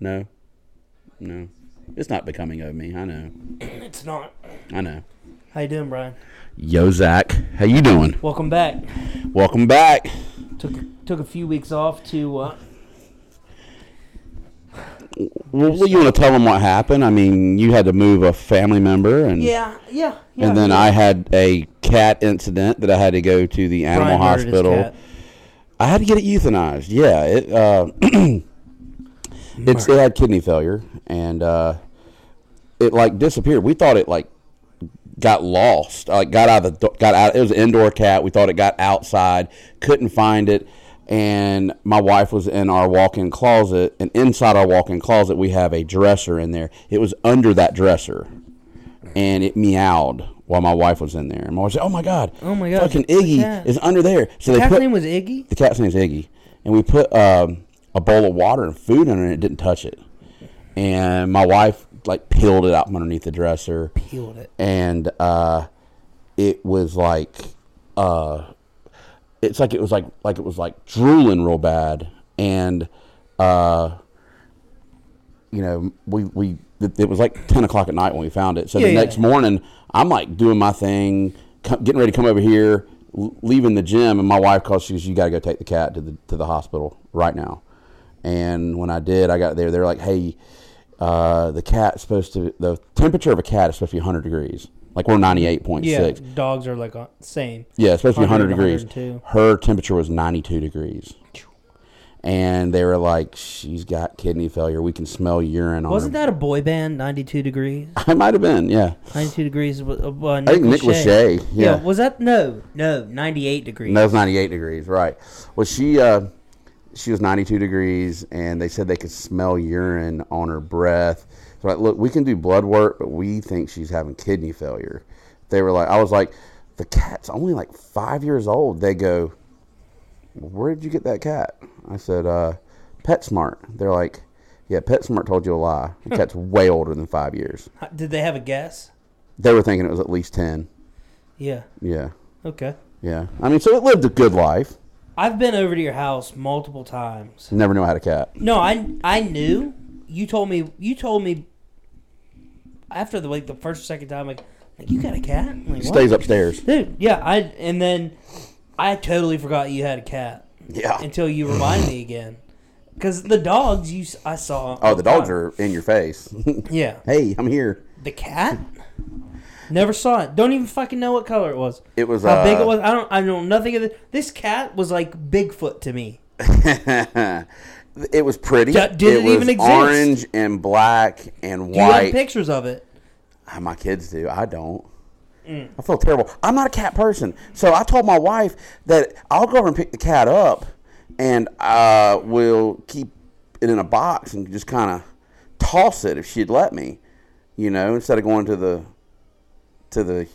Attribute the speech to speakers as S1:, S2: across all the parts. S1: No. No. It's not becoming of me. I know.
S2: It's not.
S1: I know.
S2: How you doing, Brian?
S1: Yo, Zach. How you doing?
S2: Welcome back.
S1: Welcome back.
S2: Took took a few weeks off to. Uh,
S1: Well, what you want to tell them what happened? I mean, you had to move a family member, and
S2: yeah, yeah, yeah.
S1: and then
S2: yeah.
S1: I had a cat incident that I had to go to the animal
S2: Brian murdered his
S1: hospital.
S2: cat.
S1: I had to get it euthanized. Yeah, it uh, it's it had kidney failure, and uh, it like disappeared. We thought it like got lost. Like got out of the do- got out. It was an indoor cat. We thought it got outside. Couldn't find it. And my wife was in our walk-in closet, and inside our walk-in closet, we have a dresser in there. It was under that dresser, and it meowed while my wife was in there. And my wife said, "Oh my god,
S2: Oh my God,
S1: fucking
S2: it's the
S1: Iggy
S2: cat."
S1: is under there." So they
S2: Cat's
S1: put
S2: name was Iggy.
S1: the cat's name is Iggy, and we put um, a bowl of water and food in it, and it didn't touch it. And my wife like peeled it out from underneath the dresser,
S2: Healed it.
S1: and uh, it was like, uh, it's like it was like like it was like drooling real bad, and uh, you know we we it it was like ten o'clock at night when we found it. So
S2: Yeah,
S1: the
S2: yeah.
S1: next morning, I'm like doing my thing, co- getting ready to come over here, l- leaving the gym, and my wife calls. She goes, "You got to go take the cat to the to the hospital right now." And when I did, I got there. They're like, "Hey, uh, the cat's supposed to the temperature of a cat is supposed to be 100 degrees. Like we're 98.6.
S2: Yeah,
S1: Yeah,
S2: dogs are like uh, same.
S1: it's supposed to be 100
S2: 100,
S1: degrees.
S2: 102.
S1: Her temperature was 92 degrees." And they were like, "She's got kidney failure. We can smell urine on
S2: Wasn't
S1: her."
S2: that a boy band? Ninety two degrees.
S1: I might have been, yeah.
S2: 92 degrees. Uh, uh, Nick
S1: I think Nick Lachey. Yeah,
S2: Was that no? No, 98 degrees.
S1: And that was 98 degrees, right? Well, she uh, she was 92 degrees, and they said they could smell urine on her breath. So like, look, we can do blood work, but we think she's having kidney failure. They were like, I was like, the cat's only like five years old. They go, where did you get that cat? I said, uh, PetSmart. They're like, yeah, PetSmart told you a lie. The cat's way older than five years.
S2: H- Did they have a guess?
S1: They were thinking it was at least 10.
S2: Yeah.
S1: Yeah,
S2: Okay.
S1: yeah. I mean, so it lived a good life.
S2: I've been over to your house multiple times.
S1: Never knew I had a cat.
S2: No, I I knew. You told me. You told me after the like the first or second time. Like, like you got a cat? I'm Like,
S1: He
S2: what?
S1: stays upstairs.
S2: Dude, yeah. I and then I totally forgot you had a cat
S1: Yeah.
S2: until you reminded me again. Because the dogs you s- I saw.
S1: Oh, the
S2: Uh,
S1: dogs are in your face.
S2: Yeah.
S1: hey, I'm here.
S2: The cat? Never saw it. Don't even fucking know what color it was.
S1: It was,
S2: how big
S1: uh,
S2: it was. I don't. I know nothing of this. This cat was like Bigfoot to me.
S1: it was pretty.
S2: D- did it
S1: was
S2: even exist?
S1: Orange and black and
S2: Do you have
S1: white.
S2: pictures of it?
S1: Ah, My kids do. I don't.
S2: Mm.
S1: I feel terrible. I'm not a cat person, so I told my wife that I'll go over and pick the cat up, and uh, we'll keep it in a box and just kind of toss it if she'd let me, you know, instead of going to the to the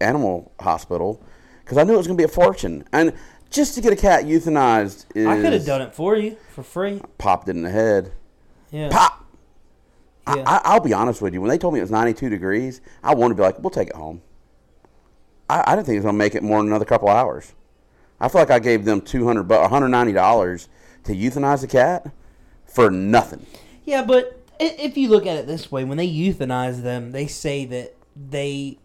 S1: animal hospital because I knew it was going to be a fortune. And just to get a cat euthanized is
S2: I could have done it for you for free.
S1: Popped it in the head.
S2: Yeah.
S1: Pop.
S2: Yeah.
S1: I, I'll be honest with you. When they told me it was 92 degrees, I wanted to be like, we'll take it home. I, I didn't think it was going to make it more than another couple hours. I feel like I gave them 200 but $190 to euthanize the cat for nothing.
S2: Yeah, but i- if you look at it this way, when they euthanize them, they say that they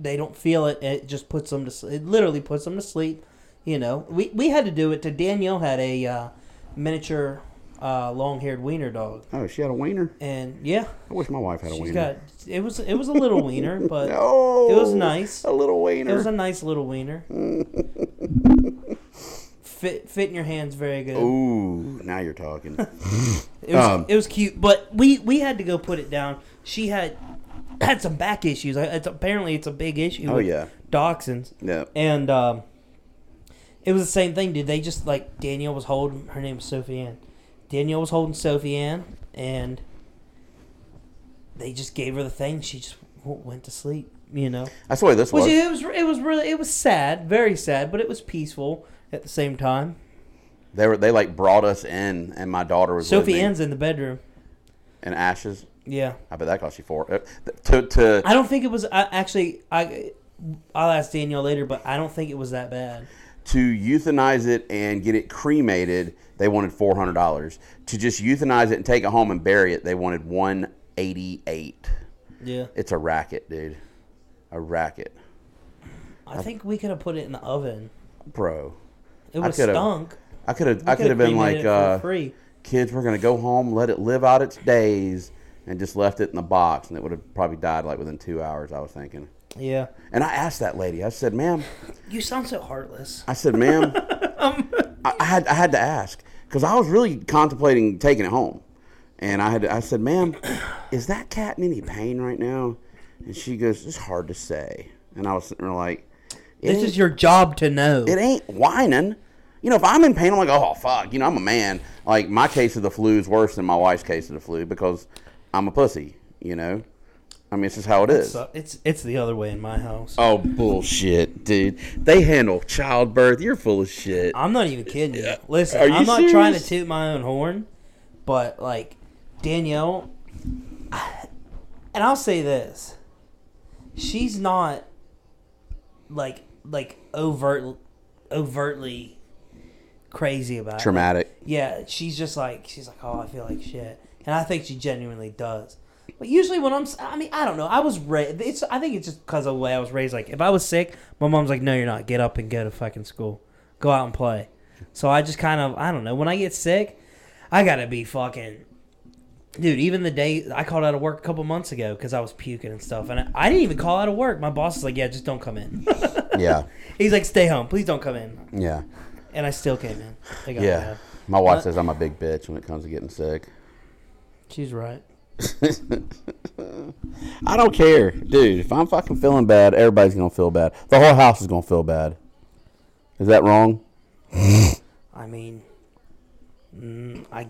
S2: they don't feel it. and It just puts them to sleep. It literally puts them to sleep. You know, we we had to do it. To Danielle had a uh, miniature uh, long-haired wiener dog,
S1: Oh, she had a wiener?
S2: and yeah,
S1: I wish my wife had a
S2: She's
S1: wiener.
S2: got it was it was a little wiener, but
S1: oh,
S2: it was nice.
S1: A little wiener.
S2: it was a nice little wiener. fit fit in your hands very good.
S1: Ooh, now you're talking.
S2: It was
S1: um,
S2: it was cute, but we we had to go put it down. She had had some back issues. I- It's apparently it's a big issue.
S1: Oh,
S2: with
S1: yeah.
S2: dachshunds.
S1: yeah.
S2: And um, it was the same thing, dude. They just like Danielle was holding her name was Sophie Ann. Danielle was holding Sophie Ann, and they just gave her the thing. She just w- went to sleep, you know.
S1: That's the way this
S2: Which
S1: was.
S2: it was it was really it was sad, very sad, but it was peaceful at the same time.
S1: They were they like brought us in, and my daughter was with
S2: Sophie
S1: me.
S2: Ann's in the bedroom.
S1: and ashes.
S2: Yeah,
S1: I bet that cost you four. uh, To to
S2: I don't think it was. I actually I. I'll ask Danielle later, but I don't think it was that bad.
S1: To euthanize it and get it cremated, they wanted four hundred dollars. To just euthanize it and take it home and bury it, they wanted one eighty eight.
S2: Yeah.
S1: It's a racket, dude. A racket,
S2: I think we could have put it in the oven.
S1: bro.
S2: It
S1: I
S2: would have
S1: could've-
S2: stunk.
S1: I could have.
S2: We
S1: I could have been like,
S2: cremated it for
S1: uh,
S2: free.
S1: kids, we're gonna go home, let it live out its days, and just left it in the box, and it would have probably died like within two hours. I was thinking.
S2: Yeah.
S1: And I asked that lady. I said, "Ma'am,"
S2: You sound so heartless.
S1: I said, "Ma'am,"
S2: Um,
S1: I, I had I had to ask because I was really contemplating taking it home, and I had I said, "Ma'am, is that cat in any pain right now?" And she goes, "It's hard to say." And I was sitting there like, it
S2: This
S1: ain't-
S2: is your job to know.
S1: it ain't whining. You know, if I'm in pain, I'm like, oh fuck. You know, I'm a man. Like my case of the flu is worse than my wife's case of the flu because I'm a pussy. You know, I mean, it's just how it is.
S2: So it's it's the other way in my house.
S1: Oh bullshit, dude. They handle childbirth. You're full of shit.
S2: I'm not even kidding you. Listen,
S1: Are you
S2: I'm not trying to
S1: serious?
S2: toot my own horn, but like Danielle, and I'll say this: she's not like like overt overtly crazy about it.
S1: Traumatic.
S2: Yeah, she's just like she's like, oh, I feel like shit, and I think she genuinely does. But usually when I'm, s- I mean, I don't know. I was raised. It's I think it's just because of the way I was raised. Like if I was sick, my mom's like, no, you're not. Get up and go to fucking school. Go out and play. So I just kind of, I don't know. When I get sick, I gotta be fucking. Dude, even the day I called out of work a couple months ago because I was puking and stuff, and I, I didn't even call out of work. My boss is like, "Yeah, just don't come in."
S1: Yeah,
S2: He's like, "Stay home, please don't come in,"
S1: yeah,
S2: and I still came in. I got
S1: yeah.
S2: mad.
S1: My wife
S2: Uh,
S1: says I'm a big bitch when it comes to getting sick.
S2: she's right.
S1: I don't care, dude. If I'm fucking feeling bad, everybody's gonna feel bad. The whole house is gonna feel bad. Is that wrong?
S2: I mean, mm, I,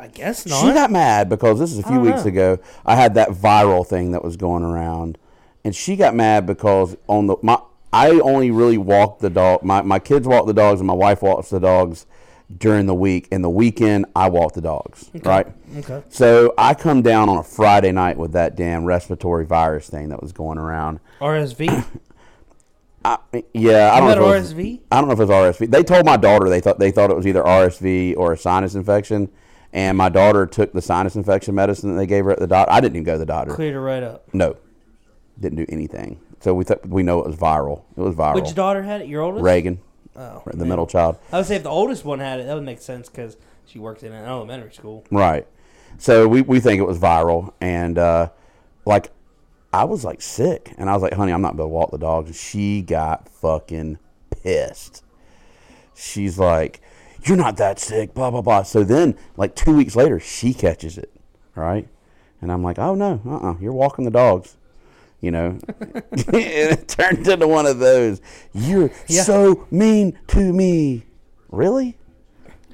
S2: I guess
S1: She
S2: not. Oh,
S1: got mad because this is a few
S2: don't
S1: weeks
S2: know.
S1: ago. I had that viral thing that was going around, and she got mad because on the my I only really walked the dog. My my kids walk the dogs, and my wife walks the dogs during the week. And the weekend, I walk the dogs. Right.
S2: okay.
S1: So I come down on a Friday night with that damn respiratory virus thing that was going around.
S2: RSV.
S1: I, yeah, I don't
S2: had
S1: know. if it was-
S2: RSV?
S1: I don't know if it was RSV. They told my daughter they thought they thought it was either RSV or a sinus infection, and my daughter took the sinus infection medicine that they gave her at the doctor. I didn't even go to the doctor.
S2: Cleared it right up.
S1: No, didn't do anything. So we thought we know it was viral. It was viral.
S2: Which daughter had it? Your oldest?
S1: Reagan,
S2: Oh,
S1: the
S2: man.
S1: middle child.
S2: I would say if the oldest one had it, that would make sense because she worked in an elementary school.
S1: Right. So we, we think it was viral. And uh, like, I was like sick. And I was like, honey, I'm not going to walk the dogs. And she got fucking pissed. She's like, you're not that sick, blah, blah, blah. So then, like, two weeks later, she catches it. Right. And I'm like, oh, no, uh uh-uh, uh, you are walking the dogs. You know, and it turned into one of those. You're
S2: Yeah.
S1: so mean to me. Really?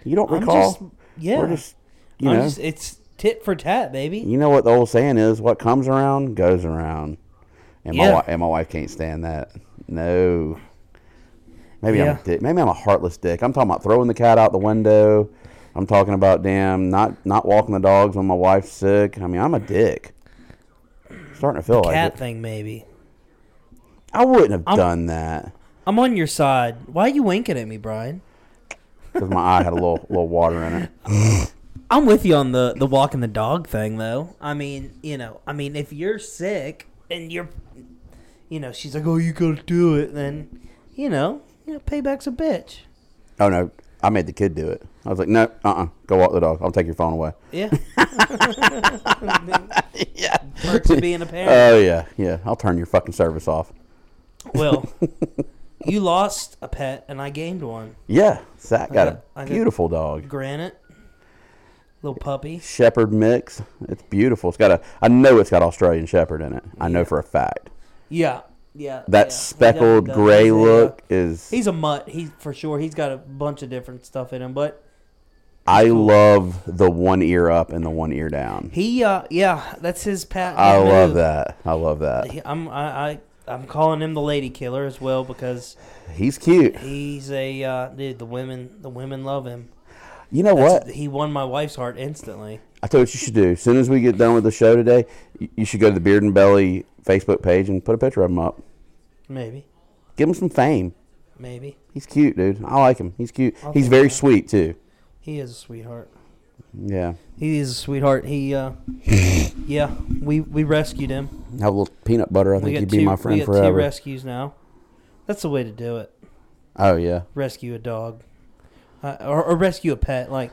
S1: You don't
S2: I'm
S1: recall?
S2: just- yeah.
S1: We're just, you
S2: I'm
S1: know,
S2: just- it's tit for tat, baby.
S1: you know what the old saying is: what comes around goes around. And my
S2: Yeah.
S1: wi- and my wife can't stand that. No. Maybe I'm
S2: Yeah.
S1: a dick. maybe I'm a heartless dick. I'm talking about throwing the cat out the window. I'm talking about damn not not walking the dogs when my wife's sick. I mean, I'm a dick. Starting to feel like
S2: Cat
S1: it.
S2: thing, maybe.
S1: I wouldn't have
S2: I'm-
S1: done that
S2: I'm on your side. Why are you winking at me, Brian?
S1: because my eye had a little little water in it.
S2: I'm with you on the the walking the dog thing though. I mean, you know, I mean, if you're sick and you're, you know, she's like, "Oh, you gotta do it," then, you know, you know, payback's a bitch.
S1: Oh no, I made the kid do it. I was like, no, uh, uh go walk the dog. I'll take your phone away.
S2: Yeah,
S1: yeah.
S2: perks of being a parent.
S1: Oh yeah, yeah. I'll turn your fucking service off.
S2: well, you lost a pet and I gained one.
S1: Yeah, Zach got
S2: got- I
S1: a
S2: got-
S1: beautiful dog,
S2: Granite, little puppy.
S1: shepherd mix. It's beautiful. It's got a. I know it's got Australian shepherd in it. I know for a fact.
S2: Yeah, yeah.
S1: That
S2: yeah.
S1: speckled
S2: He definitely does.
S1: gray
S2: He's a, uh,
S1: look is.
S2: He's a mutt. He's for sure. He's got a bunch of different stuff in him, but
S1: I love the one ear up and the one ear down.
S2: he, uh, yeah, that's his pat.
S1: I
S2: yeah,
S1: love
S2: move.
S1: that. I love that.
S2: He- I'm I, I I'm calling him the lady killer as well because
S1: He's cute.
S2: he's a uh, dude. The women the women love him.
S1: You know
S2: That's-
S1: what?
S2: He won my wife's heart instantly.
S1: I tell you what you should do. As soon as we get done with the show today, you- you should go to the Beard and Belly Facebook page and put a picture of him up.
S2: Maybe.
S1: Give him some fame.
S2: Maybe
S1: He's cute, dude. I like him. He's cute.
S2: I'll
S1: He's
S2: think
S1: very
S2: about it.
S1: sweet too.
S2: he is a sweetheart.
S1: Yeah.
S2: He is a sweetheart. He, uh, yeah, we we rescued him.
S1: Have a little peanut butter. I
S2: we
S1: think
S2: got
S1: he'd be
S2: two-
S1: my
S2: we
S1: friend
S2: got Two
S1: forever.
S2: rescues now. That's the way to do it.
S1: Oh yeah.
S2: Rescue a dog, uh, or, or rescue a pet. Like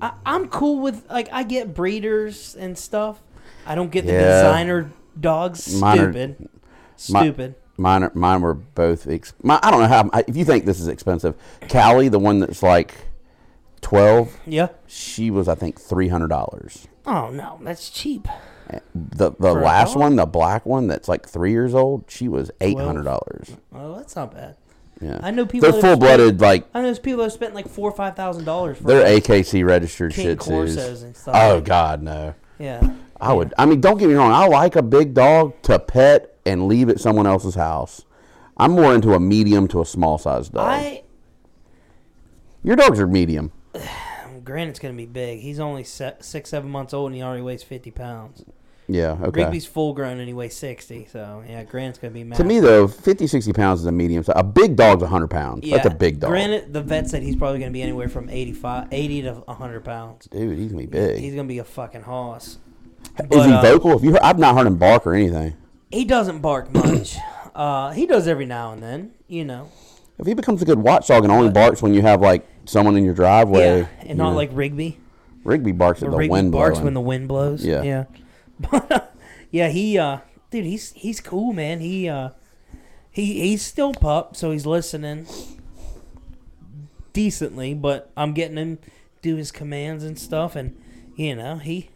S2: I, I'm cool with like I get breeders and stuff. I don't get the
S1: Yeah.
S2: designer dogs.
S1: Mine are-
S2: Stupid.
S1: my-
S2: Stupid.
S1: Mine, are, mine were both. Ex- my, I don't know how. If you think this is expensive, Callie, the one that's like twelve,
S2: yeah.
S1: she was I think three hundred dollars.
S2: Oh no, that's cheap.
S1: The the
S2: For a
S1: last
S2: dog?
S1: one, the black one that's like three years old, she was eight hundred dollars.
S2: Oh, that's not bad.
S1: Yeah,
S2: I know people.
S1: they're
S2: that have
S1: full blooded. Like
S2: spent- I know there's people that have spent like four or five thousand dollars for
S1: they're AKC registered
S2: King
S1: Shih
S2: Corsos
S1: Tzus.
S2: and stuff.
S1: Oh God, no.
S2: Yeah.
S1: I would. I mean, don't get me wrong. I like a big dog to pet and leave at someone else's house. I'm more into a medium to a small size dog.
S2: I
S1: Your dogs are medium.
S2: Granite's gonna be big. He's only se- six, seven months old, and he already weighs fifty pounds.
S1: Yeah. Okay.
S2: Rigby's full grown, and he weighs sixty. So yeah, Granite's gonna be
S1: To
S2: massive.
S1: me, though, 50, 60 pounds is a medium size. A big dog's 100 pounds. That's a big dog.
S2: Granite, the vet said he's probably gonna be anywhere from 85, 80 to hundred pounds.
S1: Dude, he's going to be big.
S2: He's gonna be a fucking hoss.
S1: is
S2: but,
S1: he
S2: uh,
S1: vocal? Have you heard, I've not heard him bark or anything.
S2: He doesn't bark much. uh, he does every now and then, you know.
S1: If he becomes a good watchdog and only barks when you have, like, someone in your driveway.
S2: yeah, and
S1: you
S2: not
S1: know.
S2: like Rigby.
S1: Rigby barks at the
S2: Rigby
S1: wind
S2: barks
S1: blowing.
S2: when the wind blows.
S1: Yeah.
S2: yeah, but uh, yeah, he uh, dude, he's he's cool, man. He uh, he he's still pup, so he's listening decently. But I'm getting him do his commands and stuff, and you know he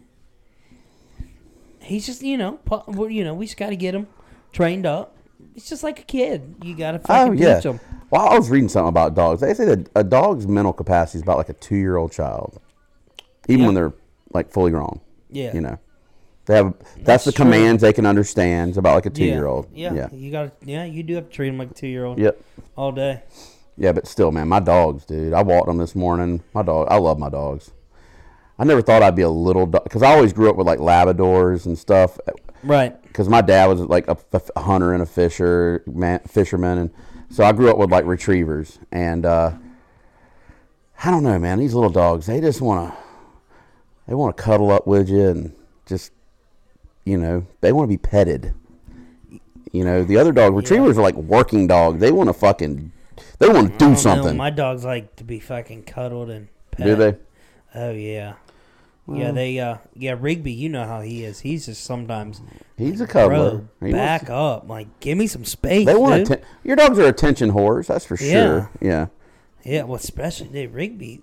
S2: he's just you know pup, well, you know we just got to get him trained up. It's just like a kid. You got to
S1: Oh,
S2: fucking
S1: yeah.
S2: teach him.
S1: Well, I was reading something about dogs. They say that a dog's mental capacity is about like a two year old child, even
S2: Yeah.
S1: when they're, like, fully grown.
S2: Yeah,
S1: You know, they have that's, the
S2: true.
S1: commands they can understand. It's about like a two
S2: Yeah.
S1: year old.
S2: Yeah.
S1: Yeah.
S2: you got to yeah, you do have to treat him like a two year old.
S1: Yep.
S2: all day.
S1: Yeah, but still, man, my dogs, dude. I walked them this morning. My dog, I love my dogs. I never thought I'd be a little dog because I always grew up with like Labradors and stuff.
S2: Right.
S1: Because my dad was like a, f- a hunter and a fisher man, fisherman, and so I grew up with like retrievers. And uh, I don't know, man. These little dogs, they just want to, they want to cuddle up with you and just, you know, they want to be petted. You know, the other dog retrievers are like working dogs. They want to fucking, they want to
S2: I don't
S1: do
S2: know,
S1: something.
S2: My dogs like to be fucking cuddled and pet.
S1: Do they?
S2: Oh yeah. yeah, they uh yeah, Rigby, you know how he is. He's just sometimes
S1: He's a
S2: bro,
S1: cuddler. He wants
S2: back
S1: to-
S2: up. Like, give me some space.
S1: they want
S2: dude.
S1: atten- Your dogs are attention whores. That's for sure. Yeah.
S2: Yeah, well especially dude, Rigby.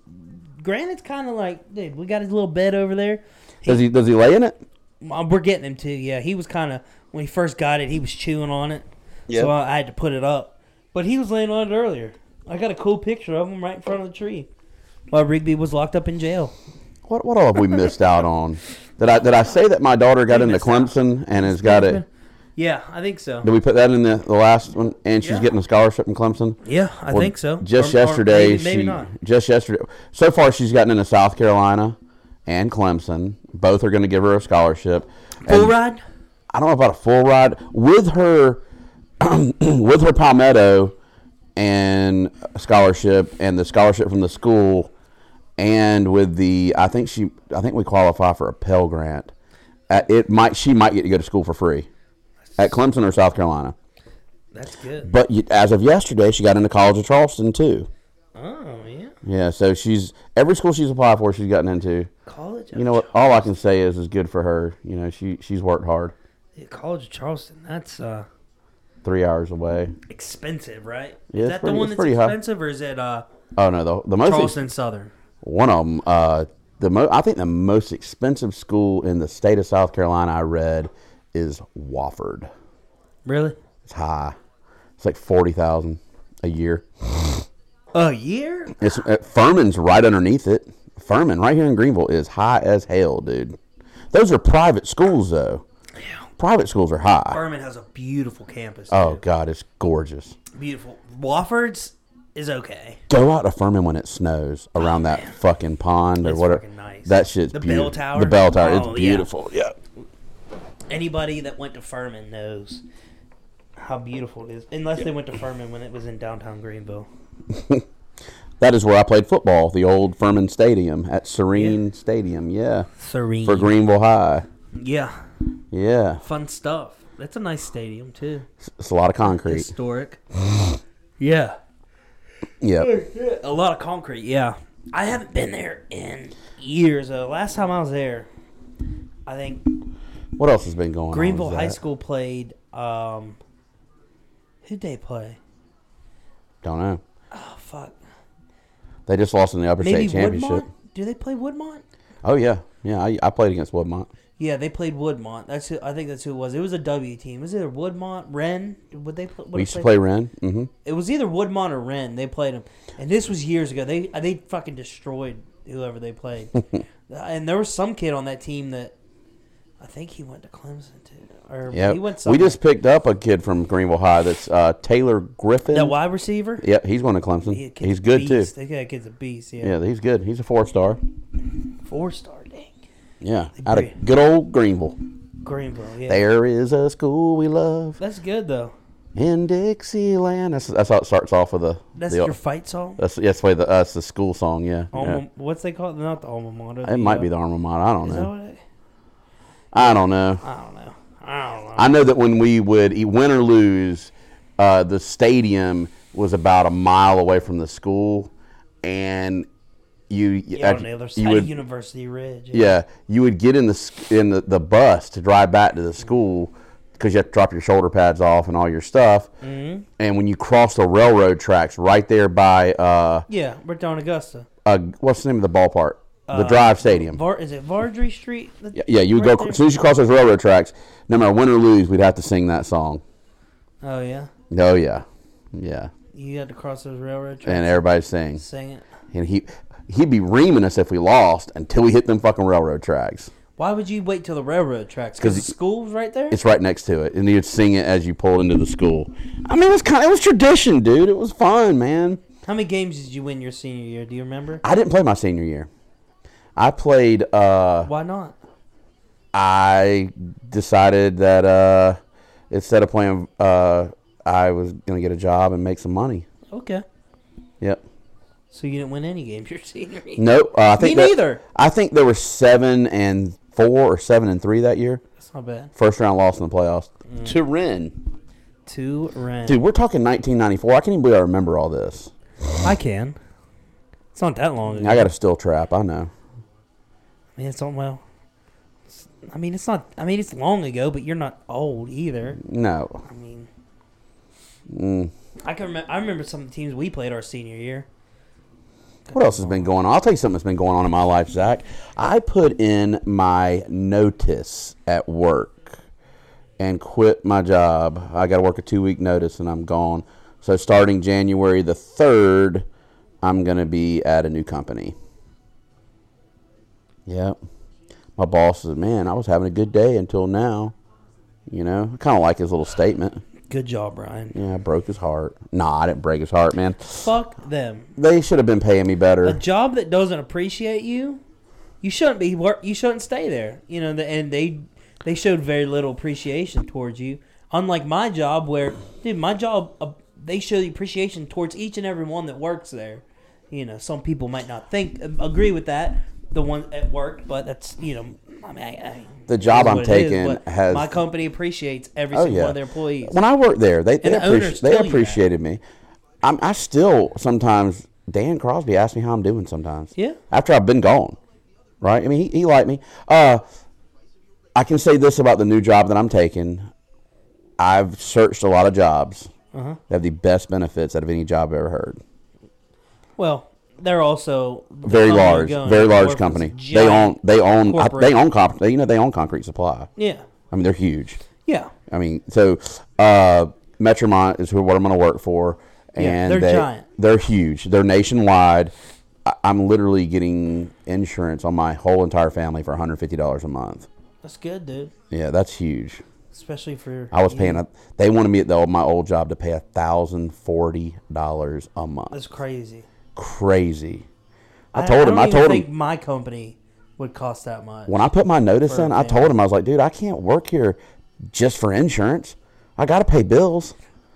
S2: Granite's kinda like, dude, we got his little bed over there.
S1: Does he does he lay in it?
S2: Uh, We're getting him too, yeah. He was kinda when he first got it, he was chewing on it.
S1: Yeah.
S2: So I, I had to put it up. But he was laying on it earlier. I got a cool picture of him right in front of the tree. While Rigby was locked up in jail.
S1: What what all have we missed out on? Did I did I say that my daughter got
S2: We
S1: into
S2: missed out.
S1: Clemson and has got it?
S2: Yeah, I think so.
S1: Did we put that in the, the last one? And she's
S2: Yeah.
S1: getting a scholarship in Clemson.
S2: Yeah, I
S1: Well,
S2: think so.
S1: Just
S2: Or- or
S1: yesterday,
S2: maybe, maybe
S1: she
S2: not.
S1: just yesterday. So far, she's gotten into South Carolina and Clemson. Both are going to give her a scholarship.
S2: Full
S1: And-
S2: ride.
S1: I don't know about a full ride with her, with her Palmetto and scholarship and the scholarship from the school, and with the I think she I think we qualify for a Pell Grant. Uh, it might she might get to go to school for free at Clemson or South Carolina.
S2: That's good.
S1: But y- as of yesterday, she got into College of Charleston too.
S2: Oh yeah,
S1: Yeah, so she's every school she's applied for, she's gotten into.
S2: college.
S1: You know what? All I can say is is good for her. You know she she's worked hard.
S2: Yeah, college of Charleston. That's uh,
S1: Three hours away.
S2: expensive, right?
S1: Yeah,
S2: is
S1: it's
S2: that
S1: pretty-
S2: the one
S1: it's
S2: that's
S1: pretty high.
S2: expensive, or is it uh,
S1: Oh no, the the most
S2: Charleston Southern?
S1: one of them uh, the mo- i think the most expensive school in the state of south carolina i read is wofford
S2: Really?
S1: it's high it's like 40000 a year
S2: A year?
S1: it's uh, furman's right underneath it furman right here in greenville is high as hell dude those are private schools though private schools are high
S2: Furman has a beautiful campus.
S1: oh
S2: dude.
S1: god it's gorgeous
S2: beautiful. Wofford's is okay.
S1: go out to Furman when it snows around that fucking pond or
S2: It's
S1: whatever
S2: Oh, fucking nice.
S1: that shit's
S2: The bell
S1: beautiful
S2: tower?
S1: the bell tower
S2: Oh, yeah.
S1: it's beautiful yeah.
S2: Anybody that went to Furman knows how beautiful it is. Unless they went to Furman when it was in downtown Greenville.
S1: That is where I played football, the old Furman Stadium at Serene Stadium. Yeah.
S2: Serene.
S1: For Greenville High.
S2: Yeah,
S1: Yeah.
S2: fun stuff. That's a nice stadium too.
S1: It's, it's a lot of concrete.
S2: Historic. yeah.
S1: Yeah.
S2: A lot of concrete, yeah. I haven't been there in years. Uh, last time I was there, I think
S1: What else has been going on?
S2: Greenville
S1: Is
S2: High
S1: that-
S2: School played. Um, who'd they play?
S1: Don't know.
S2: Oh, fuck.
S1: They just lost in the upper
S2: Maybe
S1: state championship.
S2: Woodmont? Do they play Woodmont?
S1: Oh yeah, yeah. I, I played against Woodmont.
S2: Yeah, they played Woodmont. That's who, I think that's who it was. It was a W team. It was either Woodmont, Wren. Would they play?
S1: We used to play Ren. hmm
S2: It was either Woodmont or Wren. They played them, and this was years ago. They uh, they fucking destroyed whoever they played, Uh, and there was some kid on that team that I think he went to Clemson too, or
S1: Yeah.
S2: he went.
S1: we
S2: Somewhere.
S1: just picked up a kid from Greenville High. That's uh, Taylor Griffin.
S2: that wide receiver.
S1: Yep, he's going to Clemson.
S2: Yeah, kid's
S1: he's
S2: a
S1: good too.
S2: beast. That guy- kid's a beast. Yeah,
S1: Yeah, he's good. He's a four star.
S2: four star. Dang,
S1: Yeah,
S2: They
S1: out
S2: do.
S1: of good old Greenville.
S2: Greenville. Yeah,
S1: There is a school we love
S2: that's good though.
S1: in Dixieland. That's, that's how it starts off with the.
S2: That's
S1: the,
S2: your Oh, fight song.
S1: That's yes, way the us the school song. Yeah,
S2: Alma,
S1: yeah.
S2: What's they call it? Not the alma mater.
S1: It might be the alma mater. I don't
S2: Is that
S1: know.
S2: what it,
S1: I don't know.
S2: I don't know. I don't know.
S1: I know that when we would e- win or lose, uh, the stadium was about a mile away from the school, and you
S2: yeah, on the other side
S1: you
S2: of
S1: would
S2: University Ridge.
S1: yeah you would get in the sc- in the, the bus to drive back to the school because you have to drop your shoulder pads off and all your stuff,
S2: Mm-hmm.
S1: and when you cross the railroad tracks right there by uh,
S2: Yeah, we're down Augusta.
S1: uh what's the name of the ballpark the drive stadium
S2: Uh, Var, is it Vardry Street?
S1: yeah, yeah you would
S2: Right
S1: go
S2: there?
S1: as soon as you cross those railroad tracks no matter win or lose we'd have to sing that song
S2: Oh yeah,
S1: oh yeah yeah.
S2: you had to cross those railroad tracks.
S1: and everybody's saying,
S2: Sing it.
S1: and he he'd be reaming us if we lost until we hit them fucking railroad tracks.
S2: Why would you wait till the railroad tracks? Because the school's right there.
S1: It's right next to it, and you'd sing it as you pulled into the school. I mean, it was kind it was tradition, dude. It was fun, man.
S2: How many games did you win your senior year? Do you remember?
S1: I didn't play my senior year. I played. uh
S2: Why not?
S1: I decided that uh instead of playing, uh I was gonna get a job and make some money.
S2: Okay,
S1: Yep.
S2: so you didn't win any games your senior year.
S1: Nope. Uh, I think
S2: Me
S1: that-
S2: neither.
S1: I think there were seven and four or seven and three that year.
S2: That's not bad.
S1: First round loss in the playoffs to Ren.
S2: Two rounds.
S1: Dude, we're talking 1994. I can't even believe I remember all this.
S2: I can. It's not that long. Ago.
S1: I got a still trap. I know.
S2: I mean, it's not well. it's- I mean, it's not. I mean, it's long ago, but you're not old either.
S1: No.
S2: I mean,
S1: Mm.
S2: I can. Remember, I remember some of the teams we played our senior year.
S1: What else has been going on? I'll tell you something that's been going on in my life, Zach. I put in my notice at work and quit my job. I got to work a two week notice and I'm gone. So starting January the 3rd, I'm going to be at a new company. Yep. My boss says, man, I was having a good day until now. You know, I kind of like his little statement.
S2: Good job, Brian.
S1: Yeah, I broke his heart. Nah, I didn't break his heart, man.
S2: Fuck them.
S1: They should have been paying me
S2: a
S1: better.
S2: job that doesn't appreciate you, you shouldn't be work. You shouldn't stay there. You know, the, and they they showed very little appreciation towards you. Unlike my job, where dude, my job uh, they show the appreciation towards each and every one that works there. You know, some people might not think uh, agree with that. The one at work, but that's you know, I mean, I, I,
S1: The job
S2: it is
S1: I'm
S2: what it is,
S1: taking
S2: but
S1: has-
S2: my company appreciates every
S1: Oh
S2: single one
S1: yeah,
S2: of their employees.
S1: When I worked there, they they,
S2: And the
S1: appreci-
S2: owners
S1: they
S2: tell you that.
S1: appreciated me. I'm, I still sometimes Dan Crosby asks me how I'm doing sometimes.
S2: Yeah.
S1: After I've been gone, right? I mean, he, he liked me. Uh, I can say this about the new job that I'm taking. I've searched a lot of jobs.
S2: Uh-huh.
S1: They have the best benefits out of any job I've ever heard.
S2: well, they're also the
S1: very
S2: company
S1: large,
S2: going
S1: very
S2: to
S1: large
S2: work
S1: company.
S2: with
S1: They own,
S2: giant-
S1: they own, I, they
S2: corporate-
S1: own, comp, they, you know, they own Concrete Supply.
S2: Yeah,
S1: I mean, they're huge.
S2: yeah.
S1: I mean, so uh, Metromont is who what I'm going to work for, and
S2: Yeah, they're
S1: they,
S2: giant.
S1: They're huge. They're nationwide. I, I'm literally getting insurance on my whole entire family for 150 dollars a month.
S2: That's good, dude.
S1: Yeah, that's huge.
S2: Especially for
S1: I was
S2: you.
S1: paying. A, they wanted me at the, old- my old job to pay a thousand forty dollars a month.
S2: That's crazy.
S1: Crazy. I told him. I told him.
S2: think my company would cost that much.
S1: when I put my notice
S2: For a
S1: in, I
S2: family.
S1: told him I was like, dude, I can't work here just for insurance. I got to pay bills.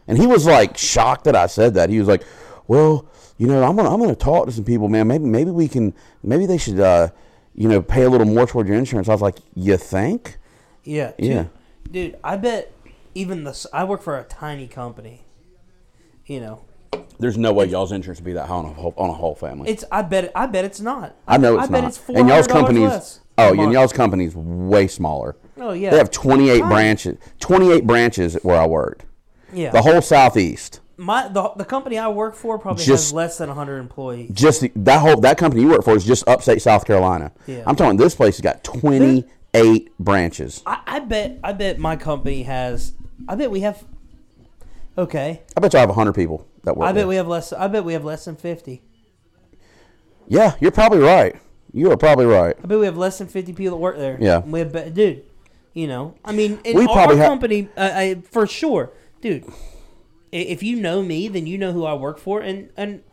S1: And he was like shocked that I said that. He was like, well, you know, I'm gonna I'm gonna talk to some people, man. Maybe maybe we can maybe they should uh, you know pay a little more toward your insurance. I was like, you think?
S2: Yeah. Dude,
S1: Yeah.
S2: Dude, I bet even the s- I work for a tiny company. You know,
S1: There's no way y'all's insurance would be that high on a whole, on a whole family.
S2: it's I bet I bet it's not.
S1: I know it's
S2: I bet
S1: not.
S2: it's
S1: and y'all's
S2: $400
S1: companies,
S2: less a
S1: oh, and
S2: month.
S1: y'all's companies way smaller.
S2: Oh, yeah.
S1: They have 28
S2: Right.
S1: branches. 28 branches where I worked.
S2: Yeah.
S1: The whole southeast.
S2: my the, the company I work for probably has
S1: Just-
S2: less than 100 employees.
S1: Just the, that whole that company you work for is just upstate South Carolina.
S2: Yeah.
S1: I'm talking this place has got 28 branches.
S2: I, I bet I bet my company has I bet we have Okay.
S1: I bet you I have 100 people that work.
S2: I bet
S1: there.
S2: we have less I bet we have less than 50.
S1: Yeah, you're probably right. You are probably right.
S2: I bet we have less than 50 people that work there.
S1: Yeah.
S2: We have be- dude, you know. I mean, in
S1: We
S2: our,
S1: probably
S2: our
S1: ha-
S2: company uh, I, for sure. Dude, i- if you know me, then you know who I work for and and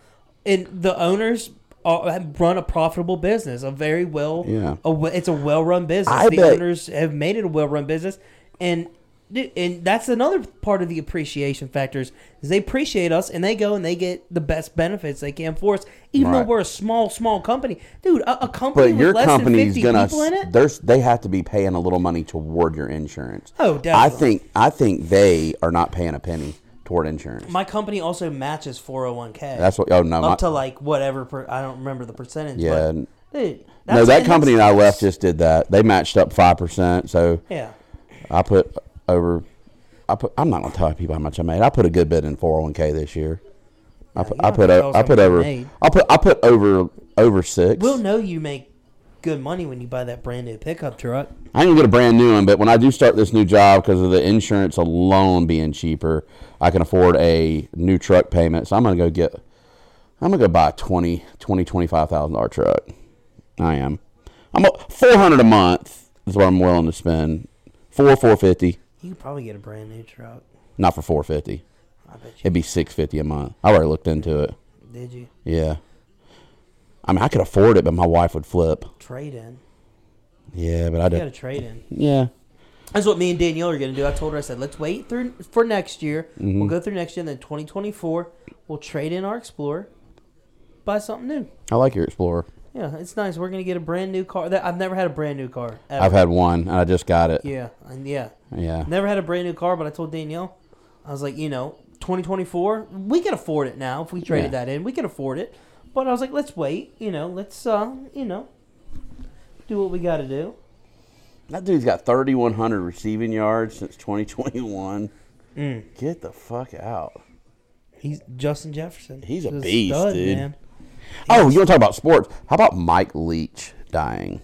S2: and the owners are, have run a profitable business, a very well
S1: Yeah.
S2: a we- it's a well-run business.
S1: I
S2: the
S1: bet-
S2: owners have made it a well-run business and dude, and that's another part of the appreciation factors is they appreciate us and they go and they get the best benefits they can for us even
S1: Right.
S2: though we're a small small company dude a, a company
S1: But
S2: with
S1: your
S2: less than
S1: company's
S2: 50
S1: gonna
S2: people in it?
S1: there's they have to be paying a little money toward your insurance.
S2: Oh,
S1: I
S2: definitely.
S1: think I think they are not paying a penny toward insurance.
S2: My company also matches 401k.
S1: That's what. Oh no,
S2: up
S1: my,
S2: to like whatever. Per, I don't remember the percentage.
S1: Yeah,
S2: but,
S1: n-
S2: dude,
S1: no,
S2: that's-
S1: that
S2: and
S1: company that I
S2: that's-
S1: left just did that. They matched up five percent, so
S2: Yeah,
S1: I put over. I put. I'm not gonna tell people how much I made. I put a good bit in 401k this year. I put.
S2: you
S1: I
S2: don't
S1: put.
S2: know
S1: o-
S2: what
S1: I
S2: else
S1: put
S2: I'm
S1: over.
S2: made.
S1: I put. I put over over 6
S2: we'll know you make good money when you buy that brand new pickup truck.
S1: I ain't gonna get a brand new one, but when I do start this new job, because of the insurance alone being cheaper, I can afford a new truck payment. So I'm gonna go get, I'm gonna go buy a 20, 20 25 thousand dollar truck. I am. I'm a, four hundred a month is what I'm willing to spend. Four four fifty,
S2: You could probably get a brand new truck.
S1: not for four fifty.
S2: I bet you
S1: It'd be six fifty a month. I already looked into it.
S2: did. You
S1: Yeah. I mean, I could afford it, but my wife would flip.
S2: trade in?
S1: Yeah, but I
S2: You got a
S1: don't.
S2: trade in.
S1: Yeah.
S2: That's what me and Danielle are gonna do. I told her I said let's wait through for next year.
S1: Mm-hmm.
S2: We'll go through next year, and then 2024 we'll trade in our Explorer, buy something new.
S1: I like your Explorer.
S2: Yeah, it's nice. We're gonna get a brand new car. That I've never had a brand new car. Ever.
S1: I've had one, and I just got it.
S2: Yeah, and yeah.
S1: Yeah.
S2: Never had a brand new car, but I told Danielle, I was like, you know, 2024, we can afford it now if we traded
S1: Yeah.
S2: that in. We can afford it. But I was like, let's wait, you know, let's uh, you know, do what we got to do.
S1: That dude's got 3,100 receiving yards since 2021.
S2: Mm.
S1: Get the fuck out.
S2: He's Justin Jefferson.
S1: He's a beast, dude.
S2: Yes.
S1: Oh, you want to talk about sports? How about Mike Leach dying?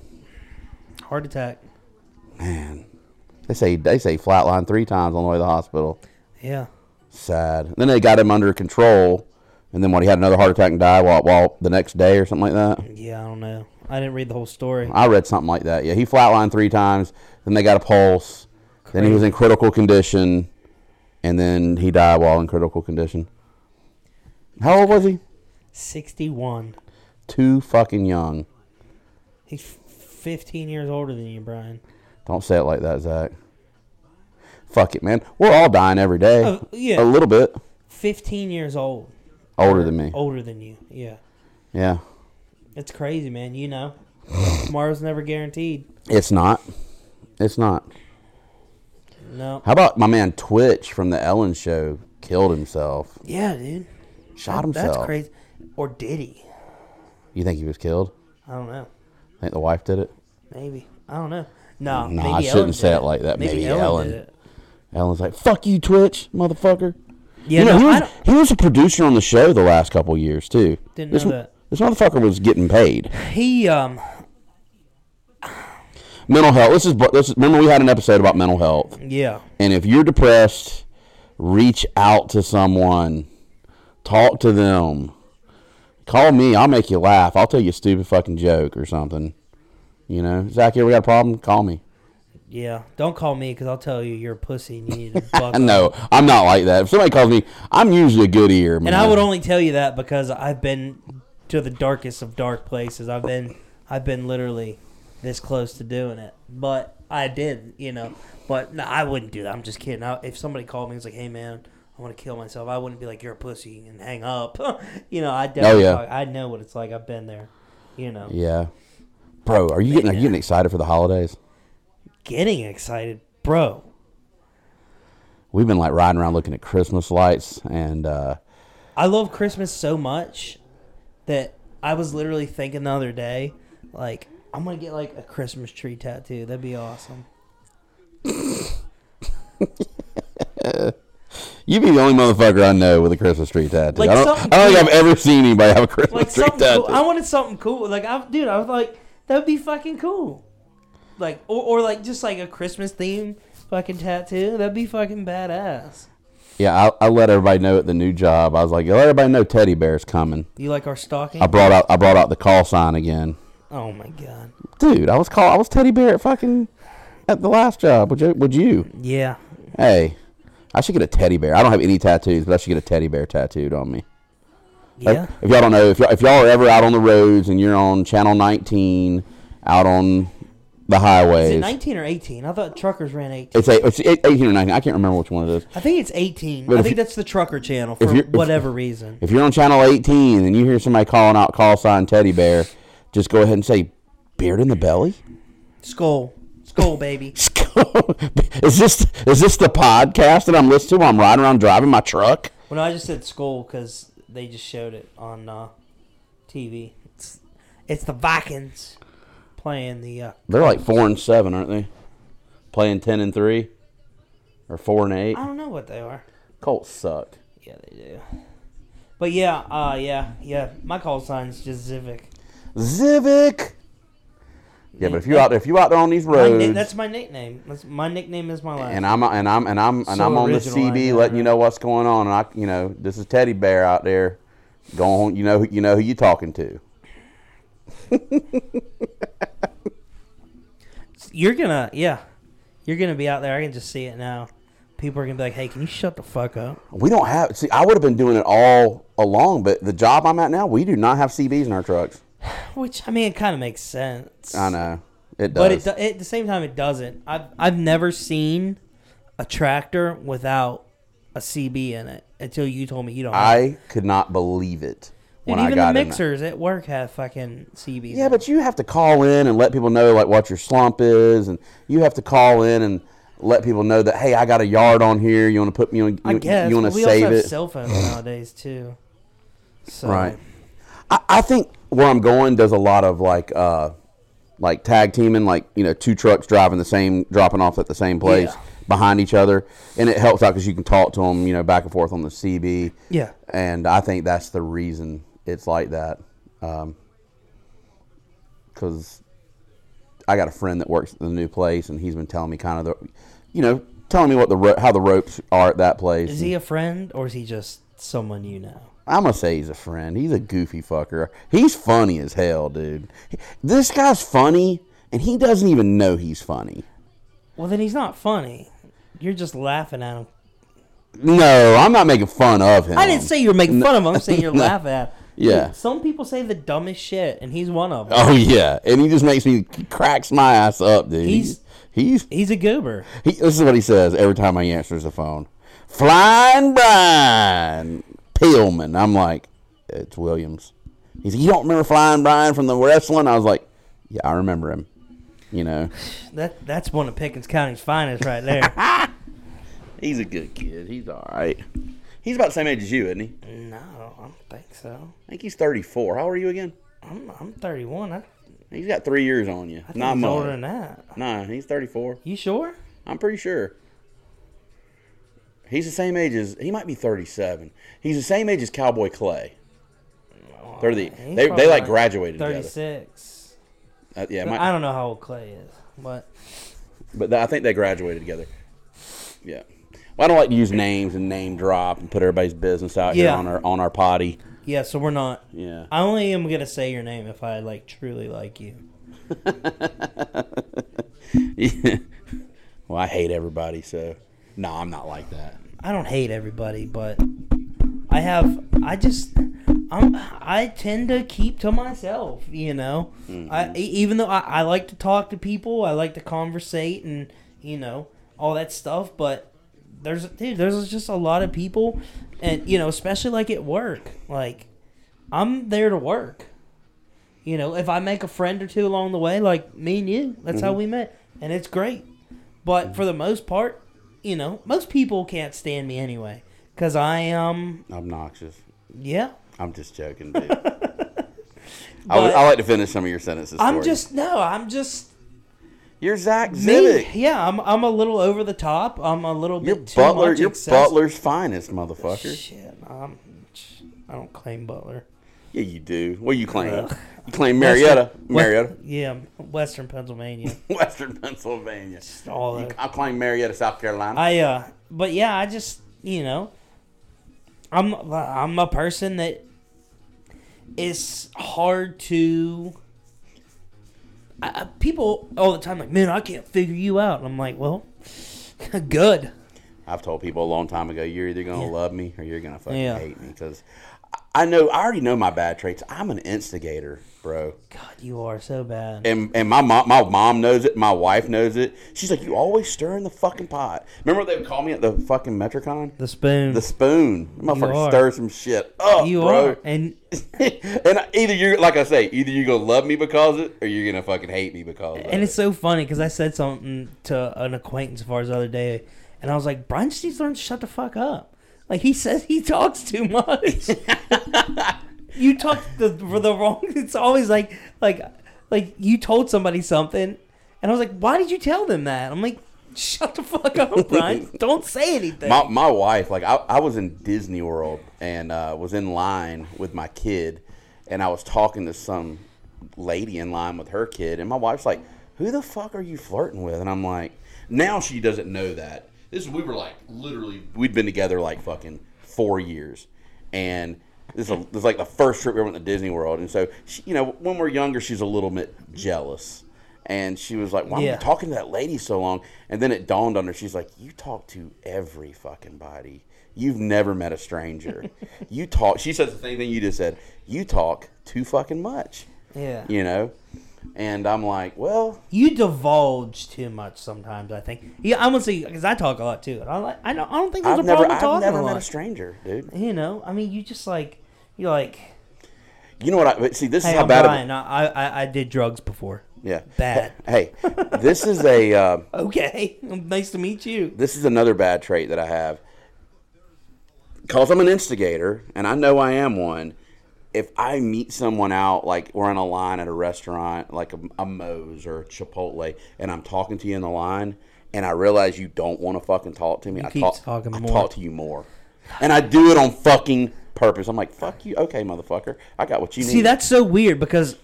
S2: Heart attack.
S1: Man, they say they say flatline three times on the way to the hospital.
S2: Yeah.
S1: Sad. Then they got him under control, and then what? He had another heart attack and died while, while the next day or something like that.
S2: Yeah, I don't know. I didn't read the whole story.
S1: I read something like that. Yeah, he flatlined three times. Then they got a pulse. Then he was in critical condition, and then he died while in critical condition. How old was he?
S2: 61.
S1: Too fucking young.
S2: He's 15 years older than you, Brian.
S1: Don't say it like that, Zach. Fuck it, man. We're all dying every day.
S2: Oh, yeah.
S1: A little bit
S2: 15 years old.
S1: older than me.
S2: Older than you. Yeah.
S1: Yeah,
S2: It's crazy, man. You know, tomorrow's never guaranteed.
S1: it's not. It's not.
S2: No.
S1: How about my man Twitch from the Ellen Show killed himself?
S2: Yeah, dude.
S1: Shot
S2: That-
S1: himself.
S2: That's crazy. Or did he?
S1: You think he was killed?
S2: I don't know.
S1: Think the wife did it?
S2: Maybe. I don't know.
S1: Nah,
S2: No. maybe
S1: I shouldn't
S2: Ellen
S1: say
S2: did
S1: it like that. Maybe Ellen.
S2: did it.
S1: Ellen's like, "Fuck you, Twitch, motherfucker."
S2: Yeah,
S1: you know,
S2: no,
S1: he,
S2: I
S1: was,
S2: don't,
S1: he was a producer on the show the last couple years too.
S2: Didn't
S1: this,
S2: know that.
S1: This motherfucker was getting paid.
S2: he um.
S1: Mental health. This is bu- this. Is, remember, we had an episode about mental health,
S2: Yeah.
S1: and if you're depressed, reach out to someone, talk to them, call me. I'll make you laugh. I'll tell you a stupid fucking joke or something. You know, Zach, you ever got a problem? Call me.
S2: Yeah. Don't call me because I'll tell you you're a pussy and you need to buck.
S1: I
S2: up.
S1: know I'm not like that. If somebody calls me, I'm usually a good ear. Man.
S2: And I would only tell you that because I've been to the darkest of dark places. I've been. I've been literally. this close to doing it, but I did, you know. But no, I wouldn't do that. I'm just kidding. I, if somebody called me and was like, "Hey, man, I want to kill myself," I wouldn't be like, "You're a pussy" and hang up. you know, I definitely,
S1: Oh, yeah.
S2: I know what it's like. I've been there. You know,
S1: Yeah. Bro, are you getting are you getting excited for the holidays?
S2: getting excited, bro.
S1: We've been like riding around looking at Christmas lights and uh
S2: I love Christmas so much that I was literally thinking the other day, like, I'm gonna get like a Christmas tree tattoo. That'd be awesome.
S1: you be the only motherfucker I know with a Christmas tree tattoo.
S2: Like
S1: I don't,
S2: something
S1: I don't think
S2: cool.
S1: I've ever seen anybody have a Christmas
S2: Like
S1: tree
S2: something
S1: tattoo.
S2: cool. I wanted something cool. Like I dude, I was like, that'd be fucking cool. Like or, or like just like a Christmas theme fucking tattoo. That'd be fucking badass.
S1: yeah, I, I let everybody know at the new job. I was like, let everybody know teddy bear's coming.
S2: You like our stocking?
S1: I brought out I brought out the call sign again.
S2: oh my god.
S1: Dude, I was call I was teddy bear at fucking at the last job. Would you would you?
S2: Yeah.
S1: Hey. I should get a teddy bear. I don't have any tattoos, but I should get a teddy bear tattooed on me. If-
S2: Yeah.
S1: If, y'all don't know, if y'all, if y'all are ever out on the roads and you're on Channel 19, out on the
S2: Is it
S1: highways,
S2: 19 or 18? I thought truckers ran 18.
S1: it's a it's eight- 18 or 19. I can't remember which one it is.
S2: I think it's 18.
S1: But
S2: I
S1: if
S2: think
S1: you-
S2: that's the trucker channel
S1: if
S2: for
S1: you're- if-
S2: whatever reason.
S1: If you're on Channel 18 and you hear somebody calling out call sign teddy bear, just go ahead and say beard in the belly.
S2: Skull. Skull, baby.
S1: is this is this the podcast that I'm listening to while I'm riding around driving my truck?
S2: Well, no, I just said skull because they just showed it on uh, TV. It's, it's the Vikings playing the. Uh,
S1: They're like four and seven, aren't they? Playing ten and three, or four and eight.
S2: I don't know what they are.
S1: Colts suck.
S2: Yeah, they do. But yeah, uh, yeah, yeah. My call sign's just Zivic.
S1: Zivic. Yeah, but if you're out if you're out there on these
S2: My na-
S1: roads,
S2: that's my nickname. That's, my nickname is my last.
S1: and I'm and I'm and I'm and
S2: So
S1: I'm on the
S2: original, I
S1: CB,
S2: know,
S1: letting you
S2: right?
S1: know what's going on, and I, you know, this is Teddy Bear out there, going, you know, who- you know who you talking to.
S2: You're gonna, yeah. You're gonna be out there. I can just see it now. People are gonna be like, hey, can you shut the fuck up?
S1: We don't have. See, I would have been doing it all along, but the job I'm at now, we do not have CBs in our trucks.
S2: Which, I mean, it kind of makes sense.
S1: I know it does.
S2: But it, do- at the same time, it doesn't. I've I've never seen a tractor without a CB in it until you told me you don't. have it.
S1: I could not believe it
S2: Dude,
S1: when I
S2: even
S1: got
S2: the
S1: in.
S2: mixers at work have fucking CBs.
S1: Yeah,
S2: in it.
S1: but you have to call in and let people know like what your slump is, and you have to call in and let people know that hey, I got a yard on here. You want to put me on? You,
S2: I guess
S1: you want
S2: but
S1: to
S2: we
S1: save
S2: also
S1: it,
S2: have cell phones nowadays too. So,
S1: right? I, I think where I'm going does a lot of like uh, like tag teaming, like you know, two trucks driving the same, dropping off at the same place
S2: Yeah.
S1: behind each other, and it helps out because you can talk to them, you know, back and forth on the CB.
S2: Yeah.
S1: and I think that's the reason it's like that. Um 'cause because I got a friend that works at the new place, and he's been telling me kind of the, you know, telling me what the ro- how the ropes are at that place.
S2: Is he a friend or is he just someone you know?
S1: I'm gonna say he's a friend. He's a goofy fucker. He's funny as hell, dude. This guy's funny, and he doesn't even know he's funny.
S2: Well, then he's not funny. You're just laughing at him.
S1: No, I'm not making fun of him.
S2: I didn't say you were making fun of him. I'm saying you're laughing at him.
S1: Um, Yeah.
S2: Dude, some people say the dumbest shit, and he's one of them.
S1: Oh yeah, and he just makes me he cracks my ass up, dude.
S2: He's-
S1: he's
S2: He's a goober.
S1: he, this is what he says every time he answers the phone. Flying Brian Pillman. I'm like, it's Williams. He's you don't remember Flying Brian from the wrestling? I was like, yeah, I remember him. You know,
S2: That that's one of Pickens County's finest right there.
S1: he's a good kid. He's all right. He's about the same age as you, isn't he?
S2: no, I don't think so.
S1: I think he's 34. How old are you again?
S2: I'm I'm 31. I, I
S1: He's got three years on you.
S2: think he's older than that.
S1: Nah, he's 34.
S2: You sure?
S1: I'm pretty sure. He's the same age as he might be 37. He's the same age as Cowboy Clay. They're the,
S2: He's
S1: they,
S2: probably
S1: they like graduated together.
S2: 36.
S1: Uh, yeah,
S2: I
S1: my,
S2: don't know how old Clay is, but
S1: but th- I think they graduated together. Yeah. Well, I don't like to use names and name drop and put everybody's business out here
S2: Yeah.
S1: on our on our potty.
S2: yeah. So we're not.
S1: Yeah.
S2: I only am gonna say your name if I like truly like you.
S1: well, I hate everybody, so no, I'm not like that.
S2: I don't hate everybody, but I have. I just. I'm, I tend to keep to myself, you know. I e- even though I, I like to talk to people, I like to conversate and you know all that stuff. But there's dude, there's just a lot of people, and you know, especially like at work. Like I'm there to work. You know, if I make a friend or two along the way, like me and you, that's how we met, and it's great. But for the most part, you know, most people can't stand me anyway because I am,
S1: Obnoxious.
S2: yeah.
S1: I'm just joking, dude. I, would, I like to finish some of your sentences.
S2: I'm
S1: Tori.
S2: just no. I'm just
S1: You're Zach
S2: me.
S1: Zivic.
S2: Yeah, I'm. I'm a little over the top. I'm a little
S1: You're
S2: bit too
S1: Butler.
S2: much
S1: You're
S2: excess-
S1: Butler's finest, motherfucker.
S2: Shit, I'm, I don't claim Butler.
S1: Yeah, you do. What do you claim?
S2: Ugh.
S1: You claim Marietta,
S2: Western-
S1: Marietta,
S2: West- yeah, Western Pennsylvania.
S1: Western Pennsylvania.
S2: all
S1: You-
S2: that.
S1: I claim Marietta, South Carolina.
S2: I uh, but yeah, I just you know, I'm I'm a person that is hard to. I, I- people all the time like, man, I can't figure you out. And I'm like, well, good.
S1: I've told people a long time ago, you're either gonna love me or you're gonna fucking
S2: Yeah.
S1: hate me because I know I already know my bad traits. I'm an instigator, bro.
S2: God, you are so bad.
S1: and and my mom, my mom knows it. My wife knows it. She's like, "You always stirring the fucking pot." Remember they would call me at the fucking Metricon,
S2: The spoon.
S1: the spoon. Motherfucker,
S2: are.
S1: stir some shit up,
S2: you
S1: bro.
S2: are, and
S1: and I- either you're like I say, either you're gonna love me because of it, or you're gonna fucking hate me because of
S2: and
S1: it.
S2: it's so funny because I said something to an acquaintance of ours the other day, and I was like, Brian just needs to learn to shut the fuck up. Like he says, he talks too much. you talk the for the wrong. It's always like like like you told somebody something, and I was like, why did you tell them that? I'm like, shut the fuck up, Brian. Don't say anything.
S1: My, my wife, like I, I was in Disney World and uh, was in line with my kid, and I was talking to some lady in line with her kid, and my wife's like, "Who the fuck are you flirting with?" And I'm like, now she doesn't know that. This we were like literally we'd been together like fucking four years, and this is, this is like the first trip we went to Disney World, and so she, you know when we're younger, she's a little bit jealous. And she was like, "Why am I
S2: Yeah.
S1: talking?" talking to that lady so long and then it dawned on her she's like you talk to every fucking body you've never met a stranger you talk she says the same thing you just said you talk too fucking much
S2: yeah.
S1: you know and i'm like well
S2: You divulge too much sometimes. I think. Yeah, I'm gonna say because I talk a lot too. And I like. I don't. I don't think there's
S1: i've
S2: a
S1: never
S2: problem
S1: i've
S2: talking
S1: never
S2: a
S1: met
S2: lot.
S1: a stranger dude
S2: you know, I mean, you just like you're like.
S1: you know what i but see this
S2: Hey,
S1: is how
S2: I'm
S1: bad of,
S2: Brian. I, I I did drugs before.
S1: yeah
S2: Bad.
S1: hey this is a uh,
S2: Okay, nice to meet you.
S1: this is another bad trait that I have. Because I'm an instigator, and I know I am one. If I meet someone out, like we're in a line at a restaurant, like a, a Moe's or a Chipotle, and I'm talking to you in the line, and I realize you don't want to fucking talk to me, I
S2: keep
S1: talk,
S2: talking
S1: I
S2: more.
S1: talk to you more, and I do it on fucking purpose. I'm like, fuck you, okay, motherfucker, I got what you need.
S2: See, that's so weird because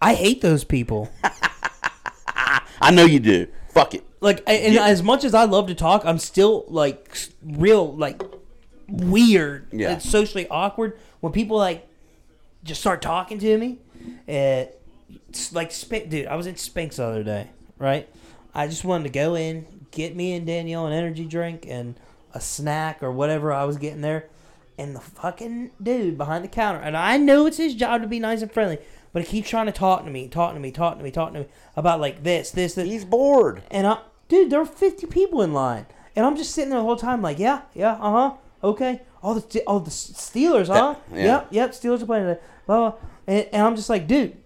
S2: I hate those people.
S1: I know you do. Fuck it.
S2: Like, I- and
S1: Yeah.
S2: as much as I love to talk, I'm still like s- real like weird.
S1: Yeah.
S2: it's socially awkward when people like just start talking to me. It, it's like, Sp- dude, I was in Spinks the other day, right? I just wanted to go in, get me and Danielle an energy drink and a snack or whatever I was getting there. And the fucking dude behind the counter, and I know it's his job to be nice and friendly, but he keeps trying to talk to me, talking to me, talking to me, talking to me about like this, this, this.
S1: He's bored.
S2: And I, dude, there were 50 people in line. And I'm just sitting there the whole time, like, yeah, yeah, uh huh, okay. All the, all the Steelers, huh?
S1: yeah.
S2: Yep, yep, Steelers are playing today. Blah, blah. And, and I'm just like, dude,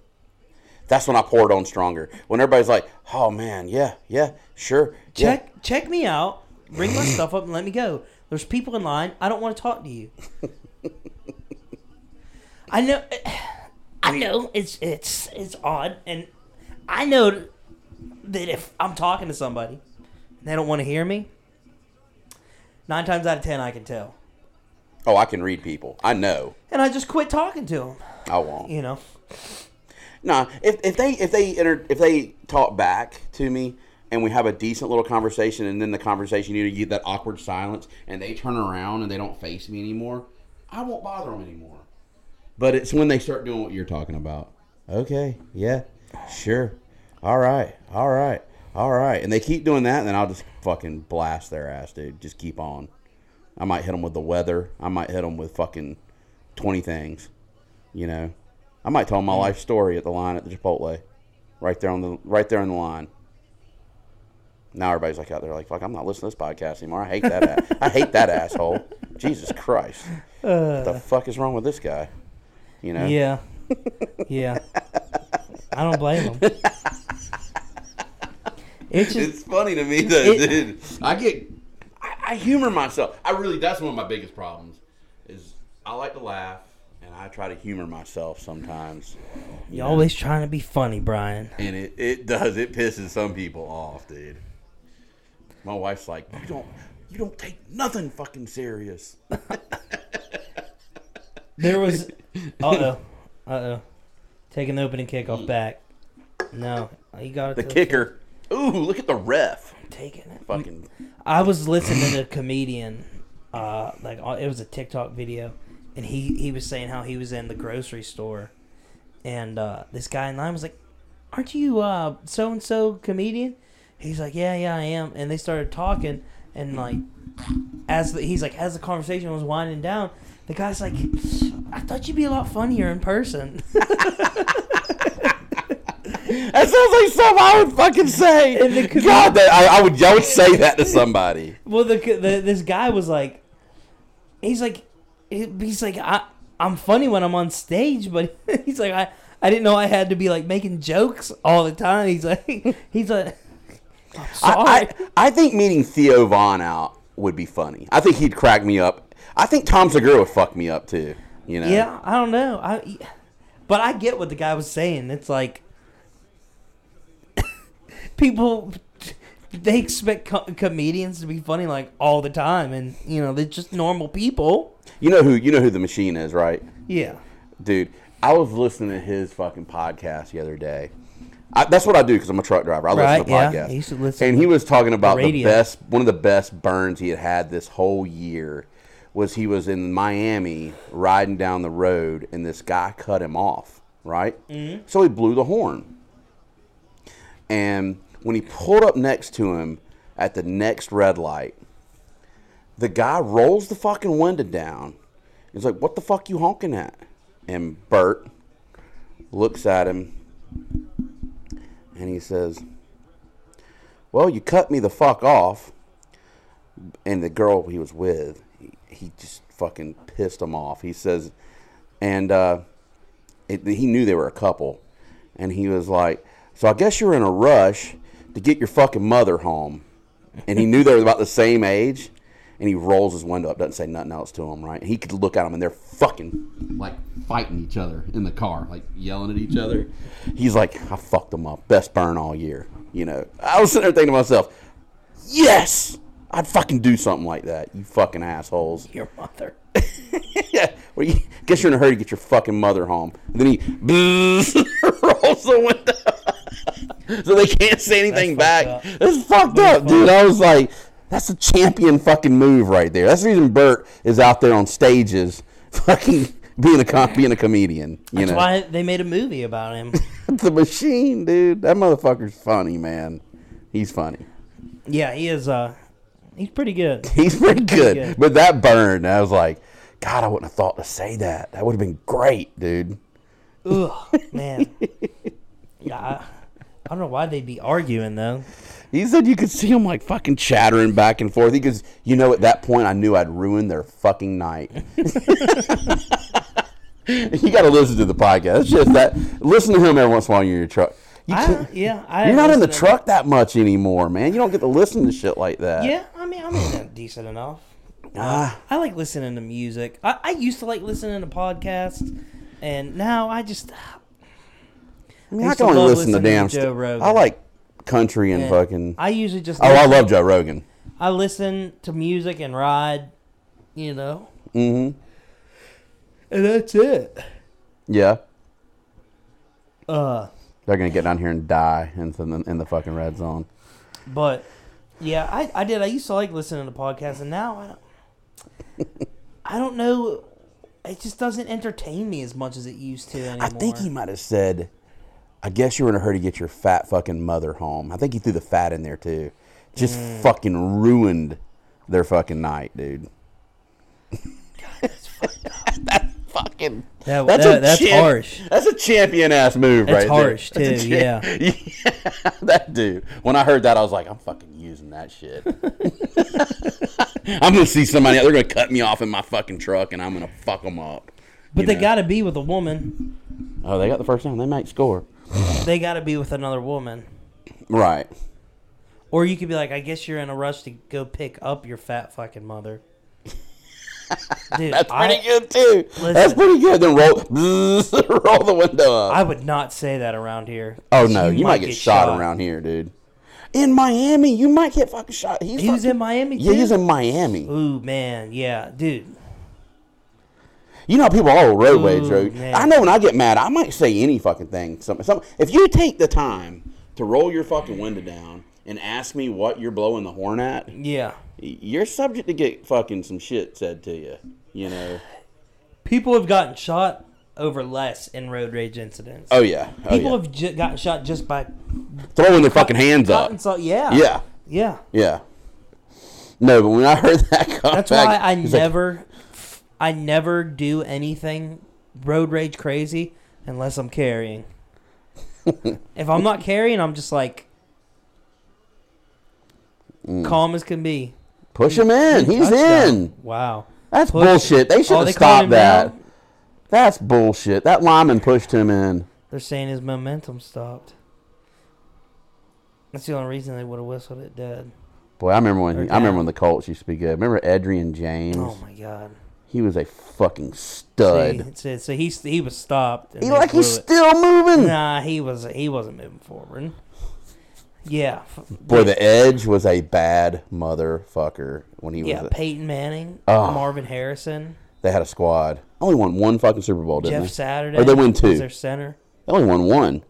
S1: That's when I poured on stronger. When everybody's like, "Oh man, yeah, yeah, sure, yeah."
S2: check check me out, bring my stuff up, and let me go. There's people in line. I don't want to talk to you. I know, I know it's it's it's odd, and I know that if I'm talking to somebody and they don't want to hear me, nine times out of ten I can tell,
S1: Oh, I can read people. I know.
S2: and I just quit talking to them.
S1: I won't.
S2: You know,
S1: Nah, if, if they if they enter if they talk back to me and we have a decent little conversation and then the conversation you know, you get that awkward silence and they turn around and they don't face me anymore, I won't bother them anymore. But it's when they start doing what you're talking about. Okay, yeah, sure, all right, all right, all right, and they keep doing that, and then I'll just fucking blast their ass, dude. Just keep on. I might hit them with the weather. I might hit them with fucking twenty things. You know, I might tell my life story at the line at the Chipotle, right there on the right there in the line. Now everybody's like out there like, "Fuck, I'm not listening to this podcast anymore. I hate that. ass. I hate that asshole. Jesus Christ, what the fuck is wrong with this guy?" You know,
S2: Yeah. Yeah. I don't blame him. It's just
S1: It's funny to me though, dude. I get, I, I humor myself. I really, that's one of my biggest problems. Is I like to laugh, and I try to humor myself sometimes,
S2: you always trying to be funny, Brian.
S1: and it it does it pisses some people off, dude. My wife's like, you don't, you don't take nothing fucking serious.
S2: There was uh oh. Uh oh. Taking the opening kickoff back. No. You got it.
S1: The
S2: to-
S1: kicker. Ooh, look at the ref.
S2: taking it.
S1: Fucking.
S2: I was listening to a comedian, uh, like uh, it was a TikTok video, and he he was saying how he was in the grocery store, and uh, this guy in line was like, "Aren't you uh so and so comedian?" He's like, "Yeah, yeah, I am." And they started talking, and like, as the, he's like, as the conversation was winding down, the guy's like, "I thought you'd be a lot funnier in person."
S1: That sounds like something I would fucking
S2: And the
S1: say.
S2: comedian-
S1: God, that I, I would, I would say that to somebody.
S2: Well, the, the this guy was like, he's like, he- he's like, I I'm funny when I'm on stage, but he's like, I I didn't know I had to be like making jokes all the time. He's like, he's like, I'm sorry.
S1: I, I, I think meeting Theo Von out would be funny. I think he'd crack me up. I think Tom Segura would fuck me up too. You know.
S2: yeah, I don't know. I, but I get what the guy was saying. It's like, people. They expect co- comedians to be funny like all the time, and you know they're just normal people.
S1: You know who you know who the machine is, right?
S2: Yeah,
S1: Dude, I was listening to his fucking podcast the other day. I, that's what I do because I'm a truck driver. I
S2: Right,
S1: listen to
S2: yeah.
S1: podcasts.
S2: I used to listen
S1: and he was talking about the
S2: radio.
S1: best, one of the best burns he had had this whole year was he was in Miami riding down the road and this guy cut him off, right? Mm-hmm. So he blew the horn. And when he pulled up next to him at the next red light, the guy rolls the fucking window down. He's like, "What the fuck you honking at?" And Bert looks at him and he says, "Well, you cut me the fuck off." And the girl he was with, he, he just fucking pissed him off. He says, and uh, it, he knew they were a couple, and he was like, "So I guess you're in a rush to get your fucking mother home." And he knew they were about the same age, and he rolls his window up, doesn't say nothing else to him, right? He could look at them, and they're fucking like fighting each other in the car, like yelling at each other. He's like, "I fucked them up, best burn all year." You know, I was sitting there thinking to myself, "Yes." I'd fucking do something like that, you fucking assholes
S2: your mother.
S1: yeah. Well, you, guess you're in a hurry to get your fucking mother home. And then he rolls the window, so they can't say anything
S2: That's
S1: back.
S2: fucked
S1: That's fucked up, dude. I was like, that's a champion fucking move right there. That's the reason Bert is out there on stages, fucking being a com- being a comedian. You
S2: That's
S1: know,
S2: why they made a movie about him.
S1: the machine, dude. That motherfucker's funny, man. He's funny.
S2: Yeah, he is. Uh, he's pretty good.
S1: He's pretty good.
S2: good.
S1: But that burn, I was like, God, I wouldn't have thought to say that. That would have been great, dude.
S2: Ugh, man. Yeah, I, I don't know why they'd be arguing though.
S1: He said you could see him like fucking chattering back and forth. He goes, you know, at that point, I knew I'd ruined their fucking night. you got to listen to the podcast. It's just that listen to him every once in a while. You're in your truck. You
S2: I,
S1: can't-
S2: yeah, I
S1: you're not in the
S2: listen to-
S1: truck that much anymore, man. You don't get to listen to shit like that.
S2: Yeah, I mean, I'm in that decent enough.
S1: Ah,
S2: I like listening to music. I, I used to like listening to podcasts, and now I just
S1: I, mean, I
S2: used
S1: can
S2: to
S1: only
S2: love
S1: listen to
S2: listening to
S1: damn.
S2: Joe
S1: st-
S2: Rogan.
S1: I like country and fucking.
S2: I usually just
S1: oh, I love Joe Rogan.
S2: I listen to music and ride, you know,
S1: Mm-hmm.
S2: and that's it.
S1: Yeah,
S2: Uh,
S1: they're gonna get down here and die in the in the fucking red zone.
S2: But yeah, I, I did. I used to like listening to podcasts, and now I don't. I don't know. It just doesn't entertain me as much as it used to anymore.
S1: I think he might have said, "I guess you're in a hurry to get your fat fucking mother home." I think he threw the fat in there too. Just
S2: Mm.
S1: fucking ruined their fucking night, dude.
S2: That's fucked up.
S1: That's fucked fucking.
S2: That-
S1: that's
S2: that-
S1: a
S2: that's
S1: champ-
S2: harsh.
S1: That's a champion ass move,
S2: That's
S1: right
S2: harsh,
S1: there.
S2: too,
S1: a cha- yeah, that dude. When I heard that, I was like, I'm fucking using that shit. I'm gonna see somebody. out They're gonna cut me off in my fucking truck, and I'm gonna fuck them up.
S2: But
S1: you
S2: they
S1: know?
S2: got to be with a woman.
S1: Oh, they got the first down. They might score.
S2: They got to be with another woman.
S1: Right.
S2: Or you could be like, I guess you're in a rush to go pick up your fat fucking mother. Dude,
S1: That's pretty
S2: I,
S1: good too. That's
S2: Listen.
S1: pretty good. Then roll, roll the window up.
S2: I would not say that around here.
S1: oh no, you, might get, shot, around here, dude. In Miami, you might get fucking shot. He's
S2: He was
S1: fucking-
S2: in Miami too.
S1: Yeah, he's in Miami.
S2: Ooh man, yeah, dude.
S1: You know, how people are all road rage,
S2: Ooh,
S1: road.
S2: man.
S1: I know when I get mad, I might say any fucking thing. Something, something. If you take the time to roll your fucking window down and ask me what you're blowing the horn at,
S2: Yeah.
S1: you're subject to get fucking some shit said to you. You know?
S2: People have gotten shot over less in road rage incidents.
S1: Oh yeah. Oh,
S2: People
S1: yeah.
S2: have ju- gotten shot just by
S1: throwing their fucking hands up.
S2: cotton salt. Yeah.
S1: Yeah.
S2: Yeah.
S1: Yeah. No, but when I heard that, cop
S2: That's
S1: back,
S2: why I
S1: he's like,
S2: never, I never do anything road rage crazy unless I'm carrying. if I'm not carrying, I'm just like calm as can be.
S1: push him in. Mm. He's
S2: Touchdown.
S1: in.
S2: Wow.
S1: That's
S2: Push-
S1: bullshit. They should
S2: Oh,
S1: have
S2: they called
S1: stopped
S2: him
S1: that.
S2: down?
S1: That's bullshit. That lineman pushed him in.
S2: They're saying his momentum stopped. That's the only reason they would have whistled it dead.
S1: Boy, I remember when
S2: Or
S1: I remember
S2: down.
S1: when the Colts used to be good. Remember Adrian James?
S2: Oh my god.
S1: He was a fucking
S2: See,
S1: stud.
S2: so, so he he was stopped. and
S1: He
S2: they
S1: like he's
S2: blew it.
S1: still moving.
S2: Nah, he was he wasn't moving forward. Yeah. f-
S1: Boy, the edge was a bad motherfucker when he was.
S2: Yeah, Peyton Manning,
S1: Ah.
S2: Marvin Harrison,
S1: they had a squad. Only won one fucking Super Bowl, didn't
S2: Jeff
S1: they?
S2: Saturday.
S1: Or they win two.
S2: was their center.
S1: They only won one.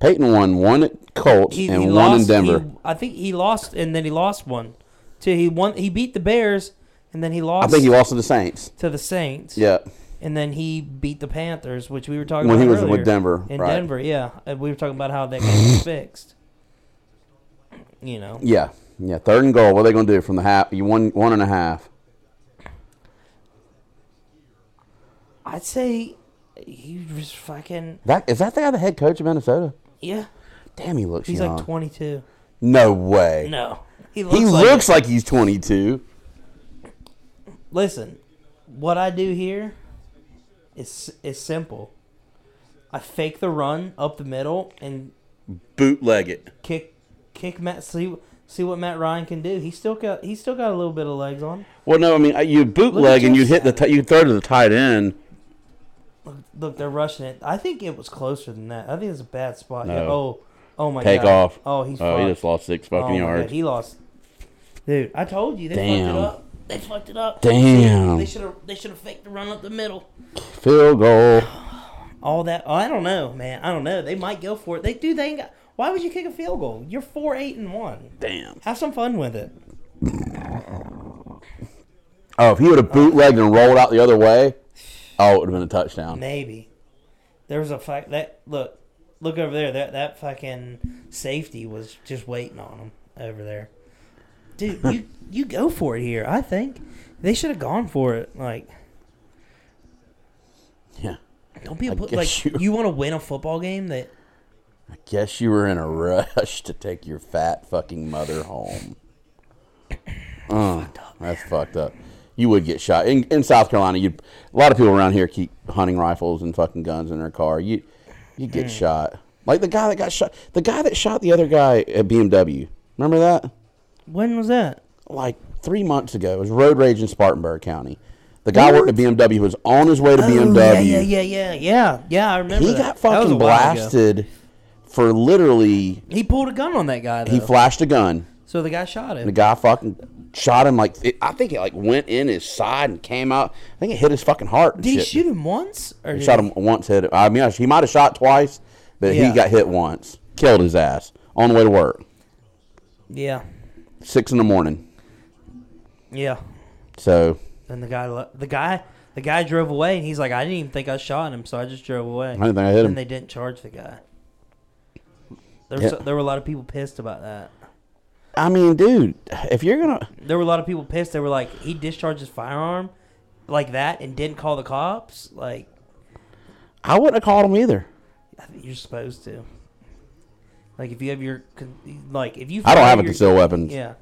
S1: Peyton won one at Colts
S2: He,
S1: and
S2: he
S1: one
S2: lost,
S1: in Denver.
S2: he- I think he lost, and then he lost one. To he won, he beat the Bears, and then he lost.
S1: I think he lost to the Saints.
S2: to the Saints.
S1: Yeah.
S2: And then he beat the Panthers, which we were talking
S1: When
S2: about
S1: he was with
S2: earlier.
S1: Denver,
S2: In
S1: right.
S2: Denver, yeah, And we were talking about how that game was fixed. You know,
S1: Yeah. Yeah. Third and goal. What are they going to do from the half? You one one and a half.
S2: I'd say he was fucking
S1: That is that the guy, the head coach of Minnesota?
S2: yeah.
S1: Damn, he looks
S2: He's
S1: young.
S2: like twenty two.
S1: no way.
S2: No, he looks.
S1: he
S2: like
S1: looks like he's 22.
S2: listen, what I do here is is simple. I fake the run up the middle and
S1: Bootleg it.
S2: kick kick Matt see see what Matt Ryan can do. He still got he still got a little bit of legs on.
S1: Well, no, I mean uh, you bootleg and you hit the t- you throw to the tight end.
S2: Look, look, they're rushing it. I think it was closer than that. I think it's a bad spot.
S1: No.
S2: Yeah, Oh, oh my
S1: Take
S2: god.
S1: off.
S2: Oh, he's
S1: oh, he
S2: fucked.
S1: just lost six
S2: Oh
S1: fucking
S2: my God,
S1: yards.
S2: He lost. Dude, I told you they
S1: Damn.
S2: fucked it up. They fucked it up.
S1: Damn.
S2: They should have they should have faked the run up the middle.
S1: Field goal.
S2: all that. oh, I don't know, man. I don't know. They might go for it. They do. They ain't got. Why would you kick a field goal? You're four, eight, and one.
S1: Damn.
S2: Have some fun with it.
S1: Oh, if he would have bootlegged and rolled out the other way, oh, it would have been a touchdown.
S2: Maybe there was a fact that look, look over there. That that fucking safety was just waiting on him over there. Dude, you you go for it here. I think they should have gone for it. Like,
S1: Yeah.
S2: don't be a
S1: I
S2: put,
S1: guess
S2: like
S1: you-
S2: you, want to win a football game that
S1: I guess you were in a rush to take your fat fucking mother home. Uh, that's fucked up. You would get shot in, in South Carolina. You a lot of people around here keep hunting rifles and fucking guns in their car. You you
S2: Hmm.
S1: get shot. Like the guy that got shot. The guy that shot the other guy at BMW. Remember that?
S2: when was that?
S1: Like three months ago. It was road rage in Spartanburg County. The guy worked at BMW was on his way to BMW.
S2: Oh, yeah, yeah, yeah, yeah, yeah, yeah. I remember.
S1: He
S2: that.
S1: got
S2: That was
S1: fucking
S2: a while ago.
S1: blasted for literally.
S2: He pulled a gun on that guy though.
S1: He flashed a gun.
S2: so the guy shot him.
S1: The guy fucking shot him like it, I think it like went in his side and came out. I think it hit his fucking heart. and
S2: Did
S1: shit.
S2: he shoot him once? Or
S1: He
S2: did
S1: shot him once. Hit. It. I mean, he might have shot twice, but
S2: Yeah.
S1: he got hit once. Killed his ass on the way to work.
S2: Yeah,
S1: Six in the morning.
S2: yeah.
S1: So
S2: And the guy, le- the guy, the guy drove away, and he's like, "I didn't even think I shot him, so I just drove away." I
S1: didn't think I hit him.
S2: And they didn't charge the guy. There, was,
S1: Yeah.
S2: there were a lot of people pissed about that.
S1: I mean, dude, if you're gonna,
S2: There were a lot of people pissed. They were like, "He discharged his firearm like that and didn't call the cops." Like,
S1: I wouldn't have called him either.
S2: I think you're supposed to. Like if you have your con- like if you
S1: I don't have a
S2: your-
S1: concealed weapon.
S2: Yeah,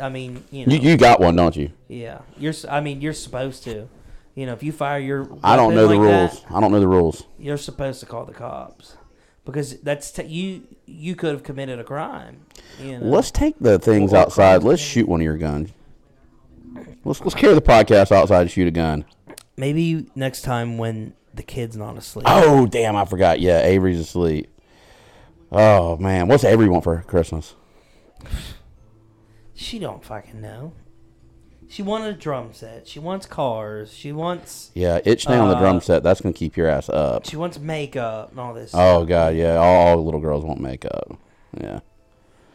S2: I mean you know
S1: You, you got one, don't you?
S2: yeah you're s- I mean you're supposed to. You know if you fire your
S1: I don't
S2: weapon
S1: know the
S2: like that,
S1: rules. I don't know the rules.
S2: you're supposed to call the cops because that's t- you you could have committed a crime. You know?
S1: Let's take the things
S2: Well,
S1: outside. Let's shoot one of your guns. Let's let's carry the podcast outside and shoot a gun.
S2: Maybe next time when the kid's not asleep.
S1: Oh damn, I forgot. Yeah, Avery's asleep. Oh man, what's Avery want for Christmas?
S2: She don't fucking know. She wanted a drum set. She wants cars. She wants
S1: Yeah, itch nail on the
S2: Uh,
S1: drum set. That's gonna keep your ass up.
S2: she wants makeup and all this.
S1: Oh god, yeah. All, all little girls want makeup. Yeah.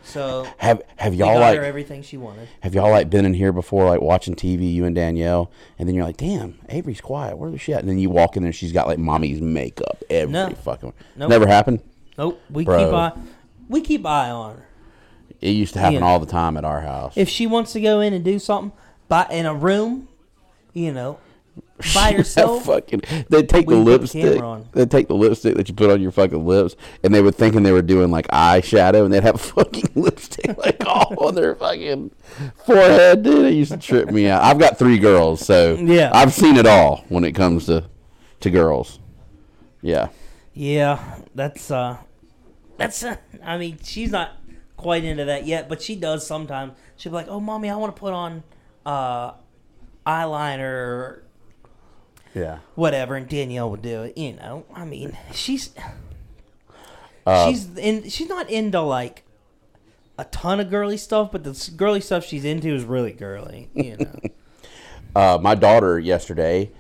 S2: so
S1: Have have
S2: we got
S1: y'all
S2: her
S1: like
S2: everything she wanted.
S1: have y'all like been in here before like watching TV you and Danielle and then you're like damn Avery's quiet where's she at and then you walk in there she's got like mommy's makeup every
S2: No.
S1: fucking
S2: Nope.
S1: never happened
S2: Nope. We
S1: Bro.
S2: keep eye we keep eye on her.
S1: it used to happen
S2: Yeah.
S1: all the time at our house
S2: If she wants to go in and do something by in a room, you know, by herself.
S1: fucking, they take the
S2: We put the
S1: lipstick.
S2: camera on.
S1: They take the lipstick that you put on your fucking lips, and they were thinking they were doing like eyeshadow, and they'd have fucking lipstick like all on their fucking forehead. Dude, it used to trip me out. I've got three girls, so
S2: Yeah.
S1: I've seen it all when it comes to to girls. Yeah,
S2: Yeah, that's uh that's uh, I mean, she's not quite into that yet, but she does sometimes. She'll be like, "Oh, mommy, I want to put on uh eyeliner or
S1: yeah.
S2: whatever," and Danielle would do it, you know. I mean, she's
S1: Uh,
S2: she's in she's not into like a ton of girly stuff, but the s- girly stuff she's into is really girly, you know.
S1: Uh, my daughter yesterday,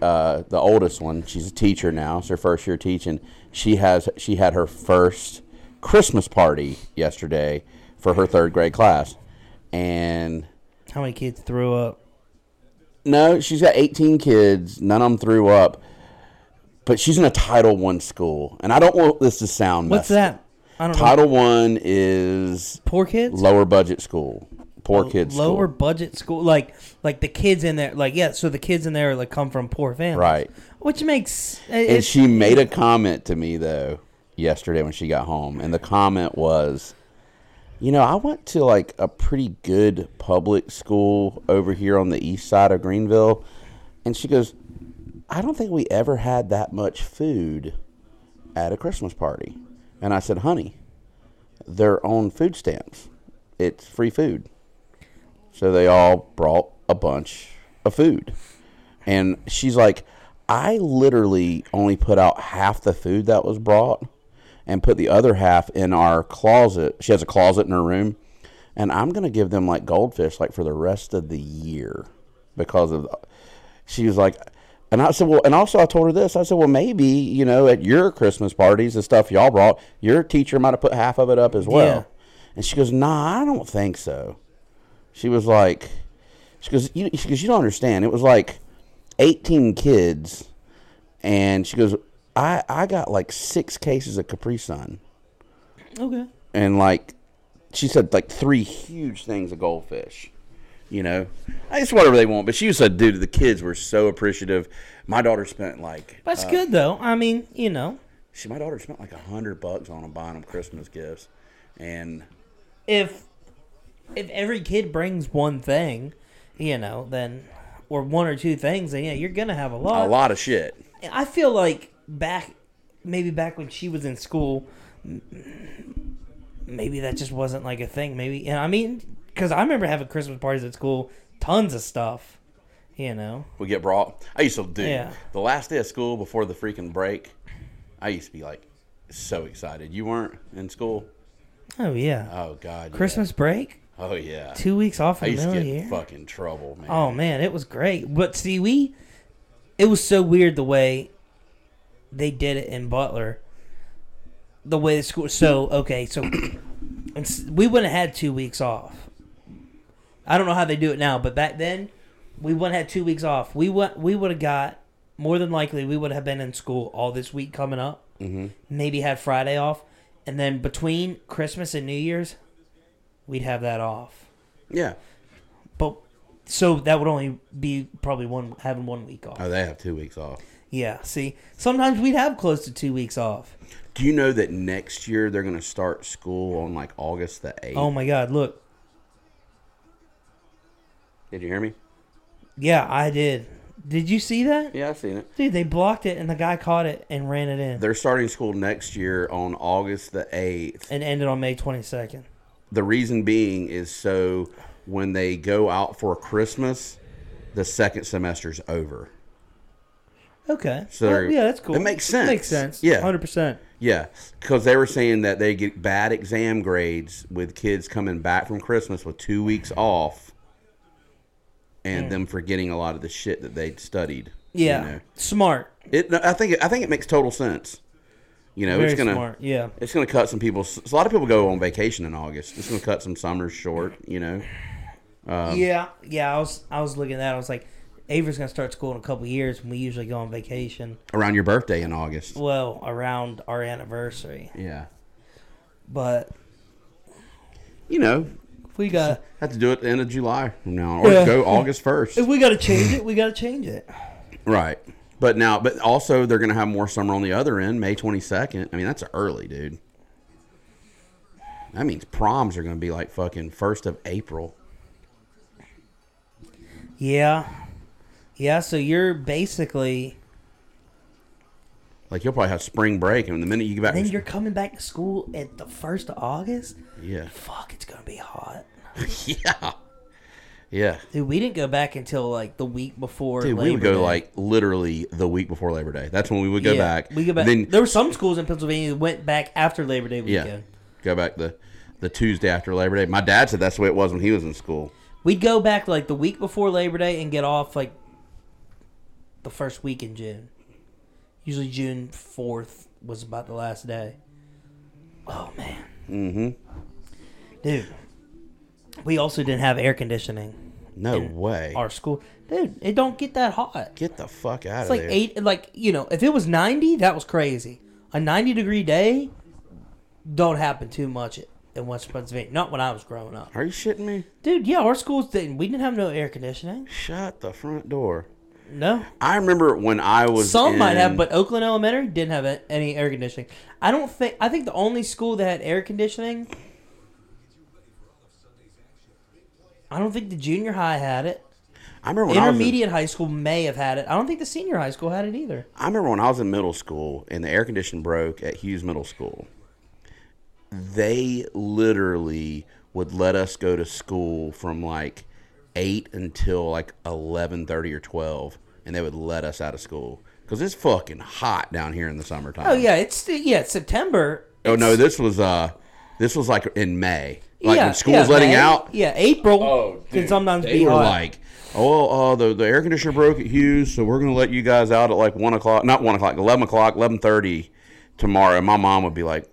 S1: uh, the oldest one, she's a teacher now. It's her first year teaching. She has she had her first Christmas party yesterday for her third grade class, and
S2: How many kids threw up?
S1: no, she's got 18 kids. None of them threw up, but she's in a Title One school, and I don't want this to sound
S2: What's
S1: messed up.
S2: that? I don't know.
S1: Title One is
S2: Poor kids?
S1: lower budget school, poor kids school.
S2: lower budget school like like the kids in there like yeah so the kids in there like come from poor families
S1: Right.
S2: which makes uh,
S1: And
S2: it's,
S1: she made a comment to me though yesterday when she got home, and the comment was, "You know, I went to like a pretty good public school over here on the east side of Greenville," and she goes, "I don't think we ever had that much food at a Christmas party," and I said, "Honey, they're on food stamps. It's free food." So they all brought a bunch of food. And she's like, I literally only put out half the food that was brought and put the other half in our closet. She has a closet in her room. And I'm going to give them like goldfish like for the rest of the year because of she was like and I said, well, and also I told her this. I said, well, maybe you know, at your Christmas parties, the stuff y'all brought, your teacher might have put half of it up as well.
S2: Yeah.
S1: And she goes, nah, I don't think so. She was like, she goes, you, she goes, you don't understand. It was like 18 kids, and she goes, I, I got like six cases of Capri Sun,
S2: okay
S1: and like, she said like three huge things of goldfish. You know, it's whatever they want. But she said, dude, the kids were so appreciative. My daughter spent like,
S2: that's good though i mean you know
S1: she, my daughter spent like a hundred bucks on them buying them Christmas gifts, and
S2: if if every kid brings one thing you know then or one or two things then yeah you're gonna have a lot
S1: a lot of shit.
S2: i feel like back maybe back when she was in school m- maybe that just wasn't like a thing maybe and i mean because i remember having christmas parties at school tons of stuff you know
S1: would get brought. I used to do
S2: Yeah.
S1: the last day of school before the freaking break. I used to be like so excited. You weren't in school.
S2: Oh yeah.
S1: Oh God, yeah.
S2: Christmas break,
S1: Oh yeah.
S2: two weeks off
S1: I
S2: in the
S1: used to
S2: middle
S1: get
S2: of the year.
S1: fucking trouble, man.
S2: Oh man, it was great. But see, we it was so weird the way they did it in Butler. The way the school. So okay, so and s- we wouldn't have had two weeks off. I don't know how they do it now, but back then we wouldn't have had two weeks off. We would we would have got more than likely we would have been in school all this week coming up. Mm-hmm. Maybe had Friday off, and then between Christmas and New Year's, we'd have that off.
S1: Yeah.
S2: But so that would only be probably one having one week off.
S1: Oh, they have two weeks off.
S2: Yeah. See, sometimes we'd have close to two weeks off.
S1: Do you know that next year they're going to start school on like August the 8th?
S2: Oh my God! Look.
S1: Did you hear me?
S2: Yeah, I did. Did you see that?
S1: Yeah, I've seen it.
S2: Dude, they blocked it, and the guy caught it and ran it in,
S1: They're starting school next year on August the 8th.
S2: and ended on May twenty second.
S1: The reason being is so when they go out for Christmas, the second semester's over.
S2: Okay.
S1: So
S2: Well,
S1: they're-
S2: yeah, that's cool.
S1: it makes sense.
S2: Makes sense.
S1: Yeah.
S2: Hundred percent.
S1: Yeah, because they were saying that they get bad exam grades with kids coming back from Christmas with two weeks off and them forgetting a lot of the shit that they'd studied. you
S2: Yeah.
S1: know.
S2: Smart.
S1: It, no, I think I think it makes total sense. You know,
S2: Very
S1: it's gonna
S2: smart. Yeah.
S1: it's gonna cut some people. A lot of people go on vacation in August. It's gonna cut some summers short. You know, um,
S2: yeah. Yeah. I was I was looking at that. I was like, Avery's gonna start school in a couple years, and we usually go on vacation.
S1: around your birthday in August.
S2: Well, around our anniversary,
S1: Yeah,
S2: but
S1: you know,
S2: if we got
S1: have to do it at the end of July from now on, or
S2: Yeah.
S1: go August first.
S2: if we got to change it, we got to change it.
S1: Right. But now, but also they're going to have more summer on the other end, May 22nd. I mean, that's early, dude. That means proms are going to be like fucking 1st of April.
S2: Yeah. Yeah. So you're basically
S1: Like, you'll probably have spring break, and the minute you get back,
S2: then you're coming back to school at the first of August.
S1: yeah.
S2: Fuck, it's gonna be hot.
S1: yeah. Yeah.
S2: Dude, we didn't go back until like the week before.
S1: Dude, we would
S2: Labor
S1: go
S2: Day.
S1: like literally the week before Labor Day. That's when we would go
S2: Yeah,
S1: back.
S2: We go back.
S1: Then
S2: there were some schools in Pennsylvania that went back after Labor Day
S1: yeah,
S2: weekend.
S1: go back the the Tuesday after Labor Day. My dad said that's the way it was when he was in school.
S2: We'd go back like the week before Labor Day and get off like the first week in June. Usually June fourth was about the last day. Oh man. Mm-hmm. Dude. We also didn't have air conditioning.
S1: No way.
S2: Our school dude, it don't get that hot.
S1: Get the fuck out of
S2: It's like
S1: there.
S2: eight like you know, if it was ninety, that was crazy. A ninety degree day don't happen too much in West Pennsylvania. Not when I was growing up.
S1: Are you shitting me?
S2: Dude, yeah, our schools didn't we didn't have no air conditioning.
S1: Shut the front door.
S2: No.
S1: I remember when I was
S2: Some might
S1: in-
S2: have, but Oakland Elementary didn't have a- any air conditioning. I don't think. I think the only school that had air conditioning. I don't think the junior high had it.
S1: I remember when I was in,
S2: Intermediate high school may have had it. I don't think the senior high school had it either.
S1: I remember when I was in middle school and the air conditioning broke at Hughes Middle School. They literally would let us go to school from like eight until like eleven thirty or twelve, and they would let us out of school because it's fucking hot down here in the summertime.
S2: Oh yeah, it's yeah it's September.
S1: Oh no, this was uh, this was like in May, like
S2: yeah,
S1: when school was letting
S2: May.
S1: out.
S2: Yeah, April.
S1: Oh,
S2: can
S1: dude,
S2: sometimes
S1: they
S2: be
S1: were
S2: hot.
S1: like, "Oh, uh, the the air conditioner broke at Hughes, so we're gonna let you guys out at like one o'clock, not one o'clock, eleven o'clock, eleven thirty tomorrow." And my mom would be like,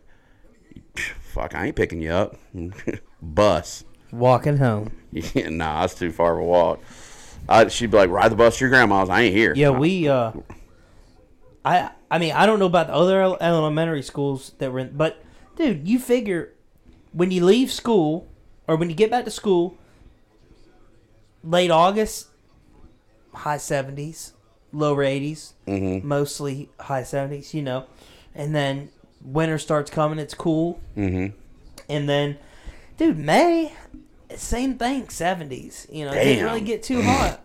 S1: "Fuck, I ain't picking you up, bus."
S2: walking home.
S1: Yeah, nah, that's too far of a walk. I, she'd be like, "Ride the bus to your grandma's. I ain't here."
S2: Yeah, we. Uh, I I mean I don't know about the other ele- elementary schools that were in, but dude, you figure when you leave school or when you get back to school, late August, high seventies, lower 80s
S1: Mm-hmm.
S2: mostly high seventies, you know, and then winter starts coming. It's cool, mm-hmm. and then dude, May, same thing, seventies. You know, it didn't
S1: Damn.
S2: really get too hot,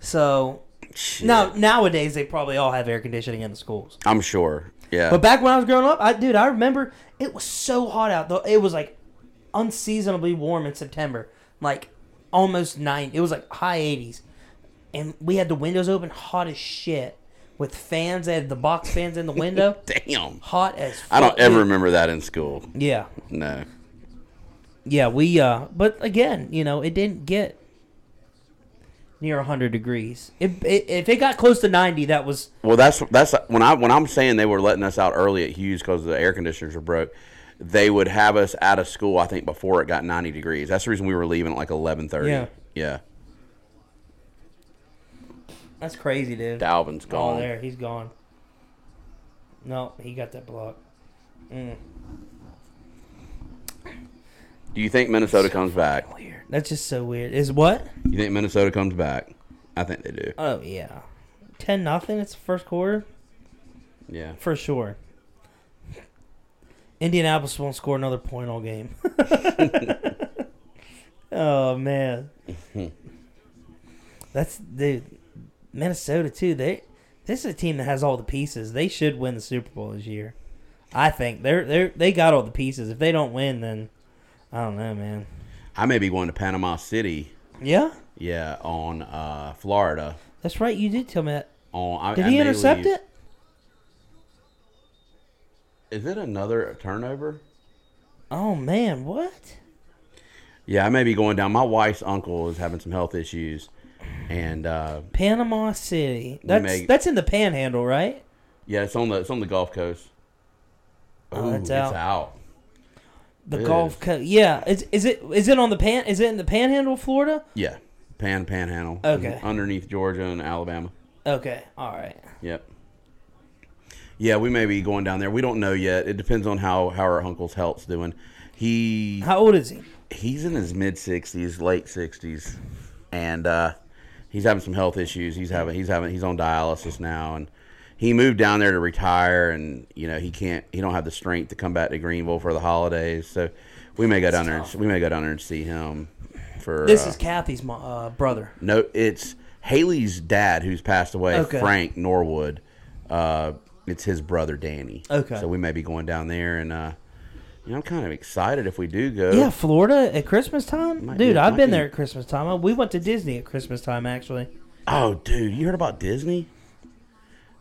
S2: so.
S1: Shit.
S2: Now nowadays they probably all have air conditioning in the schools.
S1: I'm sure. Yeah,
S2: But back when I was growing up, I dude, I remember it was so hot out though. It was like unseasonably warm in September, like almost nine. It was like high eighties, and we had the windows open, hot as shit, with fans. They had the box fans in the window,
S1: damn,
S2: hot as. Fuck,
S1: I don't ever
S2: dude.
S1: remember that in school.
S2: Yeah,
S1: No,
S2: yeah, we. uh But again, you know, it didn't get near hundred degrees. It, it, if it got close to ninety, that was
S1: Well, that's that's when I when I'm saying they were letting us out early at Hughes because the air conditioners were broke. They would have us out of school. I think before it got 90 degrees. That's the reason we were leaving at like 11:30.
S2: Yeah.
S1: yeah.
S2: that's crazy, dude.
S1: Dalvin's
S2: Oh,
S1: gone.
S2: there, he's gone. No, he got that block. Mm,
S1: Do you think Minnesota comes back?
S2: weird. That's just so weird. Is what?
S1: You think Minnesota comes back? I think they do.
S2: Oh yeah, ten nothing. It's the first quarter.
S1: Yeah.
S2: for sure. Indianapolis won't score another point all game. oh man, that's dude. Minnesota too. They this is a team that has all the pieces. They should win the Super Bowl this year. I think they're they are they got all the pieces. If they don't win, then I don't know, man.
S1: I may be going to Panama City.
S2: Yeah,
S1: Yeah, on uh, Florida.
S2: that's right. You did tell me that.
S1: On I,
S2: Did
S1: I
S2: he
S1: may
S2: intercept
S1: leave-
S2: it?
S1: Is it another turnover?
S2: Oh man, what?
S1: Yeah, I may be going down. My wife's uncle is having some health issues, and uh,
S2: Panama City. That's
S1: may-
S2: that's in the Panhandle, right?
S1: yeah, it's on the it's on the Gulf Coast.
S2: Oh,
S1: Ooh,
S2: it's out.
S1: It's out.
S2: The
S1: It
S2: Gulf
S1: is.
S2: Coast. Yeah. Is is it is it on the pan? Is it in the Panhandle, Florida?
S1: Yeah, Pan Panhandle. Mm-hmm.
S2: Okay.
S1: underneath Georgia and Alabama.
S2: Okay. All right.
S1: Yep. Yeah, we may be going down there. We don't know yet. It depends on how how our uncle's health's doing. He
S2: How old is he?
S1: he's in his mid sixties, late sixties, and uh, he's having some health issues. He's having he's having he's on dialysis now, and he moved down there to retire. And you know he can't he don't have the strength to come back to Greenville for the holidays. So we may go down there. And, we may go down there and see him for
S2: This
S1: uh,
S2: is Kathy's mo- uh, brother.
S1: no, it's Haley's dad who's passed away,
S2: Okay.
S1: Frank Norwood. Uh, it's his brother Danny.
S2: Okay.
S1: So we may be going down there, and uh, you know, I'm kind of excited if we do go.
S2: Yeah, Florida at Christmas time,
S1: uh, Might be-
S2: dude. I've
S1: might
S2: been
S1: be.
S2: there at Christmas time. Uh, We went to Disney at Christmas time, actually.
S1: Oh, dude, you heard about Disney?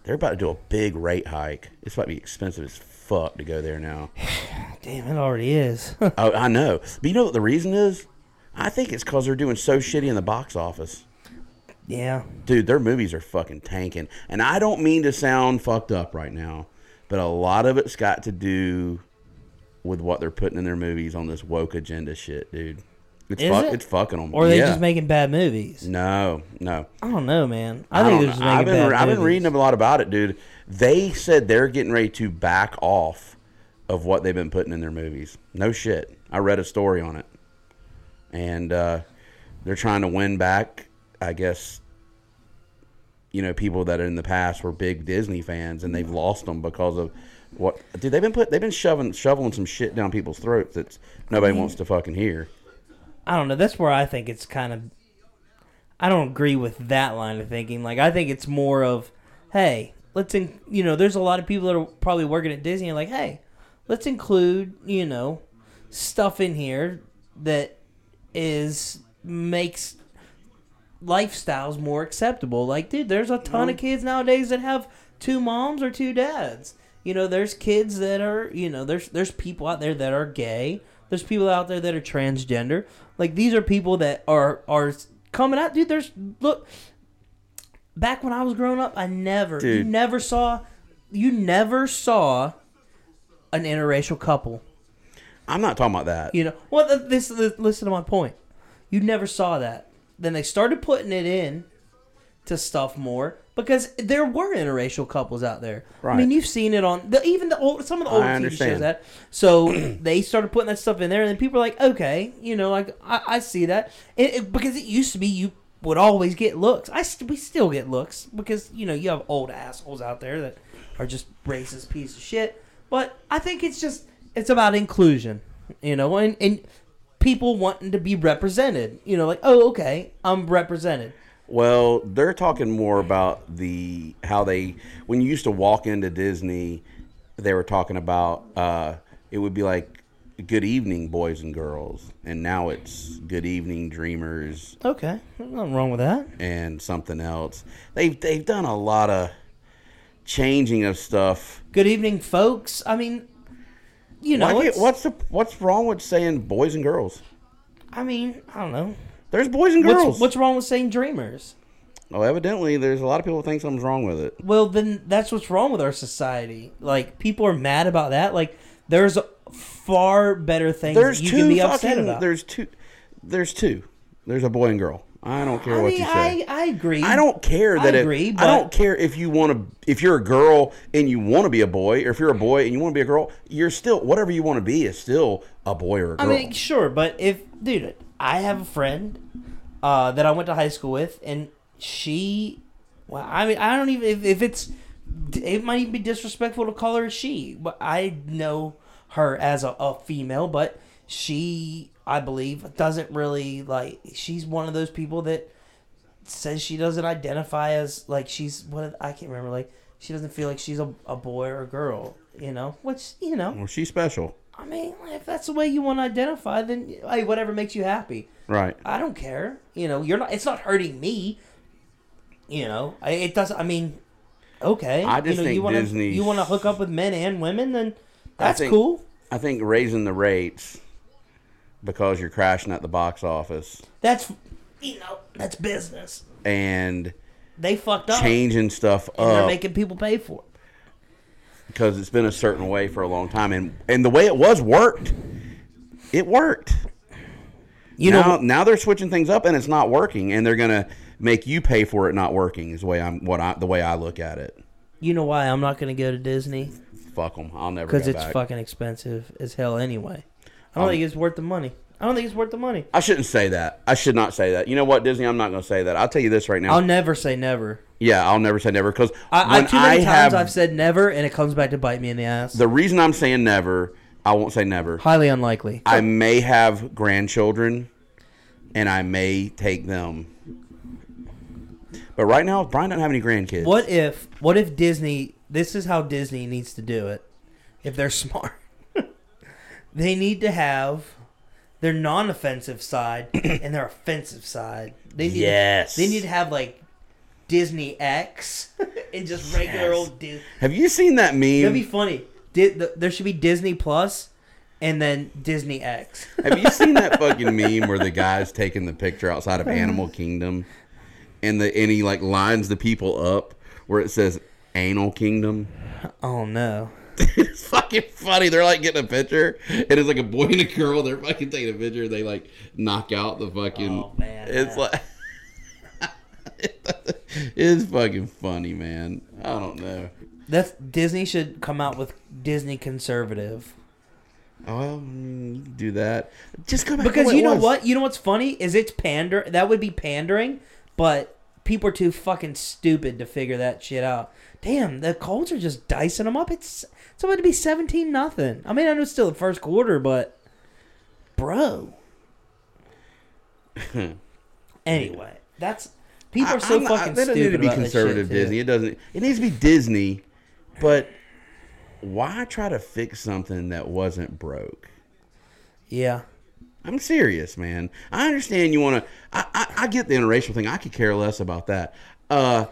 S1: They're about to do a big rate hike. It's about to be expensive as fuck to go there now.
S2: Damn, it already is.
S1: oh, I know. But you know what the reason is? I think it's because they're doing so shitty in the box office.
S2: yeah,
S1: Dude, their movies are fucking tanking. And I don't mean to sound fucked up right now, but a lot of it's got to do with what they're putting in their movies on this woke agenda shit, dude. It's,
S2: Is
S1: fuck,
S2: it?
S1: it's fucking them.
S2: or are they
S1: Yeah.
S2: just making bad movies?
S1: No, no.
S2: I don't know, man. I,
S1: I
S2: think
S1: don't
S2: they're
S1: know.
S2: just making
S1: I've been,
S2: bad
S1: I've been
S2: movies.
S1: reading a lot about it, dude. They said they're getting ready to back off of what they've been putting in their movies. No shit. I read a story on it, and uh, they're trying to win back. I guess you know people that in the past were big Disney fans, and they've lost them because of what. Dude, they've been put. They've been shoving shoveling some shit down people's throats that nobody wants to fucking hear.
S2: I don't know. That's where I think it's kind of. I don't agree with that line of thinking. Like, I think it's more of, hey, let's in. You know, there's a lot of people that are probably working at Disney. and Like, hey, let's include you know stuff in here that is makes lifestyles more acceptable. Like, dude, there's a ton of kids nowadays that have two moms or two dads. You know, there's kids that are, you know, there's there's people out there that are gay. There's people out there that are transgender. Like these are people that are are coming out, dude. There's look. Back when I was growing up, I never, you
S1: Dude.
S2: never saw, you never saw an interracial couple.
S1: I'm not talking about that.
S2: You know, well, th- this th- listen to my point. You never saw that. Then they started putting it in to stuff more because there were interracial couples out there. I mean,
S1: Right.
S2: you've seen it on the, even the old some of the older TV shows
S1: understand.
S2: that. So they started putting that stuff in there, and then people are like, okay, you know, like I, I see that, it, it- because it used to be you would always get looks. I st- we still get looks because you know you have old assholes out there that are just racist piece of shit. But I think it's just it's about inclusion, you know, and and people wanting to be represented. You know, like oh okay, I'm represented.
S1: Well, they're talking more about the how they when you used to walk into Disney, they were talking about uh, it would be like good evening boys and girls, and now it's good evening dreamers
S2: Okay, nothing wrong with that.
S1: and something else. They've they've done a lot of changing of stuff.
S2: Good evening, folks. I mean, you know,
S1: Why can't-
S2: it's-
S1: what's the what's wrong with saying boys and girls?
S2: I mean, I don't know.
S1: There's boys and girls.
S2: What's, what's wrong with saying dreamers?
S1: well, evidently, there's a lot of people who think something's wrong with it.
S2: Well, then that's what's wrong with our society. Like people are mad about that. Like there's far better things
S1: There's
S2: that you
S1: two
S2: can be upset
S1: fucking.
S2: about.
S1: There's two. There's two. There's a boy and girl. I don't care
S2: I
S1: what
S2: mean,
S1: you
S2: I,
S1: say.
S2: I agree.
S1: I, don't care
S2: I
S1: that.
S2: agree,
S1: if,
S2: but-
S1: I don't care if you want to. If you're a girl and you want to be a boy, or if you're a boy and you want to be a girl, you're still whatever you want to be is still a boy or a
S2: I
S1: girl.
S2: mean, sure, but if dude, I have a friend uh, that I went to high school with, and she, well, I mean, I don't even if, if it's d- it might even be disrespectful to call her a she. But I know her as a, a female, but she, I believe, doesn't really like. She's one of those people that says she doesn't identify as like she's what I can't remember. Like she doesn't feel like she's a, a boy or a girl. You know, which you know,
S1: Well, she's special,
S2: I mean, if that's the way you want to identify, then hey, whatever makes you happy.
S1: right?
S2: I don't care. You know, you're not. It's not hurting me. You know, I, it doesn't. I mean, okay.
S1: I just
S2: you know,
S1: think
S2: you wanna,
S1: Disney's-
S2: You want to hook up with men and women, then that's
S1: think-
S2: cool.
S1: I think raising the rates because you're crashing at the box office
S2: That's you know, that's business.
S1: and
S2: They fucked up,
S1: changing stuff
S2: and they're
S1: up
S2: making people pay for it.
S1: because it's been a certain way for a long time, and and the way it was worked, it worked.
S2: You
S1: now,
S2: know,
S1: now they're switching things up, and it's not working, and they're gonna make you pay for it not working. Is the way I'm what I the way I look at it.
S2: you know why I'm not going to go to Disney
S1: Fuck them. I'll never
S2: because
S1: go
S2: it's
S1: back.
S2: fucking expensive as hell anyway. I don't
S1: Um,
S2: think it's worth the money. I don't think it's worth the money.
S1: I shouldn't say that. I should not say that. You know what, Disney? I'm not gonna say that. I'll tell you this right now.
S2: I'll never say never.
S1: yeah, I'll never say never because
S2: I, I
S1: when
S2: too many
S1: I
S2: times
S1: have
S2: I've said never, and it comes back to bite me in the ass.
S1: the reason I'm saying never, I won't say never.
S2: Highly unlikely.
S1: I may have grandchildren, and I may take them. But right now, Brian doesn't have any grandkids.
S2: what if? What if Disney? This is how Disney needs to do it. If they're smart, they need to have their non-offensive side and their offensive side. They need,
S1: Yes.
S2: They need to have like Disney X and just regular
S1: Yes.
S2: old Disney.
S1: Have you seen that
S2: That'd
S1: meme?
S2: be funny. Di- the, there should be Disney Plus and then Disney X.
S1: Have you seen that fucking meme where the guy's taking the picture outside of Animal Kingdom, and the and he like lines the people up where it says Anal Kingdom?
S2: oh no.
S1: it's fucking funny. They're like getting a picture, and it's like a boy and a girl. They're fucking taking a picture. They like knock out the fucking.
S2: Oh, man.
S1: It's like. it's fucking funny, man. I don't know.
S2: That's Disney should come out with Disney conservative.
S1: Oh, well, mm, you can do that. Just go back to
S2: Because
S1: what
S2: you
S1: it
S2: know
S1: was.
S2: what? You know what's funny is it's pander. That would be pandering, but people are too fucking stupid to figure that shit out. Damn, the Colts are just dicing them up. It's it's about to be seventeen nothing. I mean, I know it's still the first quarter, but bro. anyway, that's people
S1: I-
S2: are so
S1: I'm not-
S2: fucking
S1: They don't
S2: stupid.
S1: need to be
S2: about that
S1: conservative,
S2: shit, too.
S1: Disney. It doesn't. It needs to be Disney, but why try to fix something that wasn't broke?
S2: Yeah,
S1: I'm serious, man. I understand you want to. I, I I get the interracial thing. I could care less about that. Uh,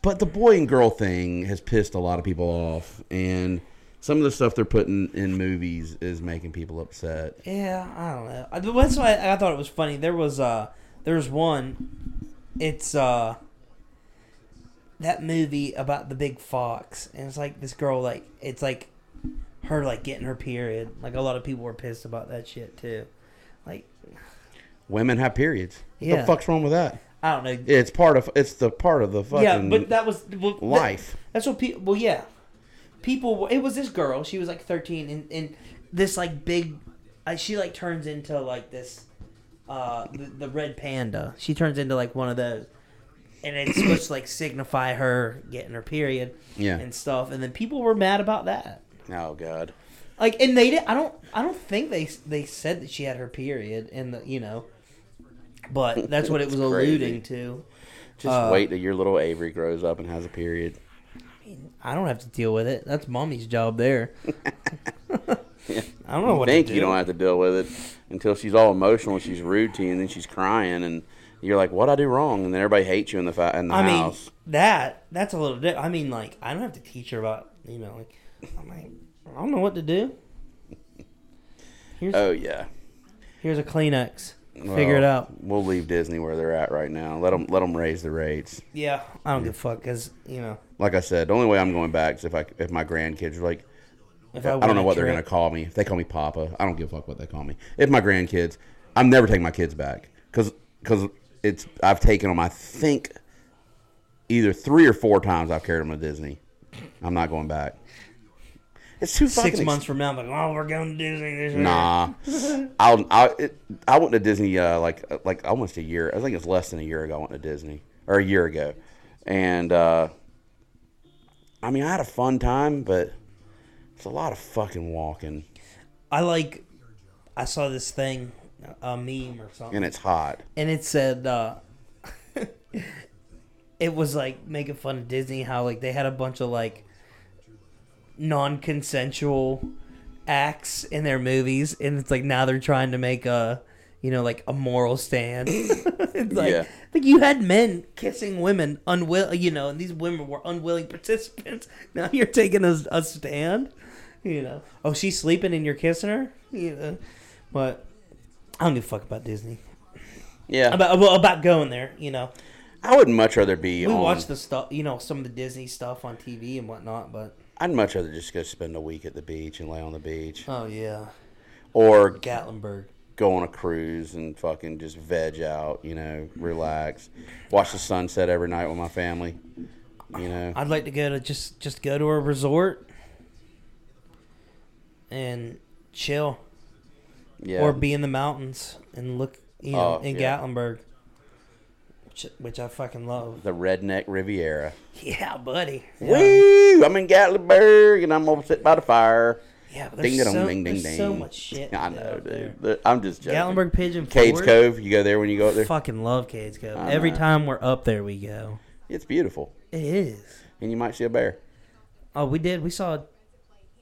S1: but the boy and girl thing has pissed a lot of people off, and some of the stuff they're putting in movies is making people upset.
S2: Yeah, I don't know. I- That's why I, I thought it was funny. There was uh there was one. It's uh that movie about the big fox, and it's like this girl like it's like her like getting her period. Like a lot of people were pissed about that shit too. Like
S1: Women have periods. What
S2: Yeah.
S1: the fuck's wrong with that?
S2: I don't know.
S1: It's part of. It's the part of the fucking
S2: Yeah, but that was well, that-
S1: life.
S2: That's what people. Well, yeah, people. were- It was this girl. She was like thirteen, and, and this like big. Uh, she like turns into like this, uh, the, the red panda. She turns into like one of those, and it's supposed to like signify her getting her period.
S1: Yeah.
S2: and stuff. And then people were mad about that.
S1: Oh God.
S2: Like, and they did. I don't. I don't think they they said that she had her period, and the you know, but that's what it was
S1: That's crazy.
S2: alluding to.
S1: Just
S2: Uh,
S1: wait till your little Avery grows up and has a period.
S2: I don't have to deal with it. That's mommy's job there. I don't know what
S1: think
S2: to do.
S1: you don't have to deal with it until she's all emotional and she's rude to you and then she's crying and you're like, "What I do wrong?" And then everybody hates you in the fi- in the
S2: I mean
S1: house.
S2: that that's a little. Di- I mean, like I don't have to teach her about you know like I'm like I don't know what to do. Here's
S1: Oh yeah,
S2: here's a Kleenex.
S1: Well,
S2: Figure it out.
S1: We'll leave Disney where they're at right now. Let them raise the rates.
S2: Yeah, I don't give a fuck because you know
S1: Like I said, the only way I'm going back is if I if my grandkids are like,
S2: if I,
S1: I, don't
S2: win
S1: know
S2: a
S1: what they're
S2: trip-
S1: gonna call me. If they call me Papa, I don't give a fuck what they call me. If my grandkids, I'm never taking my kids back because it's I've taken them. I think either three or four times I've carried them to Disney. I'm not going back. It's too fucking
S2: Six
S1: ex-
S2: months from now, I'm like, oh, we're going to Disney this year.
S1: Nah, I'll, I it, I went to Disney uh, like like almost a year. I think it's less than a year ago. I went to Disney or a year ago, and uh, I mean, I had a fun time, but it's a lot of fucking walking,
S2: I like. I saw this thing, a meme or something,
S1: and it's hot.
S2: and it said uh, it was like making fun of Disney how like they had a bunch of like non-consensual acts in their movies, and it's like now they're trying to make a you know like a moral stand. it's like
S1: Yeah.
S2: like you had men kissing women unwill you know, and these women were unwilling participants. Now you're taking a, a stand. You know, oh she's sleeping and you're kissing her. You know, but I don't give a fuck about Disney
S1: Yeah,
S2: about well, about going there. You know,
S1: I would much rather be
S2: we
S1: on.
S2: watch the stuff, you know, some of the Disney stuff on TV and whatnot. But
S1: I'd much rather just go spend a week at the beach and lay on the beach,
S2: oh yeah,
S1: or
S2: Gatlinburg.
S1: go on a cruise and fucking just veg out. You know, relax, watch the sunset every night with my family. You know,
S2: I'd like to go to just just go to a resort and chill,
S1: yeah,
S2: or be in the mountains and look, you know,
S1: Oh,
S2: in
S1: yeah.
S2: Gatlinburg, which, which I fucking love.
S1: the redneck Riviera.
S2: Yeah, buddy. Yeah,
S1: Woo! I'm in Gatlinburg and I'm gonna sit by the fire.
S2: yeah but there's,
S1: Ding dong,
S2: so,
S1: ding ding
S2: there's
S1: ding.
S2: so much shit.
S1: I
S2: to do
S1: know,
S2: out there.
S1: dude. The- I'm just joking.
S2: Gatlinburg Pigeon
S1: Cades
S2: Forge.
S1: Cove. You go there when you go up there.
S2: Fucking love Cades Cove.
S1: I
S2: Every
S1: know.
S2: time we're up there, we go.
S1: It's beautiful,
S2: It is.
S1: and you might see a bear.
S2: Oh, we did. We saw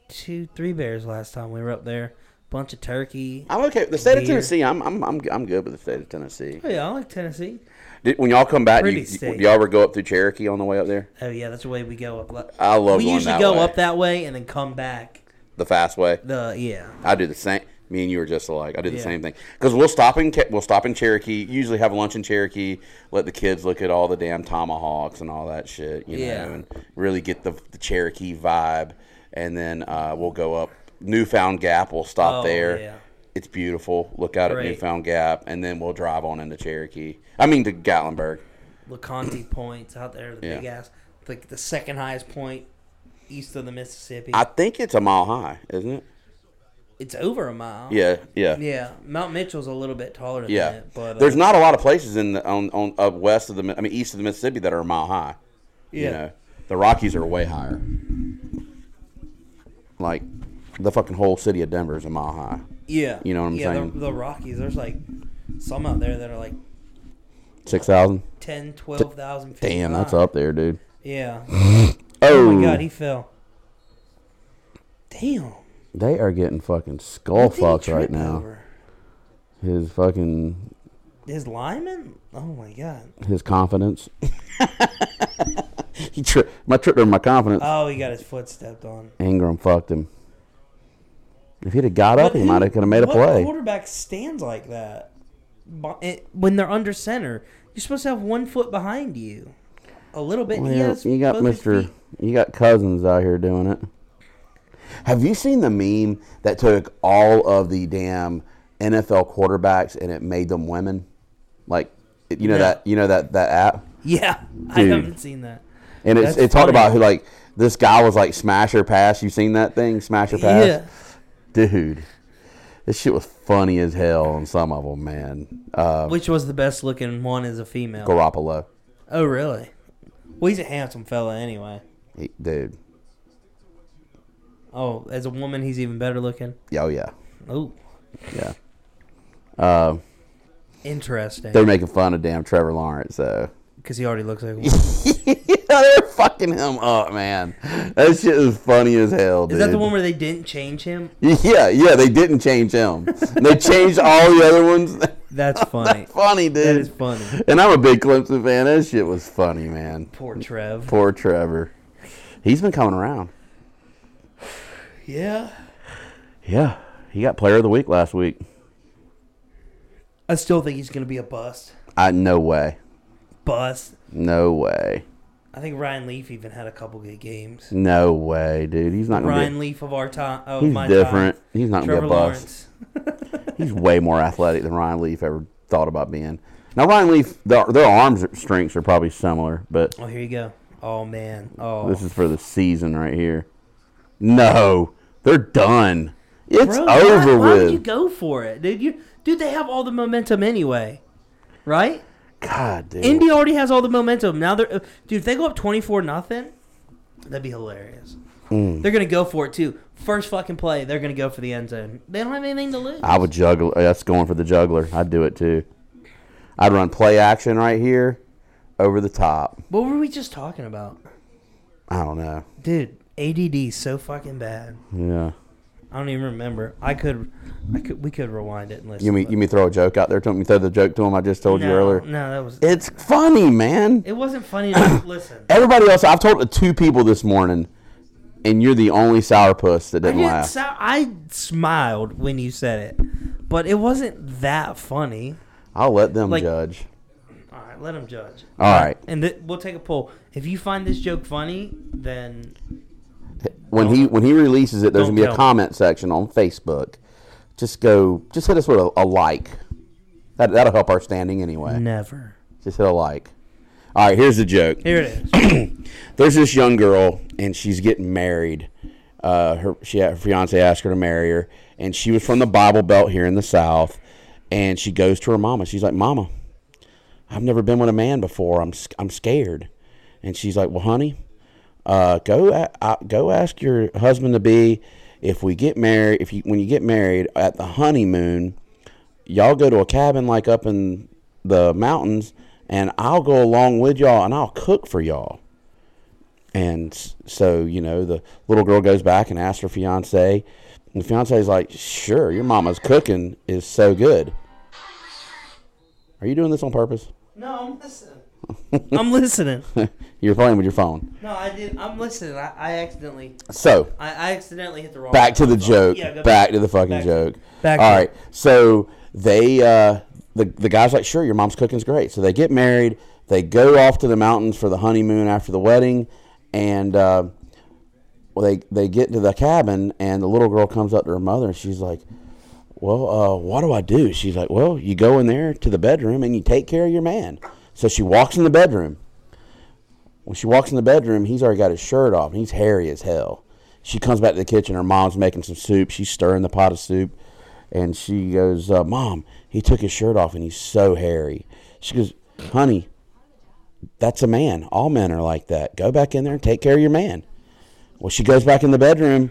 S2: two, three bears last time we were up there. Bunch of turkey.
S1: I'm okay. The state of
S2: Deer.
S1: Tennessee. I'm I'm I'm I'm good with the state of Tennessee.
S2: Oh yeah, I like Tennessee.
S1: Did, when y'all come back, do
S2: Pretty
S1: you, do
S2: state.
S1: y'all ever go up through Cherokee on the way up there?
S2: Oh yeah, that's the way we go up. le-
S1: I love
S2: we
S1: going
S2: usually
S1: that
S2: go
S1: way.
S2: up that way and then come back.
S1: The fast way.
S2: The yeah,
S1: I do the same. Me and you are just alike. I do the
S2: Yeah.
S1: same thing because we'll stop in Ca- we'll stop in Cherokee. Usually have lunch in Cherokee. Let the kids look at all the damn tomahawks and all that shit. You
S2: Yeah.
S1: know, and really get the, the Cherokee vibe. And then uh, we'll go up Newfound Gap. We'll stop
S2: Oh,
S1: there.
S2: yeah.
S1: It's beautiful. Look out
S2: Great.
S1: at Newfound Gap, and then we'll drive on into Cherokee. I mean to Gatlinburg.
S2: LeConte points out there, the
S1: Yeah.
S2: big ass, like the second highest point east of the Mississippi.
S1: I think it's a mile high, isn't it?
S2: it's over a mile.
S1: Yeah, yeah, yeah.
S2: yeah. Mount Mitchell's a little bit taller than it, but uh,
S1: There's not a lot of places in the, on on up west of the Mi- I mean east of the Mississippi that are a mile high.
S2: Yeah.
S1: You know, the Rockies are way higher. Like the fucking whole city of Denver is a mile high.
S2: yeah,
S1: you know what I'm
S2: yeah,
S1: saying?
S2: The, the Rockies, there's like some out there that are like
S1: Six thousand.
S2: 10, 12,000 feet.
S1: Damn, that's
S2: high.
S1: up there, dude.
S2: Yeah.
S1: Oh,
S2: Oh my god, he fell. Damn.
S1: they are getting fucking skull
S2: What did he
S1: fucked
S2: trip
S1: right now.
S2: over?
S1: His fucking
S2: His lineman? Oh my god.
S1: his confidence. he tri- my tripped over my confidence.
S2: Oh, he got his foot stepped on.
S1: Ingram fucked him. If he'd have got up,
S2: But
S1: he
S2: who-
S1: might have could have made a
S2: what
S1: play.
S2: quarterback stands like that Bu- it- when they're under center? You're supposed to have one foot behind you, a little bit.
S1: Well,
S2: He
S1: yeah,
S2: has
S1: you got
S2: both his
S1: Mr.
S2: feet.
S1: You got cousins out here doing it. Have you seen the meme that took all of the damn NFL quarterbacks and it made them women? Like, you know
S2: No.
S1: that you know that that app,
S2: Yeah, I
S1: Dude.
S2: haven't seen that.
S1: and it's
S2: That's
S1: it talked
S2: funny.
S1: about who like this guy was like smash or pass. You seen that thing, smash or pass?
S2: Yeah.
S1: dude. This shit was funny as hell on some of them, man. Uh,
S2: Which was the best looking one as a female?
S1: Garoppolo,
S2: Oh, really? Well, he's a handsome fella anyway.
S1: He- dude.
S2: Oh, as a woman, he's even better looking.
S1: Yeah, Oh yeah,
S2: Oh,
S1: yeah. Uh,
S2: interesting.
S1: they're making fun of damn Trevor Lawrence though.
S2: Because he already looks like.
S1: they're fucking him up, man. That shit is funny as hell, dude.
S2: Is that the one where they didn't change him?
S1: Yeah, yeah. They didn't change him. they changed all the other ones.
S2: That's funny.
S1: funny, dude.
S2: that is funny.
S1: And I'm a big Clemson fan. That shit was funny, man.
S2: Poor Trev.
S1: Poor Trevor. He's been coming around.
S2: Yeah.
S1: Yeah, he got Player of the Week last week.
S2: I still think he's gonna be a bust.
S1: I no way,
S2: Bust.
S1: no way,
S2: I think Ryan Leaf even had a couple good games.
S1: no way, dude. He's not gonna.
S2: Ryan
S1: be,
S2: Leaf of our time. Of
S1: he's
S2: my
S1: different.
S2: Time.
S1: He's not gonna be
S2: Trevor
S1: a bust.
S2: Lawrence.
S1: He's way more athletic than Ryan Leaf ever thought about being. Now Ryan Leaf, their, their arms strengths are probably similar, but
S2: Oh, here you go. Oh man. Oh.
S1: this is for the season right here. No, they're done. It's
S2: Bro,
S1: over
S2: why, Why would you
S1: with.
S2: go for it, dude? You, dude, they have all the momentum anyway, right?
S1: God, dude.
S2: Indy already has all the momentum. Now they're, dude. If they go up twenty four nothing, That'd be hilarious.
S1: Mm.
S2: They're gonna go for it too. First fucking play, they're gonna go for the end zone. They don't have anything to lose.
S1: I would juggle. That's going for the juggler. I'd do it too. I'd run play action right here, over the top.
S2: What were we just talking about,
S1: I don't know.
S2: dude? ADD so fucking bad.
S1: Yeah.
S2: I don't even remember. I could, I could, we could rewind it and listen.
S1: You mean
S2: but-
S1: you mean throw a joke out there to him? You throw the joke to him I just told
S2: no,
S1: you earlier.
S2: No, that was. It,
S1: It's funny, man.
S2: wasn't funny. To listen,
S1: Everybody else, I've told it to two people this morning, and you're the only sourpuss that
S2: I
S1: didn't
S2: didn't
S1: laugh.
S2: sou- I smiled when you said it, but it wasn't that funny.
S1: I'll let them
S2: like-
S1: judge.
S2: All right, let them judge.
S1: All right.
S2: and th- we'll take a poll. If you find this joke funny, then
S1: When he when he releases it, there's
S2: Don't
S1: gonna be a
S2: tell.
S1: comment section on Facebook. Just go, just hit us with a, a like. That that'll help our standing anyway.
S2: never.
S1: Just hit a like. All right, here's the joke.
S2: Here it is.
S1: there's this young girl and she's getting married. Uh, her she her fiance asked her to marry her, and she was from the Bible Belt here in the South. And she goes to her mama. She's like, "Mama, I've never been with a man before. I'm sc- I'm scared." And she's like, "Well, honey, uh, go a- uh, go ask your husband to be. If we get married, if you when you get married at the honeymoon, y'all go to a cabin like up in the mountains, and I'll go along with y'all and I'll cook for y'all." And s- so, you know, the little girl goes back and asks her fiance. And the fiance's like, Sure, your mama's cooking is so good. Are you doing this on purpose?
S2: no, I'm listening. I'm listening.
S1: You're playing with your phone.
S2: No, I did. I'm listening. I, I accidentally,
S1: So,
S2: I, I accidentally hit the wrong.
S1: back to the
S2: button.
S1: joke.
S2: Yeah, go
S1: back to the fucking
S2: Back to-
S1: joke.
S2: back
S1: All
S2: to-
S1: right. So, they, uh, the, the guy's like, Sure, your mom's cooking's great. So, they get married. They go off to the mountains for the honeymoon after the wedding. And, uh, well, they they get to the cabin and the little girl comes up to her mother and she's like, "Well, uh, what do I do?" She's like, "Well, you go in there to the bedroom and you take care of your man." So she walks in the bedroom. When she walks in the bedroom, he's already got his shirt off. and He's hairy as hell. She comes back to the kitchen. Her mom's making some soup. She's stirring the pot of soup, and she goes, uh, "Mom, he took his shirt off and he's so hairy." She goes, "Honey, that's a man. All men are like that. Go back in there and take care of your man." Well, she goes back in the bedroom,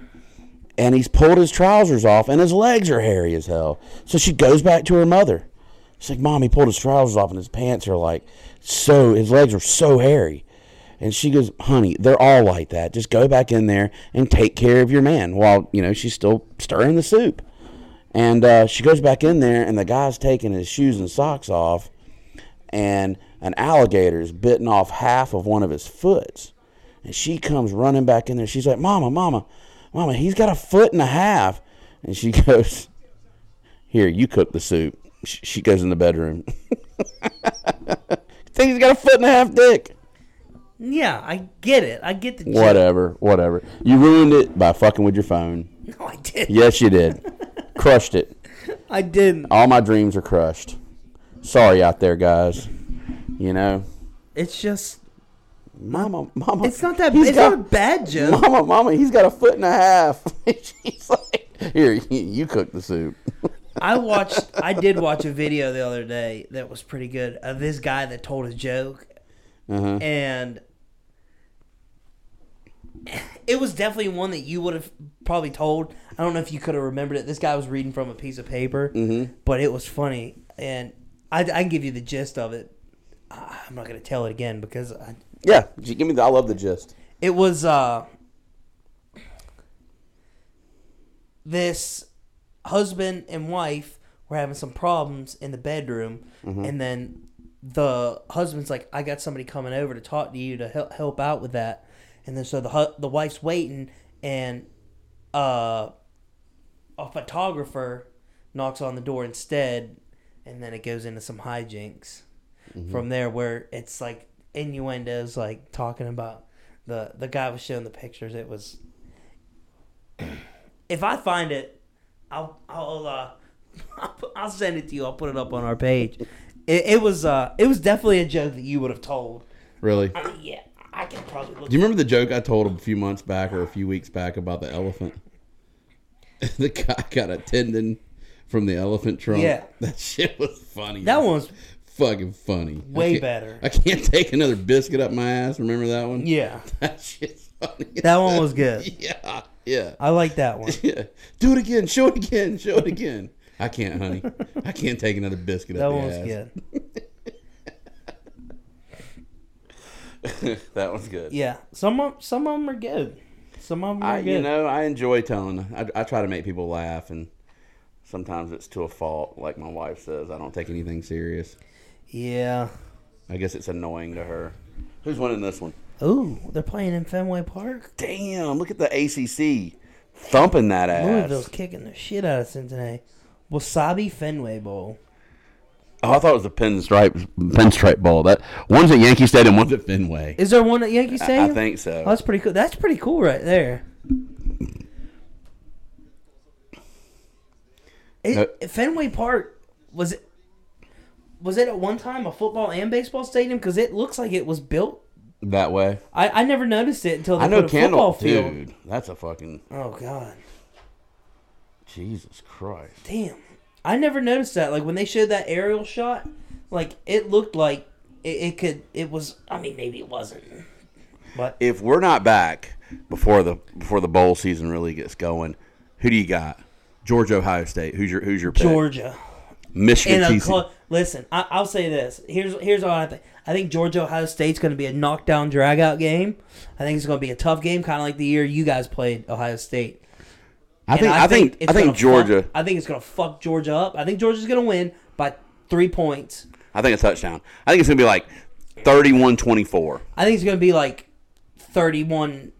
S1: and he's pulled his trousers off, and his legs are hairy as hell. So she goes back to her mother. She's like, "Mom, he pulled his trousers off, and his pants are like so. His legs are so hairy." And she goes, "Honey, they're all like that. Just go back in there and take care of your man." While you know she's still stirring the soup, and uh, she goes back in there, and the guy's taking his shoes and socks off, and an alligator's bitten off half of one of his foots. And she comes running back in there. She's like, Mama, Mama, Mama, he's got a foot and a half. And she goes, Here, you cook the soup. Sh- She goes in the bedroom. Think he's got a foot and a half dick.
S2: Yeah, I get it. I get the joke.
S1: Whatever, whatever. You ruined it by fucking with your phone.
S2: No, I did. not
S1: Yes, you did. crushed it.
S2: I didn't.
S1: All my dreams are crushed. Sorry out there, guys. You know,
S2: It's just.
S1: Mama, Mama.
S2: It's not that.
S1: he's
S2: it's
S1: got-
S2: not a bad joke.
S1: Mama, Oh, mama, he's got a foot and a half. She's like, here, you- you cook the soup.
S2: I watched. I did watch a video the other day that was pretty good of this guy that told a joke,
S1: Uh-huh.
S2: and it was definitely one that you would have probably told. I don't know if you could have remembered it. This guy was reading from a piece of paper, but it was funny, and I, I can give you the gist of it. I- I'm not gonna tell it again because I,
S1: Yeah, j- give me the. I love the gist.
S2: it was uh this husband and wife were having some problems in the bedroom and then the husband's like i got somebody coming over to talk to you to help, help out with that and then so the hu- the wife's waiting and uh a photographer knocks on the door instead, and then it goes into some hijinks from there where it's like innuendos, like talking about the the guy was showing the pictures. It was if I find it, I'll I'll uh, I'll put- I'll send it to you. I'll put it up on our page. It, it was uh it was definitely a joke that you would have told.
S1: Really?
S2: I mean, yeah, I could probably look.
S1: Do you remember the joke I told a few months back or a few weeks back about the elephant? the guy got a tendon from the elephant trunk.
S2: Yeah.
S1: That shit was funny.
S2: that one was
S1: fucking funny. I
S2: Way
S1: can't-
S2: better.
S1: I can't take another biscuit up my ass. Remember that one?
S2: yeah.
S1: That shit's funny.
S2: That one was good.
S1: yeah, yeah,
S2: I like that one.
S1: yeah. Do it again. Show it again. Show it again. I can't, honey. I can't take another biscuit.
S2: That
S1: up the
S2: one was
S1: ass.
S2: good.
S1: that one's good.
S2: Yeah, some of some of them are good. Some of them are
S1: I,
S2: good.
S1: you know, I enjoy telling. I, I try to make people laugh, and sometimes it's to a fault. Like my wife says, I don't take anything serious.
S2: Yeah.
S1: I guess it's annoying to her. Who's winning this one?
S2: Ooh, they're playing in Fenway Park.
S1: Damn! Look at the ACC thumping that
S2: Louisville's
S1: ass.
S2: kicking the shit out of Cincinnati. Wasabi Fenway Bowl.
S1: Oh, I thought it was the pinstripe pinstripe ball. That one's at Yankee Stadium, one's at Fenway.
S2: Is there one at Yankee
S1: I
S2: Stadium?
S1: think so.
S2: Oh, that's pretty cool. That's pretty cool right there. It, Fenway Park was it was it at one time a football and baseball stadium? Because it looks like it was built.
S1: that way.
S2: I, I never noticed it until they
S1: I know
S2: put a
S1: Candle,
S2: football field.
S1: dude. That's a fucking
S2: Oh God,
S1: Jesus Christ.
S2: damn! I never noticed that. Like when they showed that aerial shot, like it looked like it, it could. It was. I mean, maybe it wasn't, but
S1: If we're not back before the before the bowl season really gets going, who do you got? Georgia, Ohio State. Who's your who's your pick?
S2: Georgia.
S1: Michigan,
S2: in a
S1: TCU.
S2: clo- listen, I, I'll say this. Here's here's what I think. I think Georgia Ohio State's going to be a knockdown drag out game. I think it's going to be a tough game, kind of like the year you guys played Ohio State.
S1: I think
S2: And
S1: I think I
S2: it's
S1: think
S2: gonna
S1: Georgia.
S2: fuck- I think it's going to fuck Georgia up. I think Georgia's going to win by three points.
S1: I think a touchdown. I think it's gonna be like 31-24.
S2: I think it's going to be like 31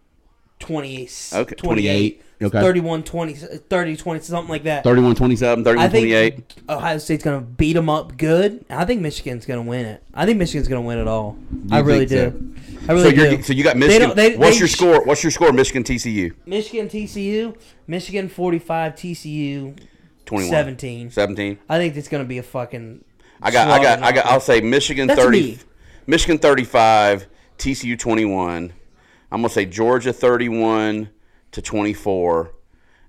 S2: 28.
S1: Okay,
S2: 28.
S1: 28, okay.
S2: 31 20, 30 20, something like that.
S1: 31-27,
S2: I think
S1: 31-28.
S2: Ohio State's going to beat them up good. I think Michigan's going to win it. I think Michigan's going to win it all. I really
S1: think
S2: do. I really
S1: so you
S2: do.
S1: so you got
S2: They
S1: Michigan.
S2: don't- they-
S1: What's
S2: they
S1: your
S2: sh-
S1: score? What's your score? Michigan TCU
S2: Michigan TCU, Michigan 45, TCU
S1: 21.
S2: 17.
S1: 17.
S2: I think it's going to be a fucking
S1: I got I got
S2: slaughter
S1: I got I'll say Michigan
S2: That's
S1: 30
S2: me.
S1: Michigan 35, TCU 21. I'm going to say Georgia 31 to 24.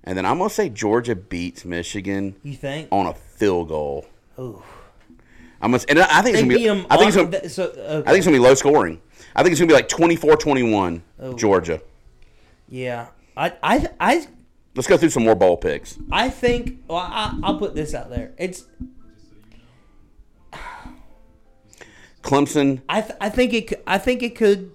S1: And then I'm going to say Georgia beats Michigan
S2: You think?
S1: on a field goal.
S2: Ooh.
S1: I'm gonna, and I think it's going to
S2: They beat
S1: be
S2: them.
S1: I think it's gonna,
S2: so, okay.
S1: I think it's going to be low scoring. I think it's going to be like 24-21 Georgia.
S2: yeah. I I I
S1: Let's go through some more bowl picks.
S2: I think well, I, I'll put this out there. It's
S1: Clemson
S2: I, th- I think it c- I think it could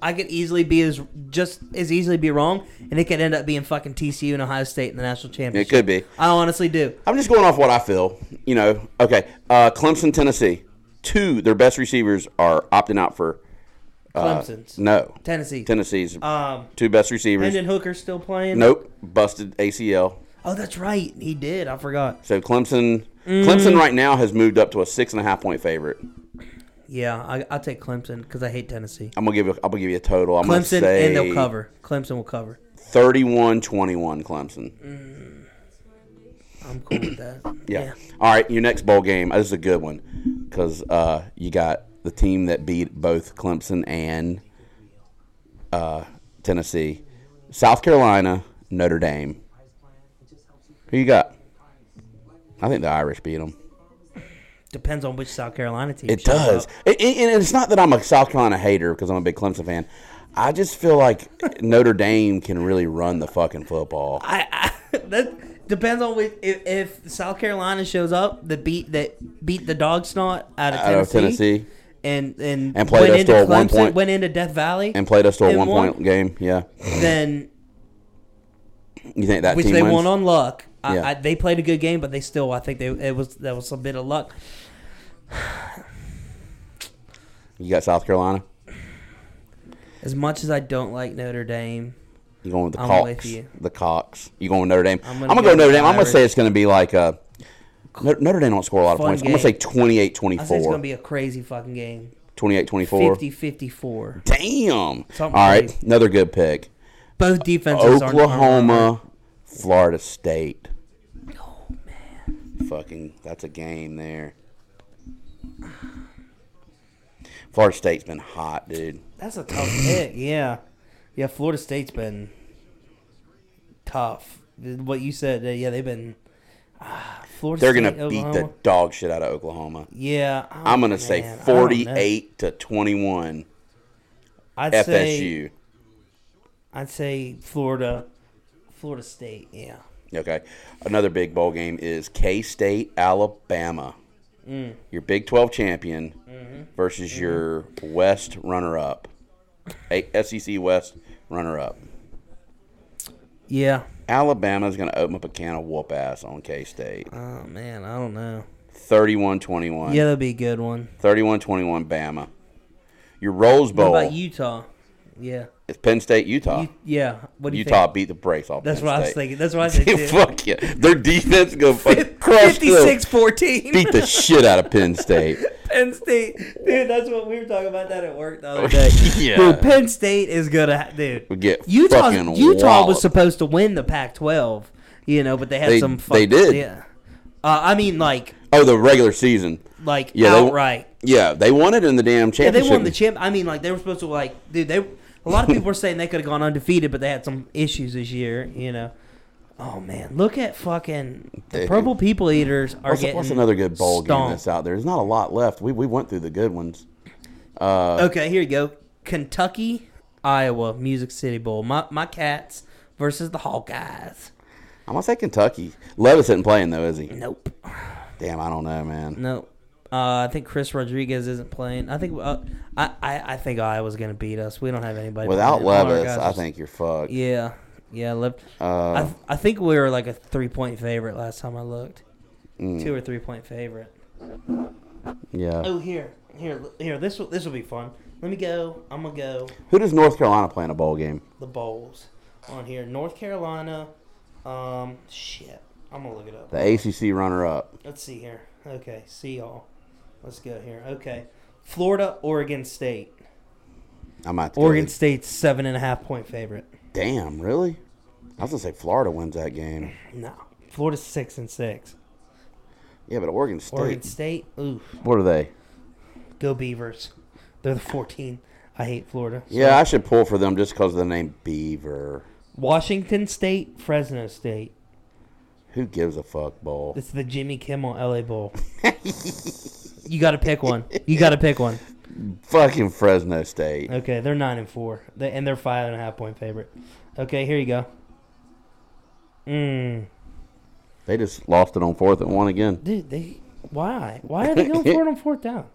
S2: I could easily be as just as easily be wrong and it could end up being fucking TCU and Ohio State in the national
S1: it
S2: championship.
S1: could be.
S2: I honestly do.
S1: I'm just going off what I feel. You know, okay. Uh, Clemson, Tennessee. Two, their best receivers are opting out for uh,
S2: Clemson's
S1: No.
S2: Tennessee.
S1: Tennessee's
S2: um
S1: two best receivers.
S2: Hendon Hooker still playing?
S1: Nope. Busted ACL.
S2: Oh, that's right. He did. I forgot.
S1: So Clemson
S2: Mm.
S1: Clemson right now has moved up to a six and a half point favorite.
S2: Yeah, I I'll take Clemson because I hate Tennessee.
S1: I'm gonna give you I'm gonna give you a total. I'm gonna
S2: Clemson
S1: say
S2: and they'll cover. Clemson will cover.
S1: 31-21 Clemson.
S2: I'm cool with that.
S1: Yeah. All right, your next bowl game. This is a good one because uh, you got the team that beat both Clemson and uh, Tennessee, South Carolina, Notre Dame. Who you got? I think the Irish beat them.
S2: Depends on which South Carolina team.
S1: It
S2: shows
S1: does.
S2: up.
S1: It, it- and it's not that I'm a South Carolina hater because I'm a big Clemson fan. I just feel like Notre Dame can really run the fucking football.
S2: I, I that depends on which, if, if South Carolina shows up the beat that beat the dog snot out of
S1: Out
S2: Tennessee,
S1: of Tennessee
S2: and and,
S1: And played us to a one point.
S2: went into Death Valley
S1: and played us to a
S2: And
S1: one
S2: won.
S1: point game. Yeah.
S2: then
S1: You think that
S2: which
S1: team
S2: they
S1: wins?
S2: won on luck. I,
S1: Yeah.
S2: I, they played a good game, but they still I think they it was that was a bit of luck.
S1: you got South Carolina.
S2: As much as I don't like Notre Dame,
S1: You going with the
S2: I'm
S1: Cox?
S2: with you.
S1: The Cox. You going with Notre Dame? I'm
S2: I'm
S1: gonna,
S2: gonna
S1: go,
S2: go
S1: Notre
S2: with
S1: Dame. I'm gonna
S2: Irish.
S1: say it's gonna be like a Notre Notre Dame don't score a lot of
S2: Fun
S1: points. I'm gonna say
S2: game.
S1: 28
S2: I say it's
S1: 24.
S2: gonna be a crazy fucking game.
S1: 28 24.
S2: 50-54.
S1: Damn. All
S2: Something
S1: right,
S2: crazy.
S1: another good pick.
S2: Both defenses are
S1: Oklahoma, Florida State. Oh man. Fucking, that's a game there. Florida State's been hot, dude.
S2: That's a tough pick. Yeah, yeah. Florida State's been tough. What you said, uh, yeah, they've been. ah, Florida
S1: They're gonna
S2: State,
S1: beat the
S2: Oklahoma.
S1: dog shit out of Oklahoma.
S2: Yeah, oh,
S1: I'm gonna
S2: man, I
S1: say
S2: don't know.
S1: 48 to 21
S2: I'd
S1: FSU.
S2: say- I'd say Florida, Florida State. Yeah.
S1: Okay. Another big bowl game is K State, Alabama.
S2: Mm.
S1: Your Big 12 champion
S2: Mm-hmm.
S1: versus your West runner up. SEC E West runner up.
S2: Yeah.
S1: Alabama's going to open up a can of whoop ass on K State.
S2: Oh man, I don't know.
S1: 31 21.
S2: Yeah, that'd be a good one.
S1: 31 21 Bama. Your Rose
S2: What
S1: Bowl
S2: about Utah? Yeah.
S1: is Penn State, Utah.
S2: You, yeah. What do you
S1: Utah
S2: Think?
S1: beat the brakes off.
S2: That's
S1: Penn
S2: what I was
S1: State.
S2: thinking. That's what I said too.
S1: Fuck yeah. Their defense going to crush them.
S2: 56-14.
S1: Beat the shit out of Penn State.
S2: Penn State, dude. That's what we were talking about that at work the other day.
S1: Yeah.
S2: Dude, Penn State is gonna, ha- dude.
S1: We get
S2: Utah,
S1: fucking
S2: Utah was
S1: walloped.
S2: supposed to win the Pac-12, you know, but they had
S1: They-
S2: some.
S1: they did.
S2: Yeah. Uh, I mean, like,
S1: Oh, the regular season.
S2: like
S1: Yeah, they-
S2: outright.
S1: Yeah, they won it in the damn
S2: Yeah,
S1: championship.
S2: they won the champ. I mean, like, they were supposed to like, dude. They a lot of people were saying they could have gone undefeated, but they had some issues this year, you know. Oh man, look at fucking the
S1: Dude.
S2: purple people eaters are
S1: What's,
S2: getting.
S1: what's another good bowl game
S2: stomped.
S1: that's out there? There's not a lot left. We, we went through the good ones. Uh,
S2: Okay, here you go. Kentucky, Iowa, Music City Bowl. My my cats versus the Hawkeyes.
S1: I'm gonna say Kentucky. Levis isn't playing though, is he?
S2: Nope.
S1: Damn, I don't know, man.
S2: Nope. Uh, I think Chris Rodriguez isn't playing. I think uh, I, I I think Iowa's gonna beat us. We don't have anybody
S1: Without
S2: behind all our
S1: Levis,
S2: guys
S1: I
S2: is-
S1: think you're fucked.
S2: oh Yeah, yeah. Lev-
S1: Uh,
S2: I I think we were like a three point favorite last time I looked.
S1: mm.
S2: Two or three point favorite.
S1: yeah.
S2: Oh here here l- here. This will this will be fun. Let me go. I'm gonna go
S1: Who does North Carolina play in a bowl game?
S2: the bowls on here. North Carolina. Um, shit. I'm gonna look it up.
S1: The ACC runner-up.
S2: Let's see here. Okay, see y'all. Let's go here. Okay, Florida, Oregon State.
S1: I might. have to go
S2: Oregon
S1: with-
S2: State's seven and a half point favorite.
S1: Damn, really? I was gonna say Florida wins that game.
S2: No, Florida's six and six.
S1: Yeah, but Oregon State.
S2: Oregon State. Ooh,
S1: What are they?
S2: go Beavers. They're the 14. I hate Florida.
S1: Yeah, I should pull for them just because of the name Beaver.
S2: Washington State, Fresno State.
S1: Who gives a fuck, bowl?
S2: It's the Jimmy Kimmel LA Bowl. you got to pick one. You got to pick one.
S1: Fucking Fresno State.
S2: Okay, they're nine and four, they, and they're five and a half point favorite. Okay, here you go. Mm.
S1: They just lost it on fourth and one again.
S2: Dude, they why? Why are they going for it on fourth down?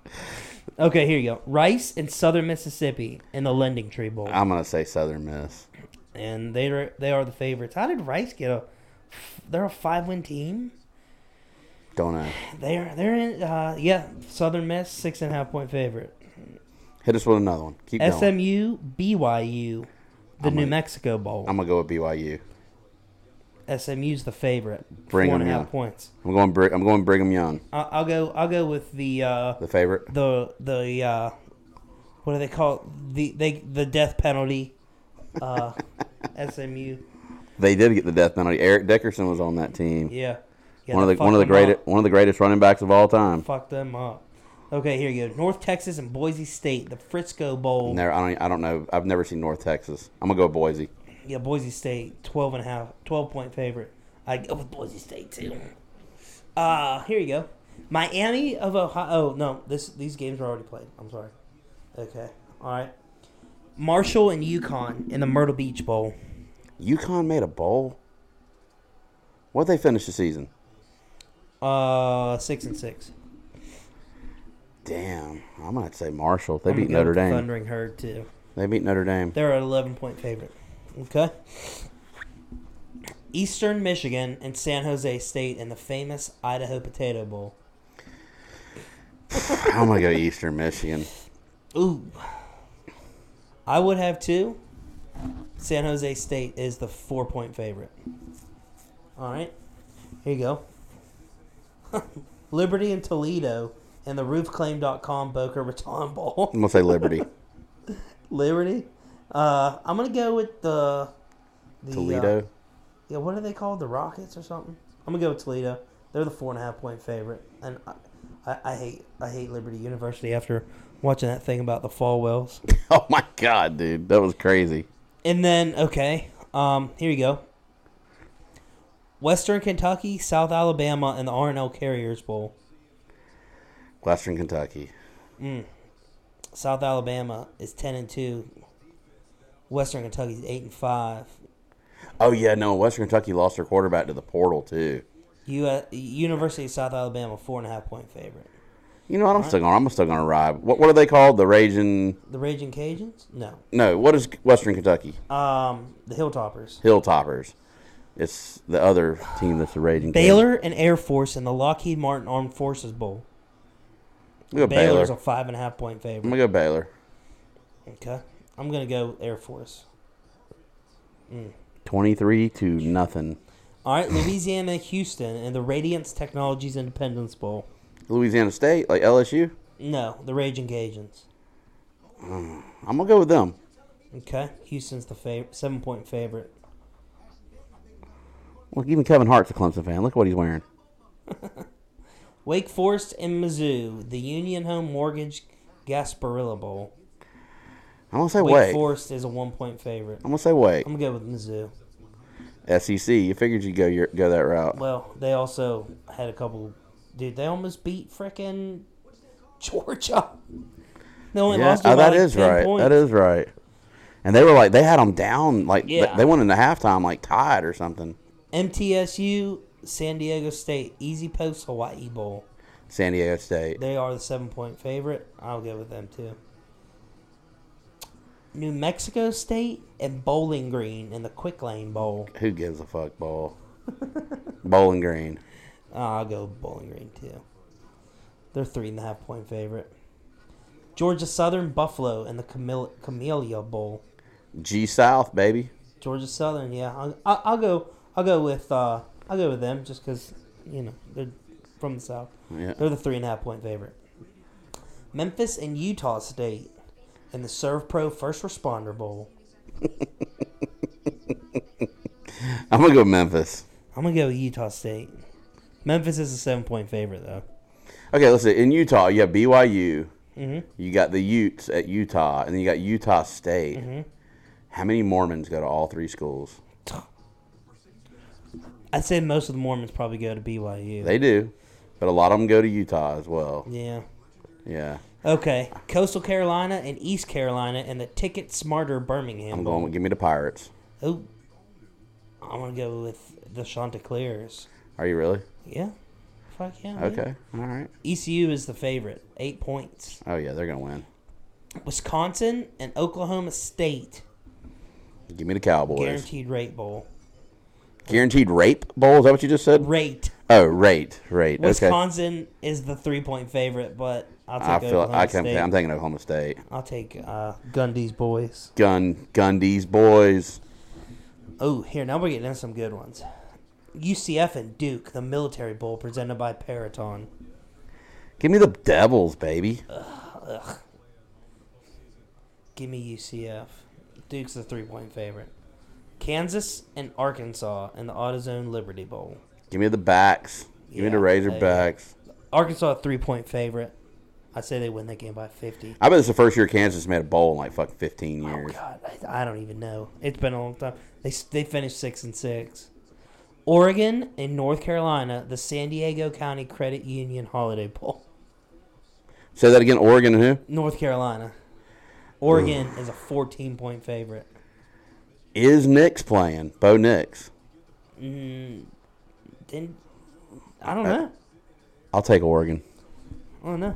S2: Okay, here you go. Rice and Southern Mississippi in the Lending Tree Bowl,
S1: I'm gonna say Southern Miss.
S2: and they are they are the favorites. How did Rice get a? They're a five win team.
S1: Don't know.
S2: They are they're in uh, yeah Southern Miss six and a half point favorite.
S1: Hit us with another one. Keep going.
S2: SMU BYU, the New Mexico Bowl.
S1: I'm gonna go with BYU.
S2: SMU's the favorite.
S1: Bring
S2: four and a
S1: 'em,
S2: half
S1: yeah.
S2: points.
S1: I'm going. Bri- I'm going Brigham Young,
S2: I- I'll go. I'll go with the uh,
S1: the favorite.
S2: the the uh, what do they call it? the they the death penalty? Uh, SMU.
S1: They did get the death penalty. Eric Dickerson was on that team.
S2: Yeah. yeah
S1: one of
S2: they
S1: the one of the
S2: fucked them
S1: greatest
S2: up.
S1: one of the greatest running backs of all time.
S2: Fucked them up. Okay, here you go. North Texas and Boise State, the Frisco Bowl.
S1: Never, I don't. I don't know. I've never seen North Texas. I'm gonna go Boise.
S2: Yeah, Boise State, 12 and a half, 12 point favorite. I go with Boise State too. Uh, here you go. Miami of Ohio. Oh, no, this these games are already played. I'm sorry. Okay. All right. Marshall and Yukon in the Myrtle Beach Bowl.
S1: UConn made a bowl. What they finish the season?
S2: Uh, 6 and 6.
S1: Damn. I'm gonna say Marshall. They
S2: I'm
S1: beat
S2: gonna go
S1: Notre
S2: with the
S1: Dame.
S2: Thundering Herd too.
S1: They beat Notre Dame.
S2: They're an 11 point favorite. Okay. Eastern Michigan and San Jose State in the famous Idaho Potato Bowl.
S1: I'm gonna go Eastern Michigan.
S2: Ooh. I would have two. San Jose State is the four point favorite. All right. Here you go. Liberty and Toledo and the roofclaim.com Boca Raton Bowl.
S1: I'm gonna say Liberty.
S2: Liberty. Uh, I'm going to go with the. the uh,
S1: Toledo.
S2: yeah, what are they called? The Rockets or something? I'm gonna go with Toledo. They're the four and a half point favorite, and I, I, I hate I hate Liberty University after watching that thing about the Falwells.
S1: Oh my god, dude, that was crazy.
S2: And then okay, um, here you go. Western Kentucky, South Alabama, and the R&L Carriers Bowl.
S1: Western Kentucky.
S2: South Alabama is ten and two. Western Kentucky's eight and five.
S1: Oh yeah, no. Western Kentucky lost their quarterback to the portal too.
S2: U- uh, University of South Alabama four and a half point favorite.
S1: You know what? I'm still going. I'm still going to ride. What What are they called? The Raging?
S2: The Raging Cajuns? No.
S1: No. What is Western Kentucky?
S2: Um, the Hilltoppers.
S1: Hilltoppers. It's the other team that's the Raging.
S2: Baylor and Air Force in the Lockheed Martin Armed Forces Bowl.
S1: I'm gonna go Baylor.
S2: Baylor's a five and a half point
S1: I'm
S2: favorite.
S1: gonna go Baylor.
S2: Okay, I'm gonna go Air Force.
S1: Twenty three to nothing.
S2: All right, Louisiana, Houston, and the Radiance Technologies Independence Bowl.
S1: Louisiana State, like LSU.
S2: No, the Raging Cajuns.
S1: I'm gonna go with them.
S2: Okay, Houston's the favorite, seven point favorite.
S1: Look, even Kevin Hart's a Clemson fan. Look what he's wearing.
S2: Wake Forest and Mizzou, the Union Home Mortgage Gasparilla Bowl.
S1: I'm gonna say
S2: Wake
S1: Wake.
S2: Forest is a one point favorite.
S1: I'm gonna say Wake.
S2: I'm gonna go with Mizzou.
S1: SEC. You figured you'd go your, go that route.
S2: Well, they also had a couple. Dude, they almost beat frickin' Georgia. They only
S1: Yeah,
S2: lost by
S1: oh, that
S2: like
S1: is
S2: 10
S1: right.
S2: Points.
S1: That is right. And they were like they had them down like th-
S2: Yeah.
S1: they went into halftime like tied or something.
S2: MTSU, San Diego State, Easy Post Hawaii Bowl.
S1: San Diego State.
S2: They are the seven point favorite. I'll go with them too. New Mexico State and Bowling Green in the Quick Lane Bowl.
S1: Who gives a fuck ball? Bowling Green.
S2: I'll go Bowling Green too. They're three and a half point favorite. Georgia Southern Buffalo and the Camel- Camellia Bowl.
S1: G South, baby.
S2: Georgia Southern, yeah. I'll, I'll I'll go. I'll go with. Uh, I'll go with them just because you know they're from the south.
S1: Yeah.
S2: They're the three and a half point favorite. Memphis and Utah State in the Serve Pro First Responder Bowl.
S1: I'm gonna go Memphis.
S2: I'm gonna go with Utah State. Memphis is a seven point favorite though.
S1: Okay, listen. In Utah, you have BYU.
S2: Mhm.
S1: You got the Utes at Utah, and then you got Utah State.
S2: Mm-hmm.
S1: How many Mormons go to all three schools?
S2: I'd say most of the Mormons probably go to BYU.
S1: They do, but a lot of them go to Utah as well.
S2: yeah.
S1: Yeah,
S2: Okay. Coastal Carolina and East Carolina and the Ticket Smarter Birmingham
S1: I'm
S2: Bowl.
S1: going. With, give me the Pirates.
S2: Oh, I'm gonna go with the Chanticleers.
S1: Are you really?
S2: Yeah. Fuck yeah. man.
S1: Okay. All right.
S2: ECU is the favorite, eight points.
S1: Oh yeah, they're gonna win.
S2: Wisconsin and Oklahoma State
S1: Give me the Cowboys. Guaranteed,
S2: guaranteed rate bowl.
S1: rape bowl. Is that what you just said?
S2: Rate.
S1: Oh, rate, rate. okay.
S2: Wisconsin is the three point favorite, but I'll take
S1: I feel.
S2: Oklahoma
S1: I can.
S2: State.
S1: I'm thinking Oklahoma State.
S2: I'll take uh, Gundy's boys.
S1: Gun. Gundy's boys.
S2: Oh, here now we're getting into some good ones. UCF and Duke, the military bowl presented by Periton.
S1: Give me the Devils, baby.
S2: Give me UCF. Duke's the three point favorite. Kansas and Arkansas in the AutoZone Liberty Bowl.
S1: Give me the backs. Give me the
S2: Yeah,
S1: Razorbacks.
S2: Arkansas a three point favorite. I say they win that game by fifty.
S1: I bet it's the first year Kansas made a bowl in like fucking 15
S2: Oh
S1: years.
S2: God, I, I don't even know. It's been a long time. They s- they finished six and six. Oregon and North Carolina, the San Diego County Credit Union Holiday Bowl.
S1: Say that again. Oregon and who?
S2: North Carolina. Oregon is a fourteen point favorite.
S1: Is Nix playing? Bo Nix.
S2: Mm, then I don't
S1: Uh,
S2: know.
S1: I'll take Oregon.
S2: I don't know.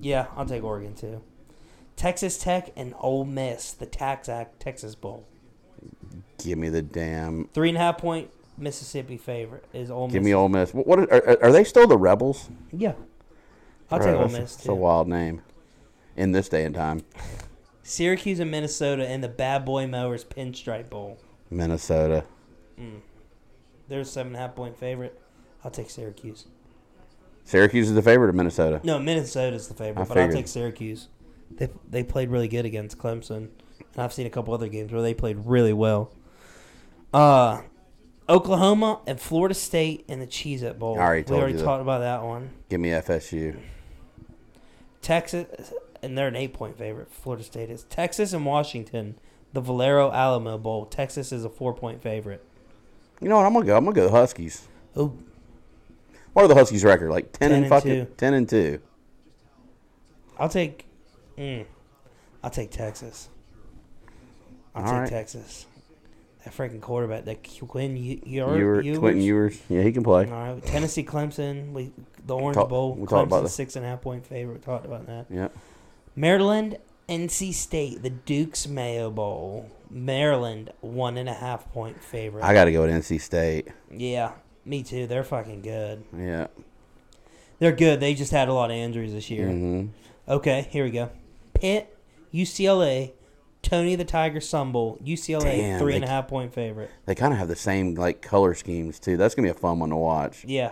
S2: Yeah, I'll take Oregon too. Texas Tech and Ole Miss, the Tax Act Texas Bowl.
S1: Give me the damn.
S2: Three and a half point Mississippi favorite is Ole Miss.
S1: Give me Ole Miss. Wh- What are, are, are they still the Rebels?
S2: yeah. I'll
S1: Bro,
S2: take Ole
S1: that's-
S2: Miss
S1: It's a
S2: too.
S1: wild name in this day and time.
S2: Syracuse and Minnesota and the Bad Boy Mowers Pinstripe Bowl.
S1: Minnesota.
S2: They're a seven and a half point favorite. I'll take Syracuse.
S1: Syracuse is the favorite of Minnesota.
S2: No, Minnesota's the favorite,
S1: I
S2: but I'll
S1: figured.
S2: take Syracuse. They they played really good against Clemson, and I've seen a couple other games where they played really well. Uh Oklahoma and Florida State in the Cheez It Bowl.
S1: I already told
S2: we already
S1: you that.
S2: talked about that one.
S1: Give me FSU.
S2: Texas, and they're an eight point favorite. Florida State is Texas and Washington. The Valero Alamo Bowl. Texas is a four point favorite.
S1: You know what? I'm gonna go. I'm gonna go the Huskies.
S2: Oh,
S1: What are the Huskies' record? Like 10,
S2: 10
S1: and
S2: and
S1: fucking
S2: two.
S1: ten and two.
S2: I'll take. Mm, I'll take Texas. I'll
S1: All
S2: take
S1: right.
S2: Texas. That freaking quarterback, that Quinn Ewers.
S1: Ewers, Quentin Ewers. Yeah, he can play.
S2: All right, Tennessee, Clemson, we the Orange
S1: Talk-
S2: Bowl.
S1: we
S2: Clemson
S1: talked about that.
S2: six and a half point favorite. We talked about that.
S1: Yeah.
S2: Maryland, NC State, the Duke's Mayo Bowl. Maryland one and a half point favorite.
S1: I got to go with NC State.
S2: yeah, me too. They're fucking good.
S1: Yeah.
S2: They're good. They just had a lot of injuries this year.
S1: hmm
S2: Okay, here we go. Pitt, UCLA, Tony the Tiger Sumble, UCLA
S1: Damn,
S2: three
S1: they-
S2: and a half point favorite.
S1: They kind of have the same like color schemes too. That's gonna be a fun one to watch.
S2: Yeah,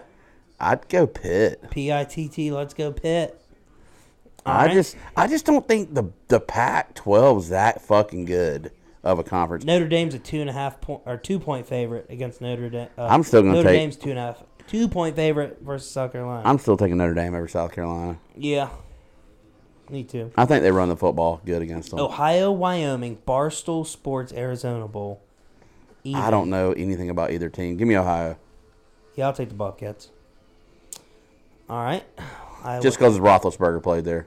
S1: I'd go Pitt.
S2: P I T T. Let's go Pitt. All
S1: I
S2: right.
S1: just I just don't think the the Pac 12's that fucking good of a conference.
S2: Notre Dame's a two and a half point or two point favorite against Notre Dame. Uh,
S1: I'm still gonna
S2: Notre
S1: take-
S2: Dame's two and a half two point favorite versus South Carolina.
S1: I'm still taking Notre Dame over South Carolina.
S2: yeah, me too.
S1: I think they run the football good against
S2: Oh,
S1: them.
S2: Ohio, Wyoming, Barstool Sports, Arizona Bowl. Even.
S1: I don't know anything about either team. Give me Ohio.
S2: Yeah, I'll take the Bobcats. All right. Iowa.
S1: Just because Roethlisberger played there.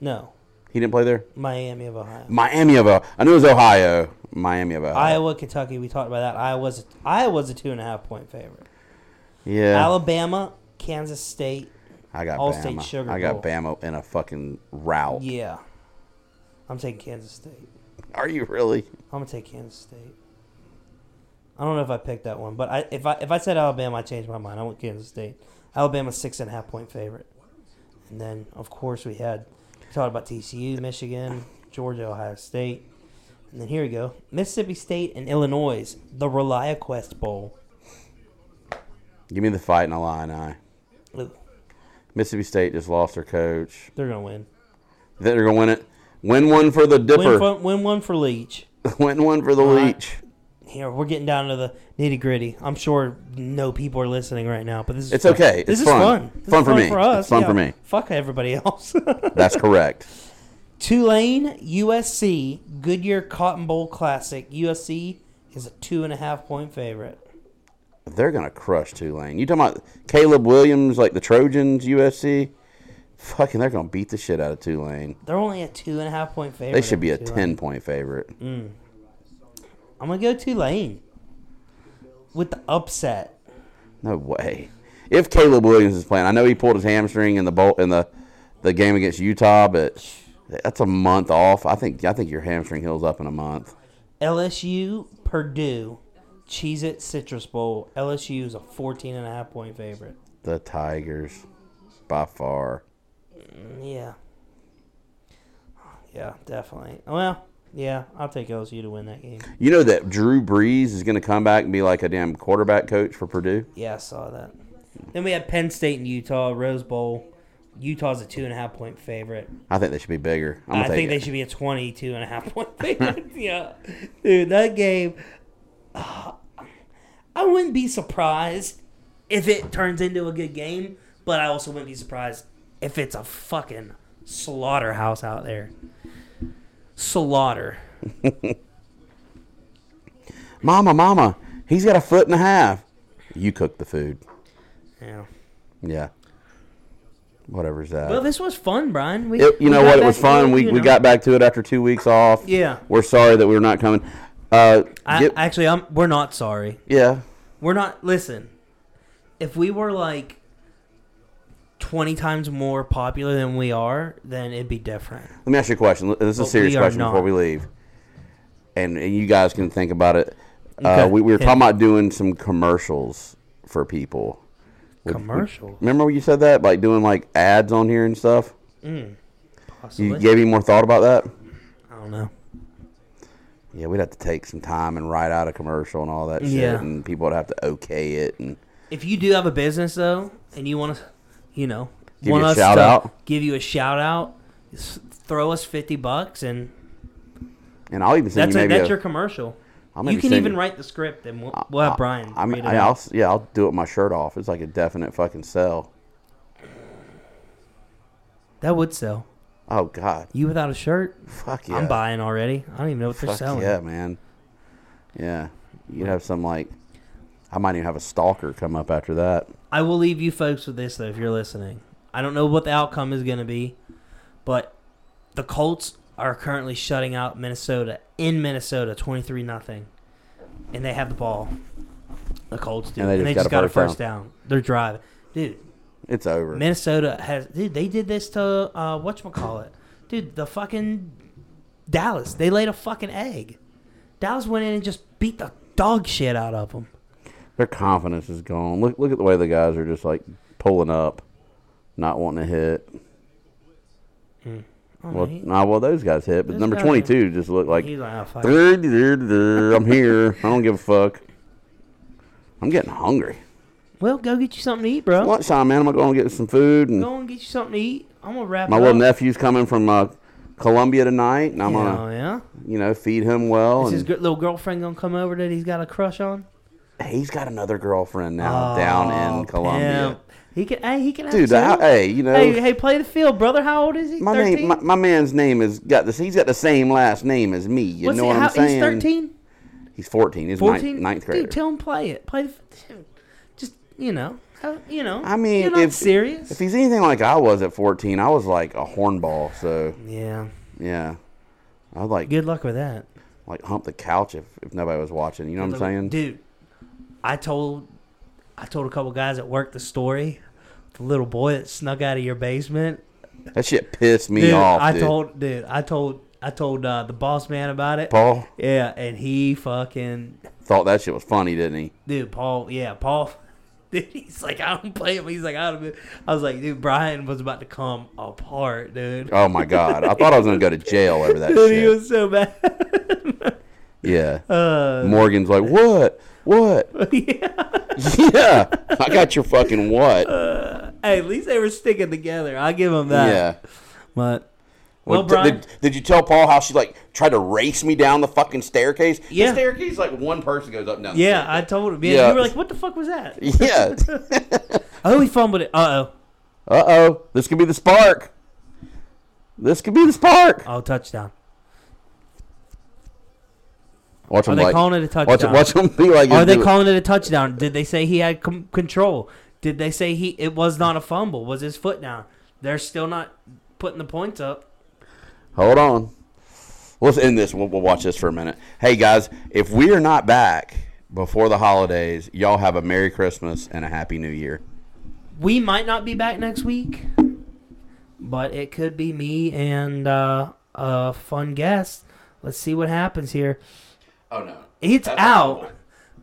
S2: no
S1: He didn't play there.
S2: Miami of Ohio.
S1: Miami of Ohio. I knew it was Ohio. Miami of Ohio.
S2: Iowa, Kentucky. We talked about that. Iowa's Iowa's a two and a half point favorite.
S1: yeah,
S2: Alabama, Kansas State.
S1: I got
S2: All
S1: Bama.
S2: State Sugar
S1: I got
S2: Bowl.
S1: Bama in a fucking rout.
S2: Yeah, I'm taking Kansas State.
S1: Are you really?
S2: I'm gonna take Kansas State. I don't know if I picked that one, but I if I if I said Alabama, I changed my mind. I went Kansas State. Alabama's six and a half point favorite, and then of course we had we talked about TCU, Michigan, Georgia, Ohio State, and then here we go Mississippi State and Illinois, the Relia Quest Bowl.
S1: Give me the fight in Illini.
S2: Ugh,
S1: Mississippi State just lost their coach.
S2: They're gonna win.
S1: They're gonna win it. Win one for the Dipper.
S2: Win, for, win one for Leach.
S1: Win one for the
S2: right.
S1: Leech.
S2: Here we're getting down to the nitty gritty. I'm sure no people are listening right now, but this is
S1: It's
S2: fun.
S1: okay. It's
S2: This is
S1: fun.
S2: fun. This
S1: Fun
S2: is
S1: for me.
S2: For us.
S1: It's fun for
S2: Yeah.
S1: me.
S2: Fuck everybody else.
S1: That's correct.
S2: Tulane, USC, Goodyear Cotton Bowl Classic. USC is a two and a half point favorite.
S1: They're gonna crush Tulane. You talking about Caleb Williams, like the Trojans, USC? Fucking, they're gonna beat the shit out of Tulane.
S2: They're only a two and a half point favorite.
S1: They should be a
S2: Tulane. Mm.
S1: ten point favorite.
S2: I'm gonna go Tulane with the upset.
S1: No way. If Caleb Williams is playing, I know he pulled his hamstring in the bowl in the the game against Utah, but that's a month off. I think I think your hamstring heals up in a month.
S2: LSU, Purdue, Cheez It Citrus Bowl. LSU is a 14 and a half point favorite.
S1: The Tigers, by far.
S2: Yeah. Yeah, definitely. Well, yeah, I'll take LSU to win that game.
S1: You know that Drew Brees is going to come back and be like a damn quarterback coach for Purdue.
S2: Yeah, I saw that. Then we had Penn State and Utah, Rose Bowl. Utah's a two and a half point favorite.
S1: I think they should be bigger. I'm gonna
S2: I
S1: take
S2: think
S1: it.
S2: they should be a 22 and a half point favorite. yeah. Dude, that game. ah, I wouldn't be surprised if it turns into a good game, but I also wouldn't be surprised if it's a fucking slaughterhouse out there. Slaughter.
S1: Mama, mama, he's got a foot and a half. You cook the food.
S2: Yeah.
S1: Yeah. Whatever's that.
S2: Well, this was fun, Brian. We,
S1: It- you
S2: we
S1: know
S2: got
S1: what? It was
S2: back-
S1: fun. We,
S2: you
S1: we
S2: know.
S1: got back to it after two weeks off.
S2: Yeah.
S1: We're sorry that we were not coming. Uh,
S2: I,
S1: get-
S2: Actually, I'm, we're not sorry.
S1: yeah.
S2: We're not. Listen, if we were like twenty times more popular than we are, then it'd be different.
S1: Let me ask you a question. This is a
S2: But
S1: serious
S2: we are
S1: question before
S2: not.
S1: we leave, and, and you guys can think about it. Uh,
S2: Okay.
S1: we, we were
S2: Okay.
S1: talking about doing some commercials for people.
S2: Commercial,
S1: Remember when you said that, like doing like ads on here and stuff? You
S2: possibly.
S1: gave me more thought about that.
S2: I don't know.
S1: Yeah, we'd have to take some time and write out a commercial and all that shit,
S2: Yeah.
S1: and people would have to okay it. And
S2: If you do have a business though, and you want to, you know,
S1: Give
S2: want
S1: you a
S2: us
S1: shout
S2: to
S1: out?
S2: give you a shout out, s- throw us fifty bucks, and
S1: and I'll even send
S2: that's
S1: you
S2: a,
S1: maybe
S2: that's
S1: a-
S2: your commercial.
S1: I'll
S2: You
S1: maybe
S2: can
S1: send
S2: even
S1: you-
S2: write the script, and we'll, we'll have Brian
S1: I mean,
S2: read it.
S1: I-
S2: out.
S1: I'll s- yeah, I'll do it with my shirt off. It's like a definite fucking sell.
S2: that would sell.
S1: Oh God,
S2: You without a shirt,
S1: fuck yeah,
S2: I'm buying already. I don't even know what they're
S1: fuck
S2: selling.
S1: yeah, man. Yeah, you'd have some like, I might even have a stalker come up after that.
S2: I will leave you folks with this though, if you're listening. I don't know what the outcome is going to be, but the Colts are currently shutting out Minnesota in Minnesota, twenty three nothing, and they have the ball. The Colts do,
S1: And they
S2: and
S1: just
S2: they just got a first down. They're driving, dude.
S1: It's over.
S2: Minnesota has dude. They did this to uh, whatchamacallit. call it, dude. The fucking Dallas. They laid a fucking egg. Dallas went in and just beat the dog shit out of them.
S1: Their confidence is gone. Look look at the way the guys are just like pulling up, not wanting to hit.
S2: I
S1: Well,
S2: mean,
S1: nah, well, those guys hit, but
S2: Those
S1: number
S2: guys-
S1: twenty two just looked like
S2: he's like, oh, fuck. it."
S1: "Durr, durr, durr, I'm here. I don't give a fuck. I'm getting hungry.
S2: Well, go get you something to eat, bro.
S1: Lunchtime, man. I'm gonna get some food, and
S2: Go and get you something to eat. I'm gonna wrap.
S1: my
S2: it
S1: little
S2: up.
S1: nephew's coming from uh, Columbia tonight, and I'm
S2: Yeah,
S1: gonna
S2: yeah.
S1: you know feed him well.
S2: Is his
S1: And
S2: gr- little girlfriend gonna come over that he's got a crush on?
S1: he's got another girlfriend now down in
S2: Oh,
S1: Columbia.
S2: pimp. He can. Hey, he can. Have
S1: Dude,
S2: two.
S1: I, hey, you know,
S2: hey, hey, play the field, brother. How old is he?
S1: my
S2: Thirteen.
S1: name, my, my man's name is got this. He's got the same last name as me. You
S2: What's
S1: know
S2: he,
S1: what
S2: how,
S1: I'm saying?
S2: He's thirteen.
S1: He's 14. He's
S2: Fourteen.
S1: ninth, ninth grader.
S2: Dude, tell him play it. Play the. f- dude, Just you know. How, you know.
S1: I mean,
S2: you're not
S1: if-
S2: serious.
S1: if he's anything like I was at 14, I was like a hornball. So
S2: yeah.
S1: yeah, I would like
S2: Good luck with that.
S1: like hump the couch if, if nobody was watching. You know what I'm saying?
S2: Dude, I told I told a couple guys at work the story. The little boy that snuck out of your basement.
S1: That shit pissed me
S2: dude,
S1: off.
S2: I
S1: dude.
S2: told dude, I told I told uh, the boss man about it.
S1: Paul
S2: Yeah, and he fucking
S1: thought that shit was funny, didn't he?
S2: dude, Paul, yeah, Paul Dude, he's like, I don't play him. He's like, I don't. do-" I was like, dude, Brian was about to come apart, dude.
S1: Oh my god, I thought I was gonna go to jail over that
S2: dude, he
S1: shit.
S2: was so bad.
S1: Yeah,
S2: Uh,
S1: Morgan's like, what? What?
S2: yeah. Uh,
S1: yeah, I got your fucking what?
S2: Hey, at least they were sticking together. I give them that.
S1: yeah.
S2: But
S1: Well,
S2: well,
S1: d-
S2: Brian,
S1: did, did you tell Paul how she like tried to race me down the fucking staircase?
S2: Yeah.
S1: The staircase like one person goes up and down. the
S2: Yeah, I told him. Yeah,
S1: Yeah.
S2: you were like, "What the fuck was that?"
S1: staircase. Yeah.
S2: Oh, he fumbled it. Uh oh.
S1: Uh oh, this could be the spark. This could be the spark.
S2: Oh, touchdown.
S1: Watch
S2: Are
S1: him
S2: they
S1: like.
S2: calling it a
S1: watch,
S2: touchdown?
S1: watch him be like.
S2: Are they
S1: do it.
S2: calling it a touchdown? Did they say he had com- control? Did they say he it was not a fumble? Was his foot down? They're still not putting the points up.
S1: Hold on. Let's end this. We'll, we'll watch this for a minute. Hey guys, if we are not back before the holidays, y'all have a Merry Christmas and a Happy New Year.
S2: We might not be back next week, but it could be me and uh, a fun guest. Let's see what happens here.
S1: Oh no,
S2: It's
S1: That's
S2: out,
S1: awful.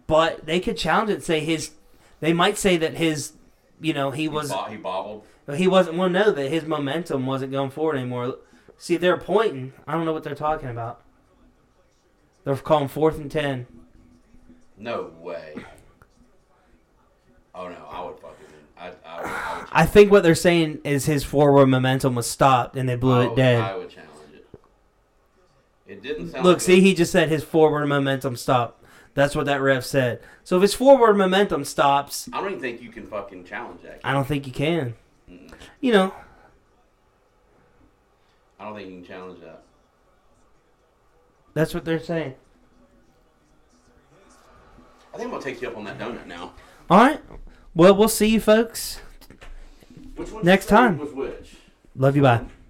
S2: but they could challenge it. And say his. They might say that his. You know, he was
S1: he bobbled.
S2: But he wasn't. Well, no, that his momentum wasn't going forward anymore. See, they're pointing. I don't know what they're talking about. They're calling fourth and ten.
S1: No way. Oh no, I would fucking. I, I, would, I would
S2: I think what they're saying is his forward momentum was stopped and they blew
S1: I
S2: it
S1: would- Oh, I
S2: dead.
S1: would challenge it. It didn't sound.
S2: Look,
S1: like
S2: see,
S1: it-
S2: he just said his forward momentum stopped. That's what that ref said. So if his forward momentum stops,
S1: I don't even think you can fucking challenge that.
S2: I don't think you can. You know,
S1: I don't think you can challenge that.
S2: that's what they're saying.
S1: I think I'm gonna take you up on that donut now.
S2: All right. Well, we'll see you folks.
S1: Which one?
S2: Next time. Uh,
S1: Was which?
S2: Love you. Bye.